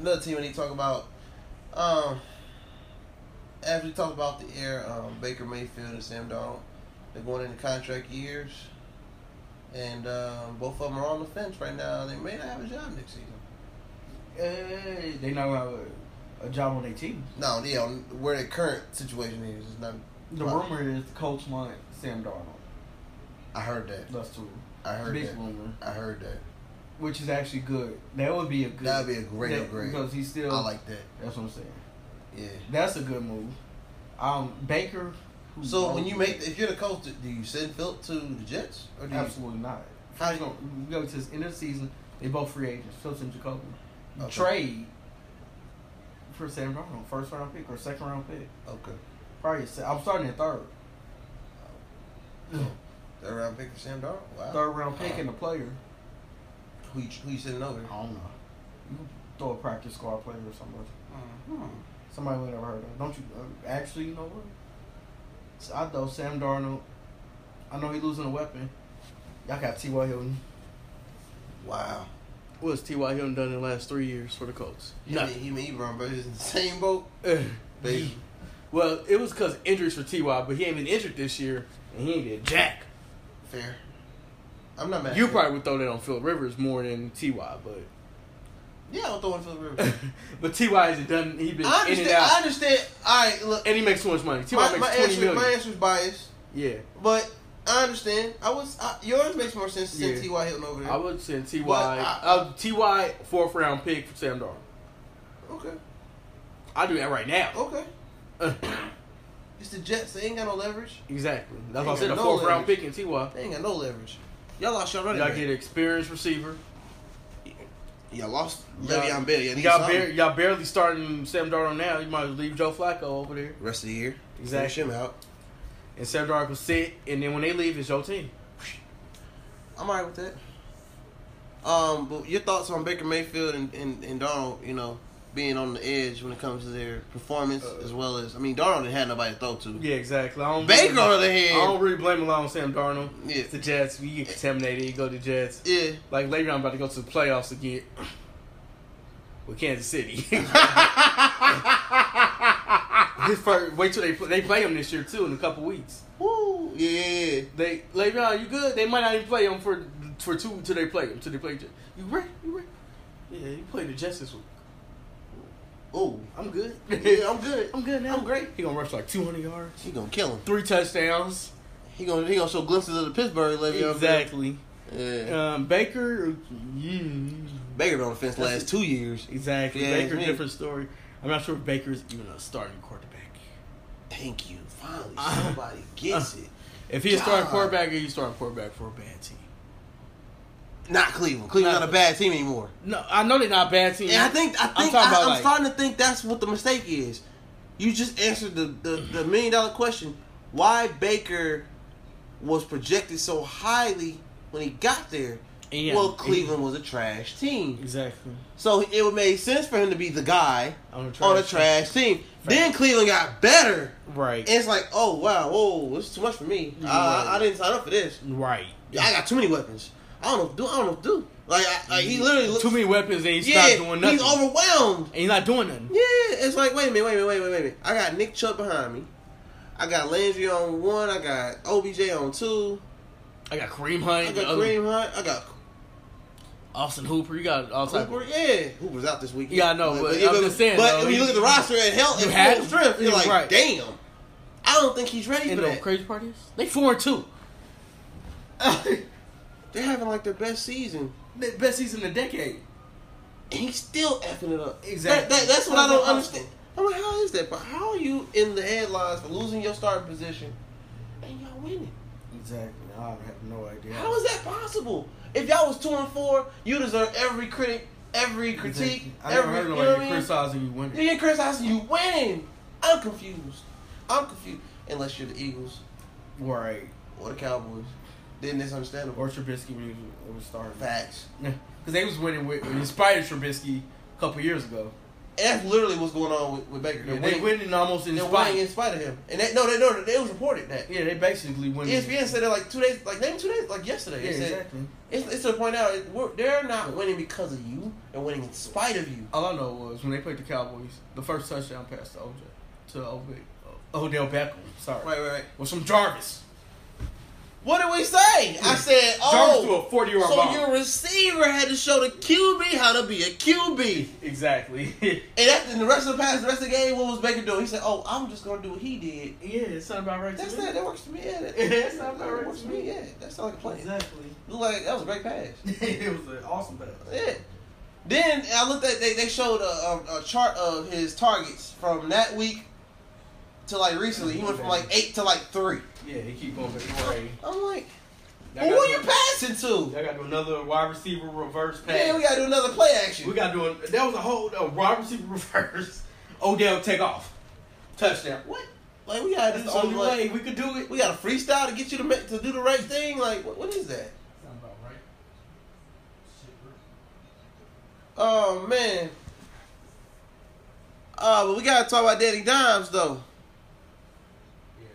Speaker 2: another team we need to talk about. Um, as we talk about the air, um, Baker Mayfield and Sam Donald, they're going into contract years, and um, both of them are on the fence right now. They may not have a job next season.
Speaker 3: Uh, they not have a, a job on their team.
Speaker 2: No, yeah, on where their current situation is. It's not,
Speaker 3: The
Speaker 2: Right.
Speaker 3: rumor is the coach want Sam Darnold.
Speaker 2: I heard that.
Speaker 3: That's true.
Speaker 2: I heard
Speaker 3: Big
Speaker 2: that.
Speaker 3: rumor,
Speaker 2: I heard that.
Speaker 3: which is actually good. That would be a good.
Speaker 2: That'd be a great
Speaker 3: that-
Speaker 2: upgrade.
Speaker 3: because he's still.
Speaker 2: I like that.
Speaker 3: That's what I'm saying.
Speaker 2: Yeah.
Speaker 3: That's a good move. Um, Baker. who-
Speaker 2: So when you make, if you're the coach, do you send Philip to the Jets or do you?
Speaker 3: absolutely not.
Speaker 2: How
Speaker 3: Phil's gonna- we go to this end of the season. They both free agents. Phillips and Jacoby.
Speaker 2: Okay.
Speaker 3: Trade for Sam Darnold, first round pick or second round pick.
Speaker 2: Okay.
Speaker 3: Probably a se- I'm starting at third,
Speaker 2: Third round pick for Sam Darnold? Wow.
Speaker 3: third round
Speaker 2: Uh,
Speaker 3: pick and a player.
Speaker 2: Who you, who you sending over?
Speaker 3: I don't know. You can throw a practice squad player or somebody.
Speaker 4: Oh.
Speaker 2: Mm-hmm.
Speaker 3: Somebody would have heard of. Don't you? Uh, actually, you know what? So I throw Sam Darnold. I know he losing a weapon. Y'all got T. Y. Hilton.
Speaker 2: Wow.
Speaker 4: What's T.Y. Hilton done in the last three years for the Colts?
Speaker 2: You mean, you mean Ebron Burgess in the same boat? Baby.
Speaker 4: well, it was because injuries for T.Y., but he ain't been injured this year, and he ain't did jack.
Speaker 2: Fair. I'm not mad.
Speaker 4: You probably would throw that on Philip Rivers more than T.Y., but
Speaker 2: Yeah, I'll throw it to the river.
Speaker 4: but T.Y. hasn't done. He been
Speaker 2: I
Speaker 4: in and
Speaker 2: understand. I
Speaker 4: out,
Speaker 2: understand. All right, look.
Speaker 4: and he makes so much money. T.Y.
Speaker 2: My,
Speaker 4: makes
Speaker 2: my,
Speaker 4: twenty
Speaker 2: answer,
Speaker 4: million.
Speaker 2: my answer's biased,
Speaker 4: Yeah,
Speaker 2: but I understand. I was I, yours makes more sense to send
Speaker 4: Yeah.
Speaker 2: T.Y. Hilton over there.
Speaker 4: I would send T.Y.
Speaker 2: But I-
Speaker 4: uh, T.Y. fourth round pick for Sam Darnold.
Speaker 2: okay,
Speaker 4: I do that right now.
Speaker 2: okay. Oh. It's the Jets. They ain't got no leverage.
Speaker 4: exactly. That's why I
Speaker 2: Ain't
Speaker 4: said a
Speaker 2: got no
Speaker 4: fourth round
Speaker 2: leverage.
Speaker 4: pick in T.Y.
Speaker 2: They ain't got no leverage. Y'all lost your running
Speaker 4: Y'all
Speaker 2: back.
Speaker 4: get an experienced receiver.
Speaker 2: Y'all lost
Speaker 4: Y'all-
Speaker 2: Le'Veon Bell. Y'all need
Speaker 4: Y'all,
Speaker 2: something.
Speaker 4: bar- y'all barely starting Sam Darnold now. You might as well leave Joe Flacco over there.
Speaker 2: Rest of the year.
Speaker 4: Exactly.
Speaker 2: Finish him out.
Speaker 4: And Sam Darnold will sit, and then when they leave, it's your team.
Speaker 2: I'm alright with that. Um, but your thoughts on Baker Mayfield and, and, and Donald, you know, being on the edge when it comes to their performance
Speaker 4: Uh.
Speaker 2: as well as I mean Donald didn't have nobody to throw to.
Speaker 4: Yeah, exactly. I don't
Speaker 2: Baker on the
Speaker 4: really,
Speaker 2: other
Speaker 4: I
Speaker 2: hand.
Speaker 4: don't really blame a lot on Sam Darnold.
Speaker 2: Yeah.
Speaker 4: It's the Jets. You get contaminated. You go to the Jets.
Speaker 2: Yeah.
Speaker 4: Like later, I'm about to go to the playoffs again with Kansas City. His first, wait till they play, they play him this year too in a couple weeks.
Speaker 2: Woo. Yeah, yeah, yeah.
Speaker 4: They Le'Veon, you good? They might not even play him for for two till they play him till they play Jets. You ready? You ready? Yeah, you play the Jets this week.
Speaker 2: Oh.
Speaker 4: I'm good.
Speaker 2: Yeah, I'm good.
Speaker 4: I'm good now.
Speaker 2: I'm great.
Speaker 4: He gonna rush like 200 yards,
Speaker 2: He gonna kill him.
Speaker 4: three touchdowns.
Speaker 2: He gonna he gonna show glimpses of the Pittsburgh Le'Veon.
Speaker 4: Exactly.
Speaker 2: Bell. Yeah.
Speaker 4: Um, Baker, mm,
Speaker 2: Baker been on the fence last two years.
Speaker 4: exactly.
Speaker 2: Yeah, it's
Speaker 4: Baker,
Speaker 2: me.
Speaker 4: different story. I'm not sure if Baker's even a starting quarterback.
Speaker 2: Thank you. Finally
Speaker 4: Uh,
Speaker 2: somebody gets it.
Speaker 4: If he's a starting
Speaker 2: God.
Speaker 4: quarterback, he's a starting quarterback for a bad team.
Speaker 2: Not Cleveland. Cleveland's
Speaker 4: Not-
Speaker 2: not a bad team anymore.
Speaker 4: No, I know they're not a bad team.
Speaker 2: And I think I
Speaker 4: I'm
Speaker 2: think
Speaker 4: talking
Speaker 2: I, I'm,
Speaker 4: about, like-
Speaker 2: starting to think that's what the mistake is. You just answered the, the, the million dollar question. Why Baker was projected so highly when he got there?
Speaker 4: Yeah.
Speaker 2: Well, Cleveland was a trash team,
Speaker 4: exactly.
Speaker 2: so it would make sense for him to be the guy
Speaker 4: On a
Speaker 2: on a
Speaker 4: trash
Speaker 2: trash team. Then Cleveland got better.
Speaker 4: Right.
Speaker 2: And it's like, oh wow, whoa, this is too much for me. I, I- I didn't sign up for this.
Speaker 4: right.
Speaker 2: I got too many weapons. I don't know what to do. I don't know what to do. Like, I, like he literally looked
Speaker 4: Mm-hmm. Too many weapons, and he's
Speaker 2: yeah,
Speaker 4: not doing nothing.
Speaker 2: he's overwhelmed.
Speaker 4: and he's not doing nothing.
Speaker 2: Yeah, it's like wait a minute, wait a minute, wait a minute, wait a minute. I got Nick Chubb behind me. I got Landry on one. I got OBJ on two.
Speaker 4: I got Kareem
Speaker 2: I
Speaker 4: Hunt, the
Speaker 2: got
Speaker 4: other-
Speaker 2: Kareem Hunt. I got
Speaker 4: Austin Hooper. You got all type.
Speaker 2: Cooper.
Speaker 4: Of,
Speaker 2: Yeah, Hooper's out this week.
Speaker 4: Yeah, I know, but I'm just saying,
Speaker 2: But
Speaker 4: though,
Speaker 2: when you
Speaker 4: he-
Speaker 2: look at the roster at health
Speaker 4: You
Speaker 2: and
Speaker 4: had
Speaker 2: full
Speaker 4: him.
Speaker 2: strength, you're
Speaker 4: Yeah,
Speaker 2: like,
Speaker 4: right.
Speaker 2: damn. I don't think he's ready
Speaker 4: and
Speaker 2: for
Speaker 4: the
Speaker 2: that.
Speaker 4: crazy part is they four and two.
Speaker 2: They're having like their best season.
Speaker 3: The best season in a decade.
Speaker 2: And he's still effing it up.
Speaker 3: Exactly.
Speaker 2: That, that, that's what
Speaker 3: How
Speaker 2: I
Speaker 3: is that
Speaker 2: don't
Speaker 3: possible?
Speaker 2: understand. I'm like, how is that? But how are you in the headlines for losing your starting position and y'all winning?
Speaker 3: Exactly. I have no idea.
Speaker 2: How is that possible? If y'all was two and four, you deserve every critic, every critique,
Speaker 3: I never
Speaker 2: every
Speaker 3: heard
Speaker 2: you know what
Speaker 3: nobody
Speaker 2: I
Speaker 3: get
Speaker 2: mean?
Speaker 3: criticizing you winning.
Speaker 2: You get criticized, you winning. I'm confused. I'm confused. Unless you're the Eagles
Speaker 3: Right.
Speaker 2: or the Cowboys, then it's understandable.
Speaker 3: Or Trubisky when he was, it was starting.
Speaker 2: Facts.
Speaker 3: Because they was winning with, in spite of Trubisky a couple years ago.
Speaker 2: And that's literally what's going on with, with Baker.
Speaker 3: They
Speaker 2: They're
Speaker 3: winning,
Speaker 2: winning.
Speaker 3: winning almost in
Speaker 2: they're
Speaker 3: spite.
Speaker 2: winning in spite of him. And that, no, they no, they- it was reported that.
Speaker 3: yeah, they basically winning.
Speaker 2: ESPN said it like two days, like maybe two days, like yesterday.
Speaker 3: Yeah,
Speaker 2: they said
Speaker 3: exactly.
Speaker 2: it's, it's to the point out it- we're, they're not winning because of you. They're winning in spite of you.
Speaker 3: All I know was when they played the Cowboys, the first touchdown pass to OJ, to OB, Odell Beckham. Sorry,
Speaker 2: Right, right, right.
Speaker 3: was from Jarvis.
Speaker 2: What did we say? I said,
Speaker 4: Jarvis
Speaker 2: oh,
Speaker 4: threw a forty year old
Speaker 2: So
Speaker 4: ball.
Speaker 2: your receiver had to show the QB how to be a QB.
Speaker 4: Exactly.
Speaker 2: And after the rest of the pass, the rest of the game, what was Baker doing? He said, "Oh, I'm just gonna do what he did."
Speaker 3: Yeah, it's not about right.
Speaker 2: That's that. That works for me. Yeah, that,
Speaker 3: That's not
Speaker 2: that
Speaker 3: right
Speaker 2: works
Speaker 3: to
Speaker 2: for me.
Speaker 3: me.
Speaker 2: Yeah, that's not like a plan.
Speaker 3: Exactly.
Speaker 2: Look like that was a great pass.
Speaker 3: it was an awesome pass.
Speaker 2: Yeah. Then I looked at they, they showed a, a, a chart of his targets from that week to like recently. He went from like eight to like three.
Speaker 4: yeah, he keep going back to Ray.
Speaker 2: I'm like, well, who are you passing to?
Speaker 4: I got to do another wide receiver reverse
Speaker 2: Yeah, we gotta do another play action.
Speaker 4: We got doing that was a whole a wide receiver reverse,
Speaker 3: Odell take off. Touchdown.
Speaker 2: What? Like we gotta do
Speaker 3: That's the
Speaker 2: something
Speaker 3: only
Speaker 2: like
Speaker 3: way we could do it.
Speaker 2: we gotta freestyle to get you to make, to do the right thing. Like what, what is that?
Speaker 3: Sound about right.
Speaker 2: Oh man. Uh, but we gotta talk about Danny Dimes though.
Speaker 3: Yeah.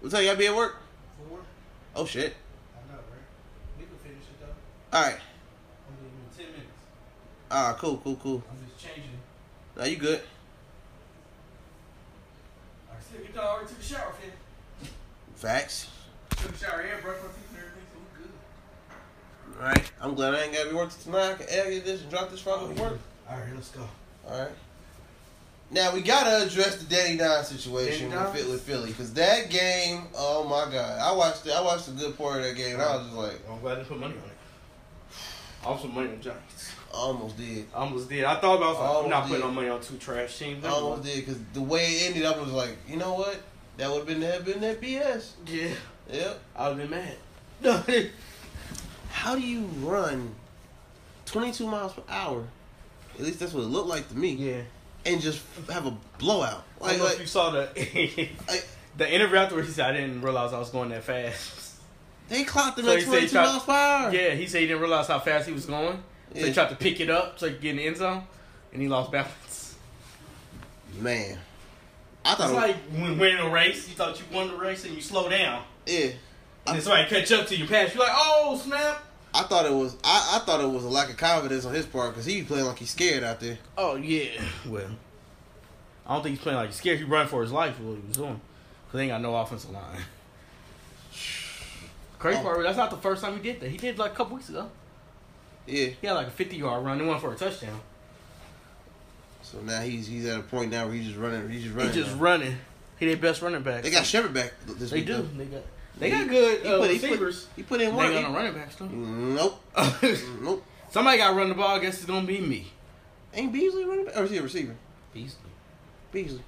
Speaker 2: What's up? Y'all be at work?
Speaker 4: Four?
Speaker 2: Oh shit.
Speaker 4: I know, right? We can finish it though.
Speaker 2: All right.
Speaker 4: I'm leaving in ten minutes.
Speaker 2: Ah, cool, cool, cool.
Speaker 4: I'm just changing.
Speaker 2: Now you good?
Speaker 4: I still get done. I already took a shower, Finn.
Speaker 2: Facts.
Speaker 4: Took a shower and brushed my teeth and everything, so we good.
Speaker 2: All right. I'm glad I ain't gotta be working tonight. I can edit this and drop this from work.
Speaker 4: All right, let's go.
Speaker 2: All right. Now we gotta address the Danny Dimes situation
Speaker 4: Danny
Speaker 2: with, Phil- with Philly because that game. Oh my God, I watched it. I watched a good part of that game. And I was just like,
Speaker 4: I'm glad they put money on it. I also money on Giants.
Speaker 2: I almost did.
Speaker 4: I almost did. I thought about. I was like, I'm
Speaker 2: Almost
Speaker 4: not putting
Speaker 2: did.
Speaker 4: no money on two trash teams.
Speaker 2: I almost did because the way it ended, I was like, you know what? That would have been that been that BS.
Speaker 4: Yeah,
Speaker 2: Yep.
Speaker 4: I would've been mad.
Speaker 2: How do you run 22 miles per hour? At least that's what it looked like to me.
Speaker 4: yeah.
Speaker 2: And just have a blowout.
Speaker 4: I
Speaker 2: Like,
Speaker 4: don't know if you
Speaker 2: like
Speaker 4: saw the
Speaker 2: Like-
Speaker 4: the interview afterwards. He said, "I didn't realize I was going that fast."
Speaker 2: they clocked him
Speaker 4: So
Speaker 2: at
Speaker 4: he said he
Speaker 2: 22
Speaker 4: tried-
Speaker 2: miles per hour.
Speaker 4: Yeah, he said he didn't realize how fast he was going, so
Speaker 2: Yeah.
Speaker 4: he tried to pick it up so he could get in the end zone, and he lost balance.
Speaker 2: Man, I thought
Speaker 4: It's
Speaker 2: it was,
Speaker 4: like when winning a race, you thought you won the race and you slow down,
Speaker 2: yeah.
Speaker 4: and then somebody catch up to you pass. You're like, "Oh snap!"
Speaker 2: I thought it was I, I thought it was a lack of confidence on his part because he be playing like he's scared out there.
Speaker 4: Oh yeah. Well, I don't think he's playing like he's scared. He running for his life. is What he was doing? Cause they ain't got no offensive line. Crazy
Speaker 2: Oh.
Speaker 4: part. That's not the first time he did that. He did like a couple weeks ago.
Speaker 2: Yeah.
Speaker 4: He had like a fifty yard run. It went for a touchdown.
Speaker 2: So now he's he's at a point now where he's just running. He's just running.
Speaker 4: He's just
Speaker 2: now.
Speaker 4: running. He their best running back.
Speaker 2: They got Shepard back this
Speaker 4: They
Speaker 2: week.
Speaker 4: do.
Speaker 2: though.
Speaker 4: They got. They
Speaker 2: He-
Speaker 4: got good
Speaker 2: he
Speaker 4: uh,
Speaker 2: put- he put-
Speaker 4: receivers.
Speaker 2: He put in
Speaker 4: They got no
Speaker 2: work.
Speaker 4: running backs
Speaker 2: He-
Speaker 4: too.
Speaker 2: Nope. Nope.
Speaker 4: Somebody got to run the ball. I guess it's gonna be me.
Speaker 2: Ain't Beasley running back? Or is he a receiver?
Speaker 4: Beasley.
Speaker 2: Beasley.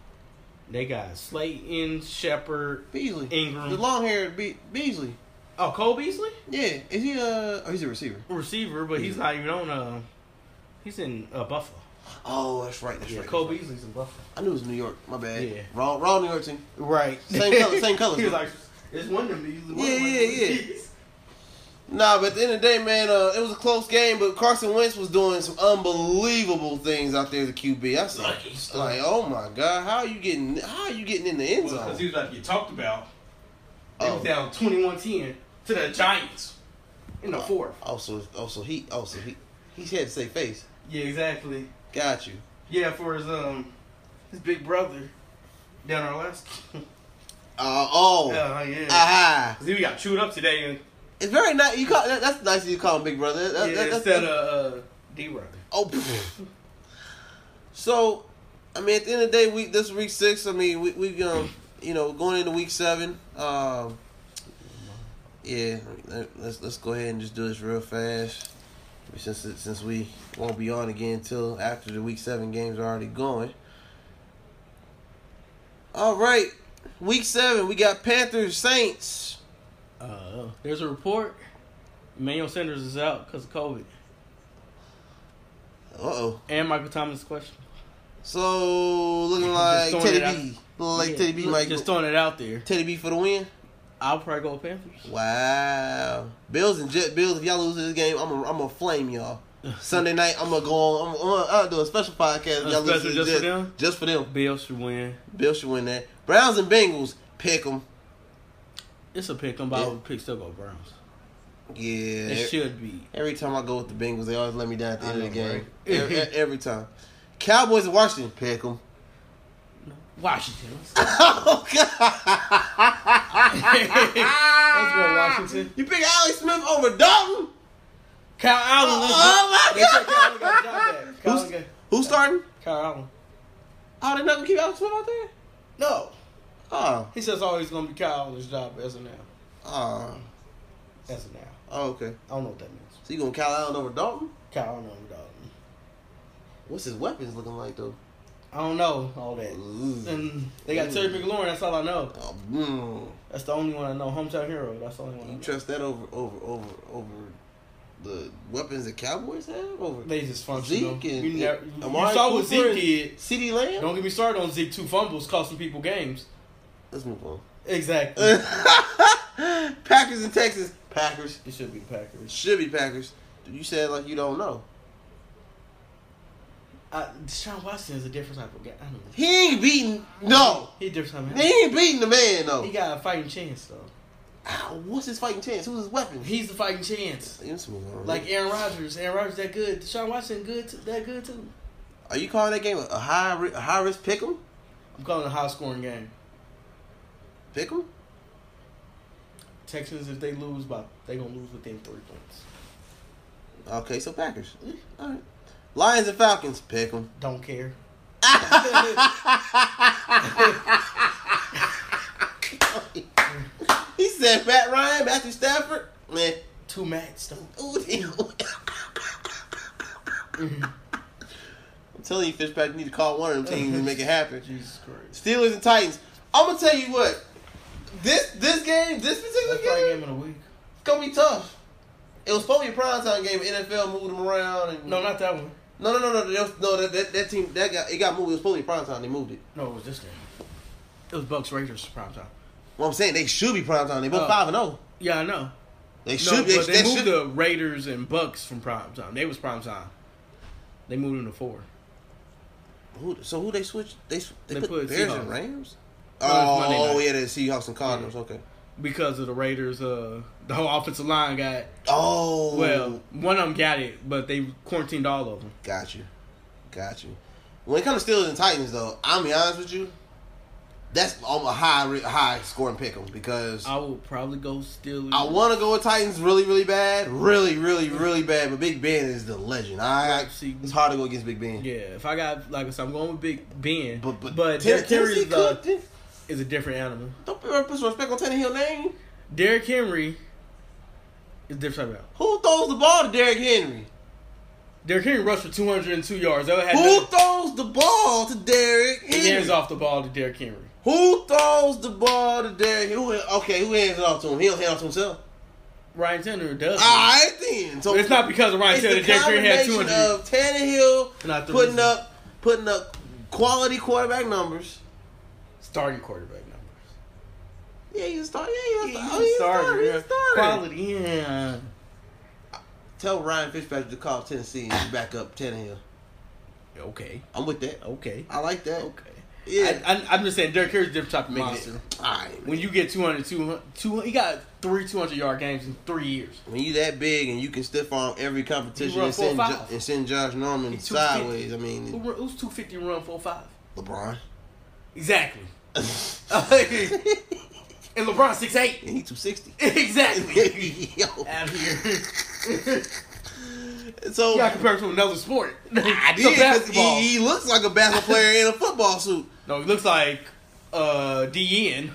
Speaker 4: They got Slayton, Shepard,
Speaker 2: Beasley.
Speaker 4: Ingram.
Speaker 2: The long haired Be- Beasley.
Speaker 4: oh, Cole Beasley.
Speaker 2: Yeah. Is he a? Oh, he's a receiver.
Speaker 4: receiver, but he's not even on. Uh, he's in uh, Buffalo.
Speaker 2: Oh, that's right. That's
Speaker 4: Yeah,
Speaker 2: right.
Speaker 4: Cole Beasley's in Buffalo.
Speaker 2: I knew it was New York. My bad.
Speaker 4: Yeah.
Speaker 2: Wrong. Wrong New York team.
Speaker 4: Right.
Speaker 2: Same color- same colors,
Speaker 4: he was
Speaker 2: though.
Speaker 4: like, it's one of them.
Speaker 2: Yeah,
Speaker 4: Beasley, one of
Speaker 2: yeah,
Speaker 4: them
Speaker 2: yeah.
Speaker 4: Beasleys."
Speaker 2: Nah, but at the end of the day, man, uh, it was a close game. But Carson Wentz was doing some unbelievable things out there as a QB. I saw,
Speaker 4: Lucky
Speaker 2: it's
Speaker 4: stuff.
Speaker 2: like, oh my god, how are you getting? How are you getting in the end
Speaker 4: Well,
Speaker 2: zone?
Speaker 4: because he was about to get talked about. They
Speaker 2: oh,
Speaker 4: was down 21-10 to the Giants in the fourth.
Speaker 2: also, also oh, he, also he, he had to say face.
Speaker 4: Yeah, exactly.
Speaker 2: Got you.
Speaker 4: Yeah, for his um his big brother down our last.
Speaker 2: Uh, oh,
Speaker 4: yeah, yeah.
Speaker 2: aha!
Speaker 4: 'Cause he got chewed up today and
Speaker 2: It's very nice. You call that, that's nice. Of you call him big brother. That- that-
Speaker 4: yeah,
Speaker 2: that's-
Speaker 4: instead of uh, D brother.
Speaker 2: Oh. pff. so, I mean, at the end of the day, we this week six. I mean, we we um, you know, going into week seven. Um, yeah, let- let's let's go ahead and just do this real fast. Since it- since we won't be on again until after the week seven games are already going. All right, week seven. We got Panthers Saints.
Speaker 4: Uh, there's a report. Emmanuel Sanders is out because of COVID.
Speaker 2: Uh oh.
Speaker 4: And Michael Thomas question.
Speaker 2: So looking
Speaker 4: Just
Speaker 2: like
Speaker 4: throwing
Speaker 2: Teddy
Speaker 4: it out.
Speaker 2: B. Looking like
Speaker 4: Yeah,
Speaker 2: Teddy B.
Speaker 4: look,
Speaker 2: Might
Speaker 4: just
Speaker 2: go-
Speaker 4: throwing it out there.
Speaker 2: Teddy B for the win.
Speaker 4: I'll probably go with Panthers.
Speaker 2: Wow. Bills and Jet Bills. If y'all lose this game, I'm gonna I'm gonna flame y'all. Sunday night, I'm gonna go on. I'm, I'm gonna I'll do a special podcast. if
Speaker 4: A
Speaker 2: y'all lose to
Speaker 4: special
Speaker 2: the
Speaker 4: just
Speaker 2: Jets.
Speaker 4: for them?
Speaker 2: Just for them.
Speaker 4: Bills should win.
Speaker 2: Bills should win that. Browns and Bengals. Pick them.
Speaker 4: It's a pick 'em, but I
Speaker 2: Yeah.
Speaker 4: would pick still go Browns.
Speaker 2: Yeah.
Speaker 4: It should be.
Speaker 2: Every time I go with the Bengals, they always let me down at the
Speaker 4: I
Speaker 2: end of the
Speaker 4: know,
Speaker 2: game.
Speaker 4: right?
Speaker 2: every, every time. Cowboys and Washington. Pick them.
Speaker 4: Washington.
Speaker 2: oh God.
Speaker 4: Let's go Washington.
Speaker 2: you pick Alex Smith over Dalton?
Speaker 4: Kyle Allen. let's
Speaker 2: Oh
Speaker 4: go. They said Kyle
Speaker 2: my God.
Speaker 4: Allen got the job back. Kyle Allen
Speaker 2: Who's-
Speaker 4: got-
Speaker 2: Who's starting?
Speaker 4: Kyle Allen.
Speaker 2: Oh, they're not gonna keep Alex Smith out there.
Speaker 4: No.
Speaker 2: Oh.
Speaker 4: He says always going to be Kyle Allen's job as of now.
Speaker 2: Oh.
Speaker 4: As of now.
Speaker 2: Oh, okay.
Speaker 4: I don't know what that means.
Speaker 2: So you gonna Kyle Allen over Dalton?
Speaker 4: Kyle Allen, dog.
Speaker 2: What's his weapons looking like though?
Speaker 4: I don't know all that. And they got Terry McLaurin. That's all I know.
Speaker 2: Oh, mm.
Speaker 4: That's the only one I know. Hometown hero. That's the only one. I
Speaker 2: You
Speaker 4: know.
Speaker 2: trust that over over over over the weapons the Cowboys have over
Speaker 4: They just functional.
Speaker 2: Zeke and
Speaker 4: you never, you
Speaker 2: Amari
Speaker 4: saw what
Speaker 2: Cooper
Speaker 4: Zeke
Speaker 2: and
Speaker 4: did.
Speaker 2: CeeDee Lamb.
Speaker 4: Don't get me started on Zeke. Two fumbles costing people games.
Speaker 2: Let's move on.
Speaker 4: Exactly.
Speaker 2: Packers and Texas. Packers
Speaker 4: it should be the Packers.
Speaker 2: should be Packers. You said like you don't know.
Speaker 4: I, Deshaun Watson is a different type of guy. I don't know.
Speaker 2: He ain't beating. No,
Speaker 4: He a different type of
Speaker 2: he ain't beating the man
Speaker 4: He
Speaker 2: though.
Speaker 4: got a fighting chance though.
Speaker 2: Ow, what's his fighting chance? Who's his weapon?
Speaker 4: He's the fighting chance.
Speaker 2: Let's move on.
Speaker 4: Like Aaron Rodgers. Aaron Rodgers that good. Deshaun Watson good. Too, that good too.
Speaker 2: are you calling that game a high ri- a high risk pick'em?
Speaker 4: I'm calling it a high scoring game.
Speaker 2: Pick'em?
Speaker 4: Texans if they lose, by they gonna lose within three points.
Speaker 2: Okay, so Packers. Eh, All right. Lions and Falcons. Pick'em.
Speaker 4: Don't care.
Speaker 2: He said Matt Ryan, Matthew Stafford. Man,
Speaker 4: Two mats don't.
Speaker 2: Ooh, damn. I'm telling you, Fishback, you need to call one of them teams and make it happen.
Speaker 4: Jesus Christ.
Speaker 2: Steelers and Titans. I'm gonna tell you what. This this game, this particular
Speaker 4: That's probably
Speaker 2: game,
Speaker 4: game in a week.
Speaker 2: it's gonna be tough. It was supposed to be a primetime game. NFL moved them around. And,
Speaker 4: No, not that one.
Speaker 2: no, no, no, no, no. no that, that that team that got it got moved. It was supposed to be primetime. They moved it.
Speaker 4: No, it was this game. It was Bucks Raiders prime time.
Speaker 2: Well, I'm saying they should be primetime. They both
Speaker 4: Oh.
Speaker 2: five and zero.
Speaker 4: Yeah, I know.
Speaker 2: They
Speaker 4: No,
Speaker 2: should. be.
Speaker 4: but
Speaker 2: they,
Speaker 4: they, moved
Speaker 2: should.
Speaker 4: the Raiders and Bucks from prime time. They was prime time. They moved them to four.
Speaker 2: Who, so who they switched? They sw- they,
Speaker 4: They
Speaker 2: put,
Speaker 4: put
Speaker 2: Bears
Speaker 4: Seahawks.
Speaker 2: and Rams.
Speaker 4: No, it's Monday
Speaker 2: Oh
Speaker 4: night.
Speaker 2: yeah, the Seahawks and Cardinals. Okay.
Speaker 4: because of the Raiders. Uh, the whole offensive line got
Speaker 2: Oh
Speaker 4: well, one of them got it, but they quarantined all of them.
Speaker 2: got you, got you. When it comes to Steelers and Titans, though, I'm be honest with you, that's on a high re- high scoring pick 'em because I,
Speaker 4: I would probably go Steelers.
Speaker 2: want to go with Titans really really bad, really really really bad. But Big Ben is the legend. I, I
Speaker 4: See-
Speaker 2: it's hard to go against Big Ben.
Speaker 4: Yeah, if I got like I said, I'm going with Big Ben,
Speaker 2: But but,
Speaker 4: Derrick Henry
Speaker 2: Tennessee
Speaker 4: is, uh,
Speaker 2: cooked it.
Speaker 4: is a different animal.
Speaker 2: Don't put some respect on Tannehill's name.
Speaker 4: Derrick Henry is a different type of animal.
Speaker 2: Who throws the ball to Derrick Henry?
Speaker 4: Derrick Henry rushed for 202 yards. That had
Speaker 2: Who
Speaker 4: nothing-
Speaker 2: throws the ball to Derrick
Speaker 4: He
Speaker 2: Henry?
Speaker 4: hands off the ball to Derrick Henry.
Speaker 2: Who throws the ball to Derrick? Who okay? Who hands it off to him? He don't hand it off to himself.
Speaker 4: Ryan Tanner does.
Speaker 2: All right then. So
Speaker 4: But it's not because of Ryan
Speaker 2: Ah, it's
Speaker 4: Tanner.
Speaker 2: the
Speaker 4: that Derrick Henry had 200.
Speaker 2: combination of Tannehill
Speaker 4: Not the
Speaker 2: putting
Speaker 4: reason.
Speaker 2: up putting up quality quarterback numbers.
Speaker 4: starting quarterback numbers.
Speaker 2: Yeah, he's a star. Yeah, he's a
Speaker 4: Yeah,
Speaker 2: star. Oh,
Speaker 4: he's a
Speaker 2: he's a
Speaker 4: starter,
Speaker 2: starter. He's a starter.
Speaker 4: Quality, yeah.
Speaker 2: Tell Ryan Fitzpatrick to call Tennessee and back up Tannehill.
Speaker 4: Okay,
Speaker 2: I'm with that.
Speaker 4: okay,
Speaker 2: I like that.
Speaker 4: okay.
Speaker 2: Yeah.
Speaker 4: I, I, I'm just saying, Derrick Henry's a different type of
Speaker 2: Make it-
Speaker 4: monster.
Speaker 2: All right.
Speaker 4: When you get 200, 200, 200 he got three 200 yard games in three years.
Speaker 2: When you that big and you can stiff arm every competition
Speaker 4: run
Speaker 2: and
Speaker 4: four
Speaker 2: send,
Speaker 4: five.
Speaker 2: jo- and send Josh Norman
Speaker 4: He's 250.
Speaker 2: sideways, I
Speaker 4: Who,
Speaker 2: mean
Speaker 4: run- who's 250 run 4 5?
Speaker 2: LeBron.
Speaker 4: Exactly.
Speaker 2: and
Speaker 4: And LeBron six eight.
Speaker 2: he two sixty.
Speaker 4: exactly. Out here.
Speaker 2: so
Speaker 4: You gotta compare it to another sport.
Speaker 2: I
Speaker 4: It's a
Speaker 2: did 'cause
Speaker 4: basketball.
Speaker 2: he, he looks like a basketball player in a football suit
Speaker 4: No, he looks like uh, DN.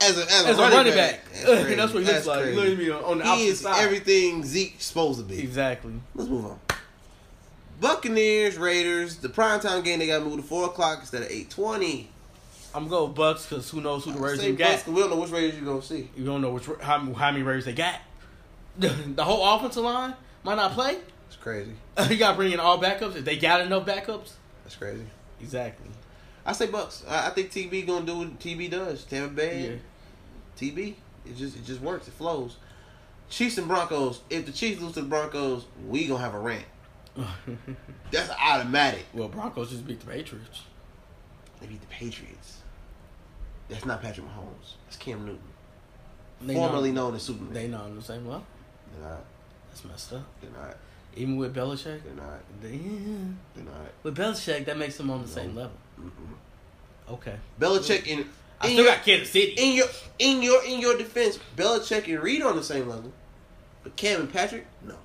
Speaker 2: as a as,
Speaker 4: As a running back.
Speaker 2: That's,
Speaker 4: That's,
Speaker 2: crazy.
Speaker 4: what he looks
Speaker 2: That's
Speaker 4: like.
Speaker 2: crazy.
Speaker 4: Literally you know, on the
Speaker 2: He
Speaker 4: opposite
Speaker 2: is
Speaker 4: side.
Speaker 2: everything Zeke's supposed to be.
Speaker 4: Exactly.
Speaker 2: Let's move on. Buccaneers, Raiders. The primetime game they got moved to four o'clock instead of eight twenty.
Speaker 4: I'm going Bucks because who knows who the Raiders
Speaker 2: Say
Speaker 4: you got.
Speaker 2: Bucs, 'cause We don't know which Raiders you gonna see.
Speaker 4: You don't know which how, how many Raiders they got. the whole offensive line might not play.
Speaker 2: It's crazy.
Speaker 4: you gotta bring in all backups. If they got enough backups,
Speaker 2: That's crazy.
Speaker 4: exactly.
Speaker 2: I say Bucks. I, I think TB gonna do what TB does. Tampa Bay,
Speaker 4: Yeah.
Speaker 2: TB. It just it just works. It flows. Chiefs and Broncos. If the Chiefs lose to the Broncos, we gonna have a rant. That's automatic.
Speaker 4: well, Broncos just beat the Patriots.
Speaker 2: They beat the Patriots. That's not Patrick Mahomes. That's Cam Newton,
Speaker 4: They
Speaker 2: formerly
Speaker 4: not,
Speaker 2: known as Superman.
Speaker 4: they not on the same level.
Speaker 2: they're not.
Speaker 4: That's messed up.
Speaker 2: They're not.
Speaker 4: Even with Belichick,
Speaker 2: They're not.
Speaker 4: Damn.
Speaker 2: They're not.
Speaker 4: with Belichick that makes them on the same level.
Speaker 2: Mm-mm.
Speaker 4: Okay,
Speaker 2: Belichick in
Speaker 4: I
Speaker 2: in
Speaker 4: still
Speaker 2: your,
Speaker 4: got Kansas City.
Speaker 2: in your in your in your defense, Belichick and Reed on the same level, but Cam and Patrick no,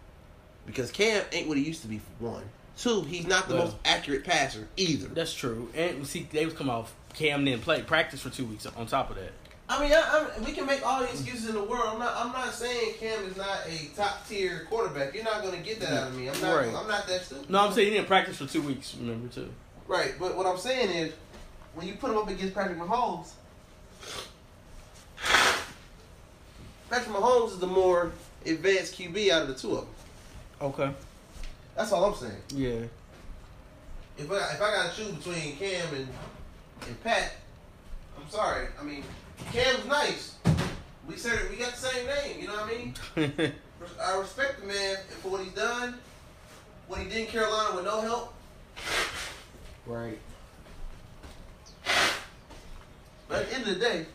Speaker 2: because Cam ain't what he used to be. For one, two, he's not the
Speaker 4: Well-
Speaker 2: most accurate passer either.
Speaker 4: That's true. And see, they was come off. Cam didn't play practice for two weeks. On top of that,
Speaker 2: I mean, I, I'm, we can make all the excuses in the world. I'm not. I'm not saying Cam is not a top tier quarterback. You're not going to get that out of me. I'm not.
Speaker 4: Right.
Speaker 2: I'm not that stupid.
Speaker 4: no, I'm saying he didn't practice for two weeks. Remember too.
Speaker 2: Right, but what I'm saying is, when you put him up against Patrick Mahomes, Patrick Mahomes is the more advanced QB out of the two of them.
Speaker 4: Okay.
Speaker 2: That's all I'm saying.
Speaker 4: Yeah.
Speaker 2: If I if I got to choose between Cam and and Pat, I'm sorry. I mean, Cam's nice. We said we got the same name. You know what I mean? I respect the man for what he's done, what he did in Carolina with no help.
Speaker 7: Right.
Speaker 2: But at the end of the day,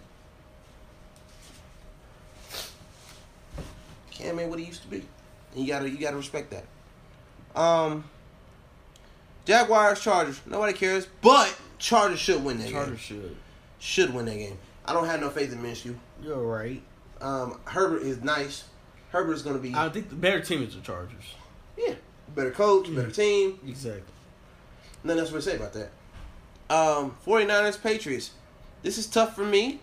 Speaker 2: Cam ain't what he used to be. And you gotta you gotta respect that. Um Jaguars, Chargers, nobody cares. But Chargers should win that
Speaker 4: Charter
Speaker 2: game.
Speaker 4: should.
Speaker 2: Should win that game. I don't have no faith in Minshew.
Speaker 4: You're right.
Speaker 2: Um, Herbert is nice. Herbert's gonna be
Speaker 4: I think the better team is the Chargers.
Speaker 2: yeah better coach, better team.
Speaker 4: Exactly.
Speaker 2: Nothing else to say about that. Um, 49ers, Patriots. This is tough for me.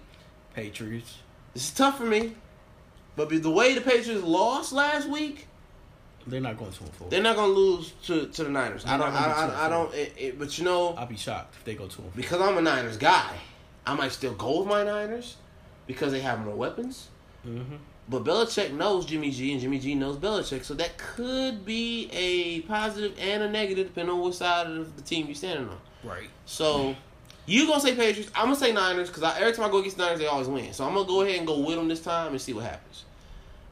Speaker 4: Patriots.
Speaker 2: This is tough for me. But be- the way the Patriots lost last week,
Speaker 4: They're not going to a four.
Speaker 2: they're not gonna lose to, to the Niners. I
Speaker 4: They're
Speaker 2: don't.
Speaker 4: not
Speaker 2: I,
Speaker 4: gonna be
Speaker 2: I, I
Speaker 4: tough,
Speaker 2: don't. It, it, but you know,
Speaker 4: I'll be shocked if they go to a four.
Speaker 2: because I'm a Niners guy, I might still go with my Niners because they have more weapons.
Speaker 4: Mm-hmm.
Speaker 2: But Belichick knows Jimmy G, and Jimmy G knows Belichick, so that could be a positive and a negative depending on what side of the team you're standing on.
Speaker 4: Right.
Speaker 2: So you gonna say Patriots? I'm gonna say Niners because every time I go against Niners, they always win. So I'm gonna go ahead and go with them this time and see what happens.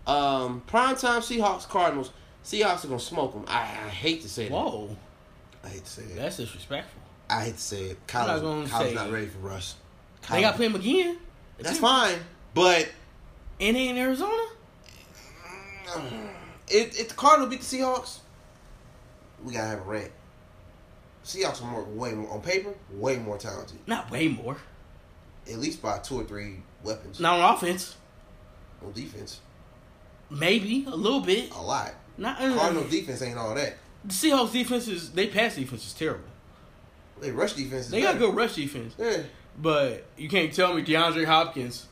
Speaker 2: Um, prime time Seahawks Cardinals. Seahawks are gonna smoke them. I, I hate to say that.
Speaker 4: Whoa.
Speaker 2: I hate to say that.
Speaker 4: That's disrespectful.
Speaker 2: I hate to say it.
Speaker 4: not
Speaker 2: Kyle's,
Speaker 4: gonna
Speaker 2: Kyle's
Speaker 4: say
Speaker 2: not
Speaker 4: it.
Speaker 2: ready for Russ.
Speaker 4: They
Speaker 2: Kyle-
Speaker 4: got to play them again.
Speaker 2: That's fine, but
Speaker 4: And they in Arizona?
Speaker 2: mm, if, if the Cardinals beat the Seahawks, we gotta have a rant. Seahawks are more, way more on paper, way more talented,
Speaker 4: Not way more.
Speaker 2: at least by two or three weapons.
Speaker 4: Not on offense.
Speaker 2: On defense,
Speaker 4: Maybe. A little bit.
Speaker 2: a lot.
Speaker 4: Not uh,
Speaker 2: Cardinals defense ain't all that.
Speaker 4: The Seahawks defense is they pass defense is terrible.
Speaker 2: They rush defense. Is
Speaker 4: They got a good rush defense,
Speaker 2: good. Yeah,
Speaker 4: but you can't tell me DeAndre Hopkins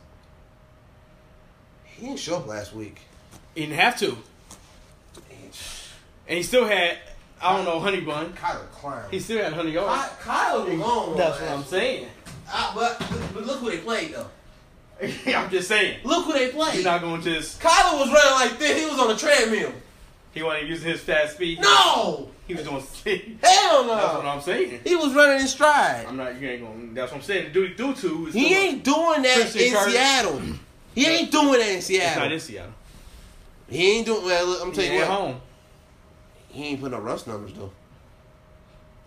Speaker 2: he didn't show up last week.
Speaker 4: he didn't have to, and he still had I don't know honey bun.
Speaker 2: Kyle Klein.
Speaker 4: He still had honey yards.
Speaker 2: Kyle was long.
Speaker 4: That's what I'm saying.
Speaker 2: Ah, but, but look who they played though.
Speaker 4: I'm just saying.
Speaker 2: Look who they
Speaker 4: He's
Speaker 2: played.
Speaker 4: not going to just
Speaker 2: Kyler was running like this. He was on a treadmill.
Speaker 4: he wasn't using his fast speed.
Speaker 2: No,
Speaker 4: he was doing. that's
Speaker 2: hell no.
Speaker 4: what I'm saying.
Speaker 2: He was running in stride.
Speaker 4: I'm not. You ain't going. That's what I'm saying. The dude do to is
Speaker 2: He
Speaker 4: still-
Speaker 2: ain't doing that
Speaker 4: Christian
Speaker 2: in
Speaker 4: Kirk.
Speaker 2: Seattle. He ain't doing that in
Speaker 4: It's not
Speaker 2: Seattle.
Speaker 4: in Seattle.
Speaker 2: He ain't doing. Well, look, I'm
Speaker 4: He
Speaker 2: telling you
Speaker 4: at
Speaker 2: what.
Speaker 4: home.
Speaker 2: He ain't putting up rush numbers though.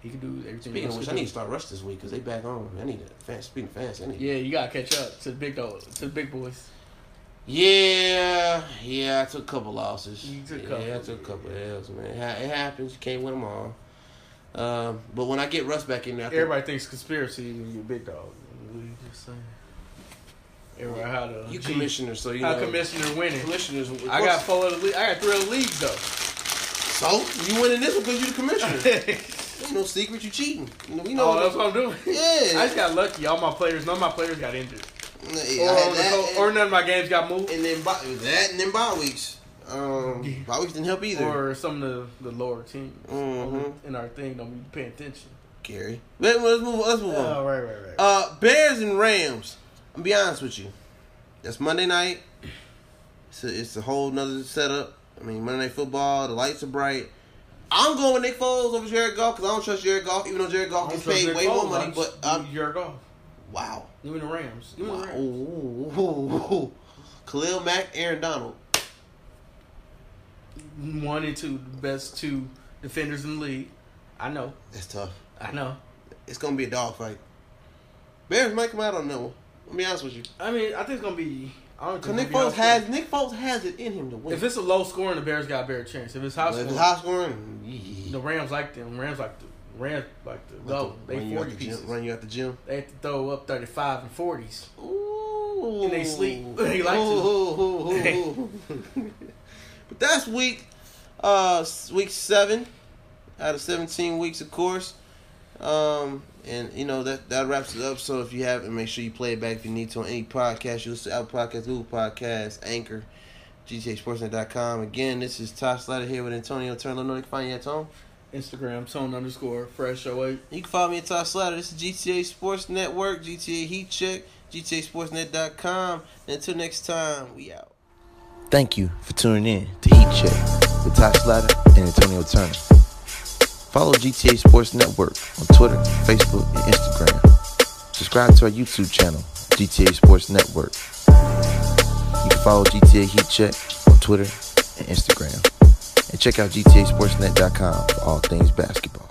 Speaker 4: He can do everything.
Speaker 2: Speaking
Speaker 4: he
Speaker 2: of which,
Speaker 4: wants
Speaker 2: I
Speaker 4: to
Speaker 2: need
Speaker 4: do.
Speaker 2: to start rush this week because they back on. I need to fast. Speaking of fast, I need.
Speaker 4: Yeah, you gotta catch up to the big dogs, to the big boys.
Speaker 2: Yeah, yeah, I took a couple losses.
Speaker 4: You took a
Speaker 2: Yeah, I
Speaker 4: couple.
Speaker 2: took a couple L's, man. It ha- it happens. You can't win them all. Um, but when I get Russ back in there, I think-
Speaker 4: Everybody thinks conspiracy when you're a big dog. What are you just saying? Everybody how the
Speaker 2: you
Speaker 4: G-
Speaker 2: commissioner, so you
Speaker 4: how
Speaker 2: know.
Speaker 4: commissioner winning.
Speaker 2: commissioners. of
Speaker 4: I got
Speaker 2: course-
Speaker 4: four of the le- I got three of the leagues though.
Speaker 2: so you winning this one because you the commissioner. ain't no secret. You cheating. You know, we know.
Speaker 4: oh, that's what I'm doing.
Speaker 2: Yeah.
Speaker 4: I just got lucky. All my players, none of my players got injured,
Speaker 2: Yeah,
Speaker 4: or,
Speaker 2: I had
Speaker 4: on the
Speaker 2: that,
Speaker 4: co-
Speaker 2: and-
Speaker 4: or none of my games got moved,
Speaker 2: and then bye, that and then bye weeks. Um, bye weeks didn't help either.
Speaker 4: or some of the, the lower teams
Speaker 2: Mhm.
Speaker 4: in our thing don't be paying attention.
Speaker 2: Gary, Let, us move. Let's move on.
Speaker 4: right, right, right.
Speaker 2: Uh, Bears and Rams. I'm be honest with you. That's Monday night. It's a, it's a whole nother setup. I mean, Monday Night Football. The lights are bright. I'm going with Nick Foles over Jared Goff because I don't trust Jared Goff, even though Jared Goff gets paid way
Speaker 4: oh,
Speaker 2: more money. But um,
Speaker 4: you're off.
Speaker 2: wow,
Speaker 4: You and the Rams. You and
Speaker 2: wow.
Speaker 4: the Rams.
Speaker 2: Ooh, ooh, ooh. Khalil Mack, Aaron Donald.
Speaker 4: One and two, the best two defenders in the league. I know.
Speaker 2: That's tough.
Speaker 4: I know.
Speaker 2: It's gonna be a dog fight. Bears might come out on that one. Let me be honest with you.
Speaker 4: I mean, I think it's gonna be. I don't
Speaker 2: Cause
Speaker 4: think
Speaker 2: Nick
Speaker 4: it's gonna
Speaker 2: Foles
Speaker 4: be high
Speaker 2: has Nick Foles has it in him to
Speaker 4: scoring.
Speaker 2: win.
Speaker 4: If it's a low scoring, the Bears got a better chance. If it's high
Speaker 2: But if
Speaker 4: scoring,
Speaker 2: it's high scoring, yeah.
Speaker 4: the Rams like them. Rams like the Rams like the
Speaker 2: Run
Speaker 4: go. They
Speaker 2: you out
Speaker 4: forty
Speaker 2: the gym.
Speaker 4: pieces.
Speaker 2: Run you out the gym.
Speaker 4: They have to throw up thirty five and forties.
Speaker 2: Ooh.
Speaker 4: And they sleep. They like to.
Speaker 2: Ooh. but that's week, uh, s- week seven, out of seventeen weeks, of course. Um, and you know that that wraps it up. So if you haven't, make sure you play it back if you need to on any podcast. You listen to Apple Podcast, Google Podcast, Anchor, GTHSportsnet.com. Again, this is Tosh Slider here with Antonio Turner. Let me know they can find you at home.
Speaker 6: Instagram tone underscore fresh 08.
Speaker 2: You can follow me at Todd Slatter. This is GTA Sports Network, GTA Heat Check, GTASportsNet.com. And until next time, we out.
Speaker 1: Thank you for tuning in to Heat Check with Ty Slatter and Antonio Turner. Follow GTA Sports Network on Twitter, Facebook, and Instagram. Subscribe to our YouTube channel, GTA Sports Network. You can follow GTA Heat Check on Twitter and Instagram. And check out GTASportsNet.com for all things basketball.